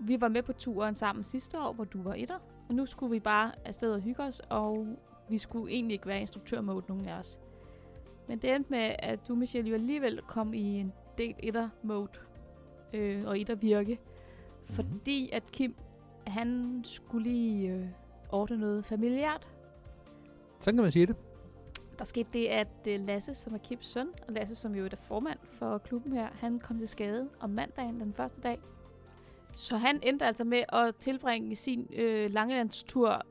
[SPEAKER 3] Vi var med på turen sammen sidste år, hvor du var etter. Og nu skulle vi bare afsted og hygge os, og vi skulle egentlig ikke være i instruktørmode, nogen af os. Men det endte med, at du, Michelle, jo alligevel kom i en del etter-mode øh, og etter-virke.
[SPEAKER 4] Mhm.
[SPEAKER 3] Fordi at Kim, han skulle lige øh, ordne noget familiært.
[SPEAKER 4] Sådan kan man sige det.
[SPEAKER 3] Der skete det, at øh, Lasse, som er Kims søn, og Lasse, som jo er formand for klubben her, han kom til skade om mandagen den første dag. Så han endte altså med at tilbringe sin øh, Langelandstur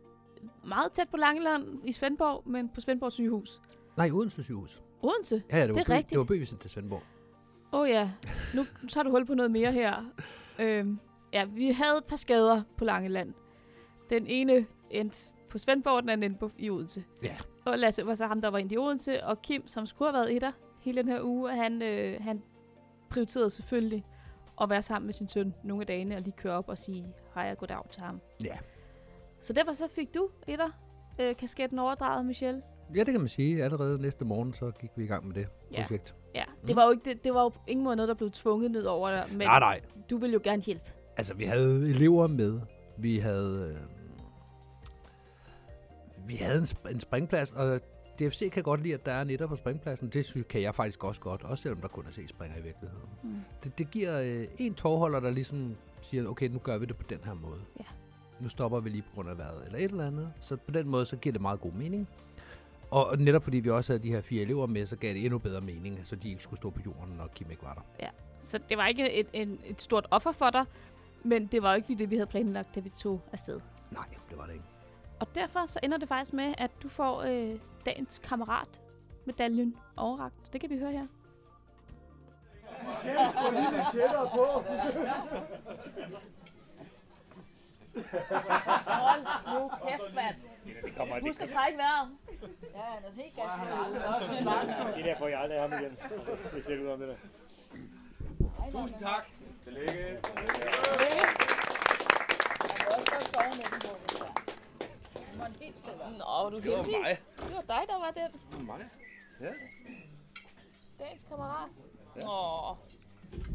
[SPEAKER 3] meget tæt på Langeland i Svendborg, men på Svendborg sygehus.
[SPEAKER 4] Nej, Odense sygehus.
[SPEAKER 3] Odense?
[SPEAKER 4] Ja, det var,
[SPEAKER 3] det er
[SPEAKER 4] by,
[SPEAKER 3] rigtigt.
[SPEAKER 4] det var byvisen til Svendborg.
[SPEAKER 3] Åh oh, ja, nu nu tager du hul på noget mere her. Øhm, ja, vi havde et par skader på Langeland. Den ene endte på Svendborg, den anden endte på, i Odense.
[SPEAKER 4] Ja.
[SPEAKER 3] Og Lasse var så ham, der var inde i Odense, og Kim, som skulle have været etter hele den her uge, han, øh, han prioriterede selvfølgelig at være sammen med sin søn nogle af dagene, og lige køre op og sige hej og goddag til ham.
[SPEAKER 4] Ja.
[SPEAKER 3] Så derfor så fik du etter øh, kasketten overdraget, Michelle.
[SPEAKER 4] Ja, det kan man sige. Allerede næste morgen, så gik vi i gang med det
[SPEAKER 3] Ja.
[SPEAKER 4] projekt.
[SPEAKER 3] Ja, det var jo, ikke, det, det var jo på ingen måde noget, der blev tvunget ned over dig, men
[SPEAKER 4] Mhm. Nej, nej.
[SPEAKER 3] du ville jo gerne hjælpe.
[SPEAKER 4] Altså, vi havde elever med. Vi havde... Øh, vi havde en, sp- en springplads, og DFC kan godt lide, at der er netter på springpladsen. Det synes, kan jeg faktisk også godt, også selvom der kun er se springer i virkeligheden.
[SPEAKER 3] Mm.
[SPEAKER 4] Det, det giver øh, en tårholder, der ligesom siger, okay, nu gør vi det på den her måde.
[SPEAKER 3] Ja.
[SPEAKER 4] Nu stopper vi lige på grund af vejret eller et eller andet. Så på den måde, så giver det meget god mening. Og og netop fordi vi også havde de her fire elever med, så gav det endnu bedre mening, så de ikke skulle stå på jorden, når Kim ikke var der.
[SPEAKER 3] Ja. Så det var ikke et, en, et stort offer for dig, men det var jo ikke lige det, vi havde planlagt, da vi tog afsted.
[SPEAKER 4] Nej, det var det ikke.
[SPEAKER 3] Og derfor så ender det faktisk med, at du får øh, dagens kammerat medaljen overragt. Det kan vi høre her.
[SPEAKER 22] Michelle, gå lige lidt tættere på.
[SPEAKER 5] Hold nu kæft, mand.
[SPEAKER 1] Det kommer, det,
[SPEAKER 5] Husk at trække vejret.
[SPEAKER 23] Ja, han er helt
[SPEAKER 1] det der får jeg aldrig ham igen. Det ser ud om det der.
[SPEAKER 24] Tusind tak. Tillykke.
[SPEAKER 5] Nå, du
[SPEAKER 24] Det var
[SPEAKER 5] heldig.
[SPEAKER 24] mig.
[SPEAKER 5] Det var dig, der var den.
[SPEAKER 24] Det var mig. Ja.
[SPEAKER 5] Dagens kammerat.
[SPEAKER 24] Ja.
[SPEAKER 5] Åh,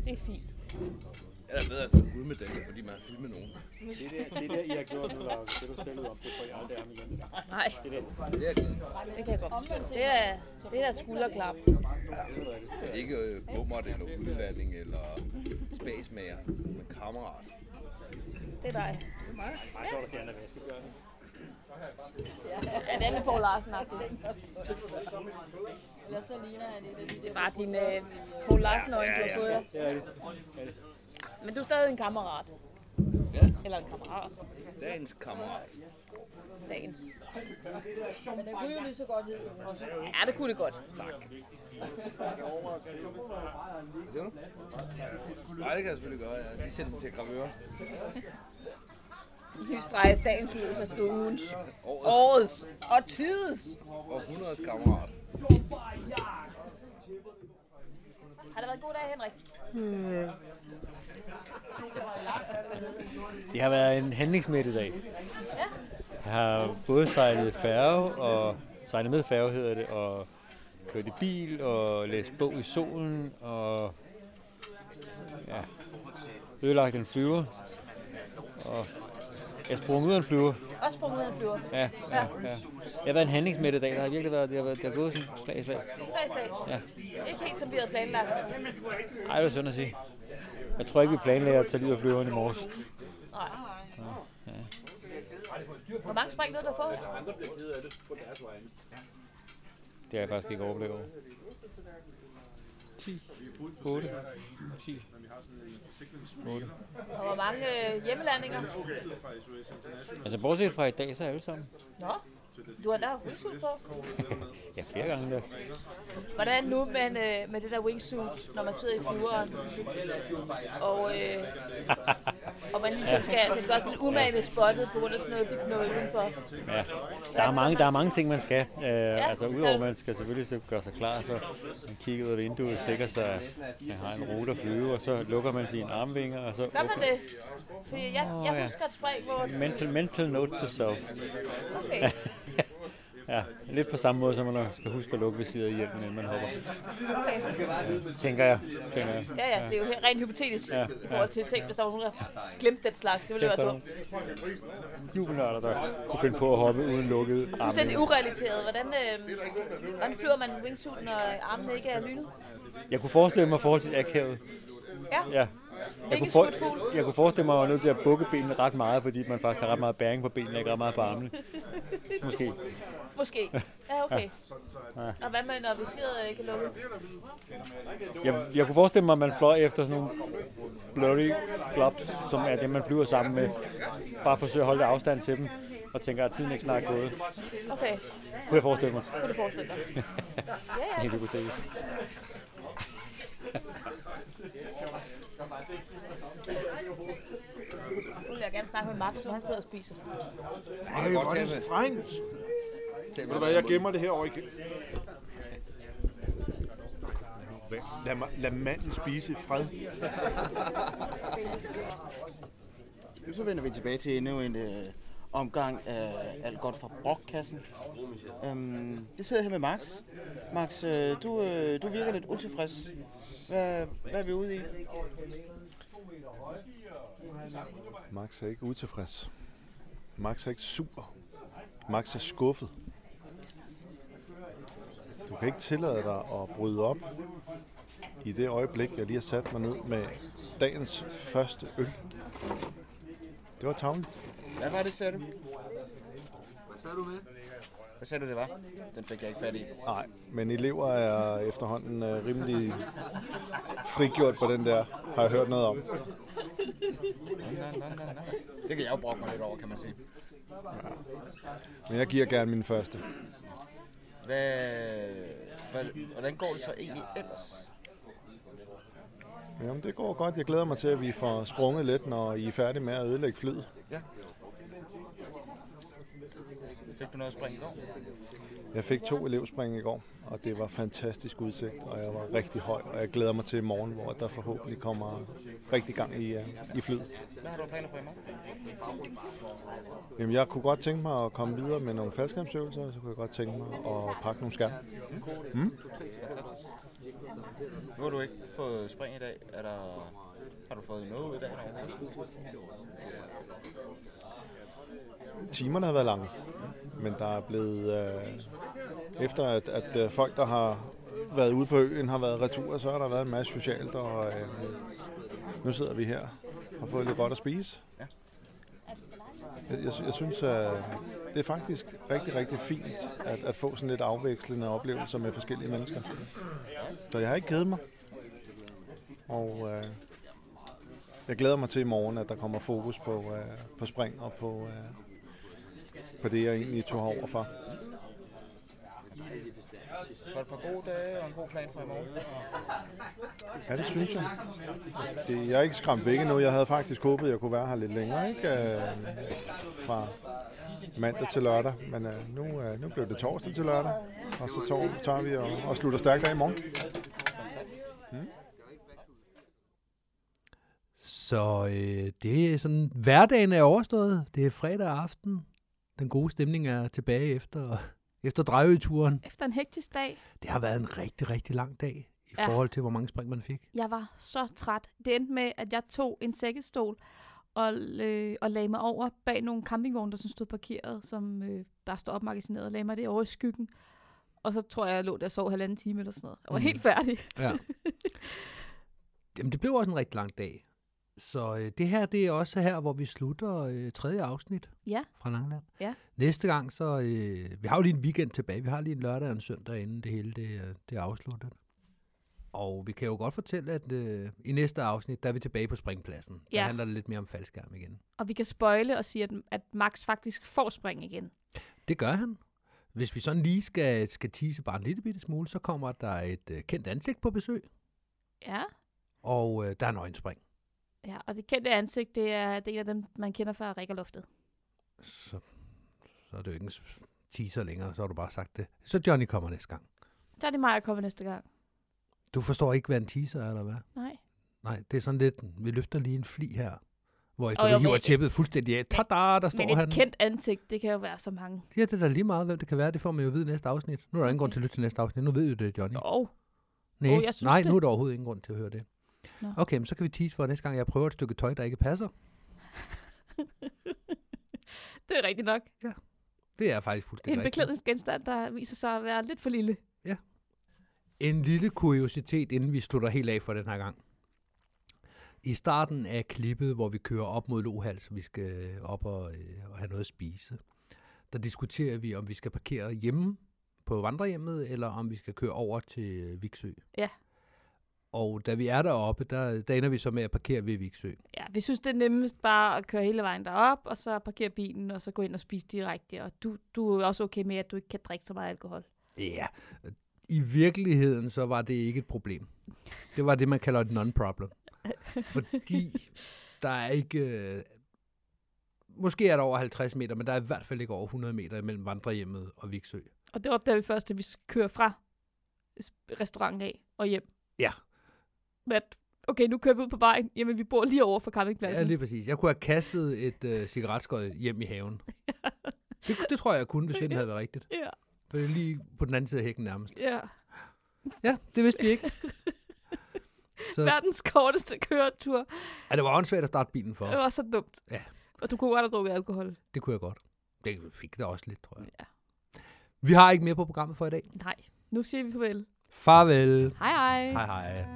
[SPEAKER 5] det er fint.
[SPEAKER 6] Jeg er bedre til guldmedalje, fordi man har filmet nogen.
[SPEAKER 1] Det der, det der, I har gjort nu, Lars, det du selv ud om, det får jeg aldrig ham igen.
[SPEAKER 5] Nej.
[SPEAKER 1] Det der.
[SPEAKER 6] Det er givet.
[SPEAKER 5] Det kan jeg godt forstå. Det er, det er skulderklap.
[SPEAKER 6] Det er ikke øh, bummert eller udvandring eller spasmager, men kammerat.
[SPEAKER 5] Det er dig.
[SPEAKER 1] Meget sjovt at se andre vaskebjørne.
[SPEAKER 5] Ja, den er Poul larsen -agtig.
[SPEAKER 23] Ellers så ligner han et af de der...
[SPEAKER 5] Det er bare din øh, Poul Larsen-øjne, du har fået.
[SPEAKER 1] Det er det. Ja, det.
[SPEAKER 5] Men du er stadig en kammerat. Eller en kammerat.
[SPEAKER 6] Dagens kammerat.
[SPEAKER 5] Dagens.
[SPEAKER 23] Men det kunne jo lige så godt hedde Jonas.
[SPEAKER 5] Ja, det kunne det godt.
[SPEAKER 6] Tak. Hvad siger du? Nej, det kan jeg selvfølgelig gøre. Jeg lige sætte den til gravør.
[SPEAKER 5] Vi streger dagens ud, så skal ugens,
[SPEAKER 6] Årets.
[SPEAKER 5] årets og tidets.
[SPEAKER 6] Århundredes kammerat.
[SPEAKER 5] Har det været en god dag, Henrik?
[SPEAKER 9] Det har været en handlingsmættet dag.
[SPEAKER 5] Ja.
[SPEAKER 9] Jeg har både sejlet færge og sejlet med færge hedder det, og kørt i bil og læst bog i solen og ja, ødelagt en flyver. Og jeg sprang ud af en flyver.
[SPEAKER 5] Også sprunget ud af en flyver.
[SPEAKER 9] Ja, ja, ja. Det har været en handlingsmættet dag. Der har virkelig været, det har, været, det har gået sådan slag i slag.
[SPEAKER 5] Slag, slag.
[SPEAKER 9] Ja.
[SPEAKER 5] Ikke helt, som vi havde planlagt.
[SPEAKER 9] Ej, det er synd at sige. Jeg tror ikke, vi planlagde at tage livet af flyveren i morges.
[SPEAKER 5] Nej.
[SPEAKER 9] Ja, ja.
[SPEAKER 5] Hvor mange spring nåede du at få?
[SPEAKER 24] Andre bliver ked af det på deres vegne.
[SPEAKER 9] Det har jeg faktisk ikke overblik over. 10, 8, 10, 8.
[SPEAKER 5] Og hvor mange øh, hjemmelandinger?
[SPEAKER 9] Altså bortset fra i dag, så er alle sammen.
[SPEAKER 5] Nå,
[SPEAKER 3] Du har lavet wingsuit på.
[SPEAKER 9] Ja, flere gange der.
[SPEAKER 3] Hvordan nu med, en, øh, med det der wingsuit, når man sidder i flyveren? Og, øh, og man lige skal, så skal også lidt umage med spottet på grund af sådan noget bidt noget udenfor.
[SPEAKER 9] Ja, der er mange, der er mange ting, man skal. Øh, altså udover, at man skal selvfølgelig så gøre sig klar, så man kigger ud af vinduet og sikrer sig, at man har en rute at flyve, og så lukker man sine armvinger, og så...
[SPEAKER 3] Gør man det? For jeg,
[SPEAKER 9] Åh,
[SPEAKER 3] jeg
[SPEAKER 9] ja.
[SPEAKER 3] husker et spring, hvor...
[SPEAKER 9] Mental, mental note to self.
[SPEAKER 3] Okay.
[SPEAKER 9] ja, lidt på samme måde, som man nok skal huske at lukke visiret i hjelmen, inden man hopper.
[SPEAKER 3] Okay.
[SPEAKER 9] Tænker jeg. Tænker jeg.
[SPEAKER 3] Ja, ja, det er jo helt- rent hypotetisk ja,
[SPEAKER 9] Ja,
[SPEAKER 3] i forhold til ting, hvis der var nogen, der glemte den slags. Det ville
[SPEAKER 9] Kæft,
[SPEAKER 3] være
[SPEAKER 9] der er
[SPEAKER 3] dumt.
[SPEAKER 9] Jubelnørder, der kunne finde på at hoppe uden lukket armvinger.
[SPEAKER 3] Fuldstændig urelateret. Hvordan, øh, hvordan flyver man wingsuit, når armene ikke er lynet?
[SPEAKER 9] Jeg kunne forestille mig forholdsvis akavet.
[SPEAKER 3] Ja.
[SPEAKER 9] ja. Jeg kunne,
[SPEAKER 3] Hvilken
[SPEAKER 9] for,
[SPEAKER 3] smut fugl?
[SPEAKER 9] jeg kunne forestille mig, at man var nødt til at bukke benene ret meget, fordi man faktisk har ret meget bæring på benene, ikke ret meget på armene. Måske.
[SPEAKER 3] Måske. Ja, okay.
[SPEAKER 9] Ja. Ja.
[SPEAKER 3] Og hvad med, når visiret ikke er lukket?
[SPEAKER 9] Jeg, jeg kunne forestille mig, at man fløj efter sådan nogle blurry globs, som er det, man flyver sammen med. Bare forsøge at holde lidt afstand til dem, og tænker, at tiden ikke snart er gået.
[SPEAKER 3] Okay.
[SPEAKER 9] Kunne jeg forestille mig.
[SPEAKER 3] Kunne du forestille dig? Ja, ja.
[SPEAKER 9] Helt hypotetisk.
[SPEAKER 3] Nu vil jeg gerne snakke med Max, når han sidder og spiser.
[SPEAKER 11] Ej, hvor er det strengt. Ved du hvad, jeg gemmer det her over igen. Lad, mig, lad manden spise i fred.
[SPEAKER 2] Så vender vi tilbage til endnu en øh, omgang af alt godt fra brokkassen. Øhm, jeg sidder her med Max. Max, øh, du, øh, du virker lidt utilfreds. Hvad, hvad er vi ude i?
[SPEAKER 11] Max er ikke utilfreds. Max er ikke sur. Max er skuffet. Du kan ikke tillade dig at bryde op i det øjeblik, jeg lige har sat mig ned med dagens første øl. Det var tavlen.
[SPEAKER 2] Hvad var det, sagde du?
[SPEAKER 25] Hvad sagde du med?
[SPEAKER 2] Hvad sagde du, det var? Den fik jeg ikke fat i.
[SPEAKER 11] Nej, men elever er efterhånden øh, rimelig frigjort på den der, har jeg hørt noget om.
[SPEAKER 2] Nej, nej, nej, nej. Det kan jeg jo brokke mig lidt over, kan man sige.
[SPEAKER 11] Men jeg giver gerne min første.
[SPEAKER 2] Hvad, hvad, hvordan går det så egentlig ellers?
[SPEAKER 11] Jamen, det går godt. Jeg glæder mig til, at vi får sprunget lidt, når I er færdige med at ødelægge flyet.
[SPEAKER 2] Ja. Fik du noget at springe i går?
[SPEAKER 11] Jeg fik to elevspring i går, og det var fantastisk udsigt, og jeg var rigtig høj, og jeg glæder mig til i morgen, hvor der forhåbentlig kommer rigtig gang i, øh, i flyet.
[SPEAKER 2] Hvad har du planer for i morgen?
[SPEAKER 11] Jamen, jeg kunne godt tænke mig at komme videre med nogle faldskærmsøvelser, og så kunne jeg godt tænke mig at pakke nogle skærme. Mm?
[SPEAKER 2] Fantastisk. Nu har du ikke fået spring i dag. Er der, har du fået noget ud i dag?
[SPEAKER 11] timerne har været lange, men der er blevet, øh, efter at, at øh, folk, der har været ude på øen, har været retur, så har der været en masse socialt, og øh, nu sidder vi her og har fået lidt godt at spise. Jeg, jeg, sy- jeg synes, at det er faktisk rigtig, rigtig fint at, at få sådan lidt afvekslende oplevelser med forskellige mennesker. Så jeg har ikke kedet mig. Og øh, jeg glæder mig til i morgen, at der kommer fokus på, øh, på spring og på, øh, på det, jeg egentlig tog over for.
[SPEAKER 2] Var et par gode dage og en god plan for i morgen?
[SPEAKER 11] Ja, det synes jeg. Det, jeg er ikke skræmt væk endnu. Jeg havde faktisk håbet, at jeg kunne være her lidt længere, ikke? Øh, fra mandag til lørdag. Men øh, nu, øh, nu blev det torsdag til lørdag, og så tår- tager vi og, og slutter stærkt af i morgen.
[SPEAKER 4] Så øh, det er sådan, hverdagen er overstået. Det er fredag aften. Den gode stemning er tilbage efter, efter drejøturen.
[SPEAKER 1] Efter en hektisk dag.
[SPEAKER 4] Det har været en rigtig, rigtig lang dag i
[SPEAKER 1] Ja.
[SPEAKER 4] ja. forhold til, hvor mange spring man fik.
[SPEAKER 1] Jeg var så træt. Det endte med, at jeg tog en sækkestol og, øh, og lagde mig over bag nogle campingvogne, der sådan stod parkeret, som øh, bare står opmagasineret og lagde mig det over i skyggen. Og så tror jeg, jeg lå der og sov halvanden time eller sådan noget. Jeg var
[SPEAKER 4] Mm.
[SPEAKER 1] helt færdig.
[SPEAKER 4] Ja. Jamen, det blev også en rigtig lang dag. Så øh, det her, det er også her, hvor vi slutter øh, tredje afsnit
[SPEAKER 1] Ja.
[SPEAKER 4] fra Langland.
[SPEAKER 1] Ja.
[SPEAKER 4] Næste gang, så... Øh, vi har jo lige en weekend tilbage. Vi har lige en lørdag og en søndag, inden det hele det, øh, det er afsluttet. Og vi kan jo godt fortælle, at øh, i næste afsnit, der er vi tilbage på springpladsen. Ja.
[SPEAKER 1] Ja.
[SPEAKER 4] Der handler det lidt mere om faldskærm igen.
[SPEAKER 1] Og vi kan spøjle og sige, at, at Max faktisk får spring igen.
[SPEAKER 4] Det gør han. Hvis vi sådan lige skal, skal tease bare en lille bitte smule, så kommer der et øh, kendt ansigt på besøg,
[SPEAKER 3] Ja.
[SPEAKER 4] og øh, der er en øjenspring.
[SPEAKER 3] ja, og det kendte ansigt, det er, det er en af dem, man kender fra Rik og Luftet.
[SPEAKER 4] Så, så er det jo ikke en s- teaser længere, så har du bare sagt det. Så Johnny kommer næste gang.
[SPEAKER 3] Så er det mig, der kommer næste gang.
[SPEAKER 4] Du forstår ikke, hvad en teaser er, eller hvad?
[SPEAKER 3] Nej.
[SPEAKER 4] Nej, det er sådan lidt, vi løfter lige en fli her, hvor efter
[SPEAKER 3] Og
[SPEAKER 4] du
[SPEAKER 3] jo,
[SPEAKER 4] hiver
[SPEAKER 3] men-
[SPEAKER 4] tæppet fuldstændig af. Tada, der står
[SPEAKER 3] Men et
[SPEAKER 4] han.
[SPEAKER 3] kendt ansigt, det kan jo være så mange.
[SPEAKER 4] Ja, det er da lige meget, hvem det kan være. Det får man jo at vide i næste afsnit. Nu er der ingen grund til at lytte til næste afsnit. Nu ved I det, Johnny.
[SPEAKER 3] Jo.
[SPEAKER 4] Nej,
[SPEAKER 3] Jo, jeg synes
[SPEAKER 4] nej
[SPEAKER 3] det.
[SPEAKER 4] nu er der overhovedet ingen grund til at høre det.
[SPEAKER 3] Nå.
[SPEAKER 4] Okay, men så kan vi tease for at næste gang, jeg prøver et stykke tøj, der ikke passer.
[SPEAKER 3] Det er rigtigt nok.
[SPEAKER 4] Ja. Det er faktisk
[SPEAKER 3] En
[SPEAKER 4] fuldstændig rigtigt.
[SPEAKER 3] beklædningsgenstand, der viser sig at være lidt for lille.
[SPEAKER 4] En lille kuriositet, inden vi slutter helt af for den her gang. I starten af klippet, hvor vi kører op mod Lohals, og vi skal op og, øh, og have noget at spise, der diskuterer vi, om vi skal parkere hjemme på vandrehjemmet, eller om vi skal køre over til øh, Viksø.
[SPEAKER 3] Ja.
[SPEAKER 4] Og da vi er deroppe, der, der ender vi så med at parkere ved Viksø.
[SPEAKER 3] Ja, vi synes, det er nemmest bare at køre hele vejen derop, og så parkere bilen, og så gå ind og spise direkte. Og du, du er jo også okay med, at du ikke kan drikke så meget alkohol.
[SPEAKER 4] Ja, i virkeligheden så var det ikke et problem. Det var det, man kalder et non-problem. Fordi der er ikke... øh, Måske er der over 50 meter, men der er i hvert fald ikke over 100 meter imellem vandrehjemmet og Viksø.
[SPEAKER 3] Og det opdager vi først, at vi kører fra s- restauranten af og hjem.
[SPEAKER 4] Ja.
[SPEAKER 3] At, okay, nu kører vi ud på vejen. Jamen, vi bor lige over for campingpladsen.
[SPEAKER 4] Ja, lige præcis. Jeg kunne have kastet et øh, cigaretskod hjem i haven. Det, det tror jeg, jeg kunne, hvis vinden havde været rigtigt.
[SPEAKER 3] Ja.
[SPEAKER 4] For det er lige på den anden side af hækken nærmest.
[SPEAKER 3] Ja.
[SPEAKER 4] Ja, det vidste vi ikke.
[SPEAKER 3] Så...
[SPEAKER 4] Så-
[SPEAKER 3] Verdens korteste køretur.
[SPEAKER 4] Ja, det var åndssvagt at starte bilen for.
[SPEAKER 3] Det var så dumt.
[SPEAKER 4] Ja.
[SPEAKER 3] Og du kunne godt have drukket alkohol.
[SPEAKER 4] Det kunne jeg godt. Det fik det også lidt, tror jeg. Ja. Vi har ikke mere på programmet for i dag.
[SPEAKER 3] Nej, nu siger vi farvel.
[SPEAKER 4] Farvel.
[SPEAKER 3] Hej hej.
[SPEAKER 4] Hej hej.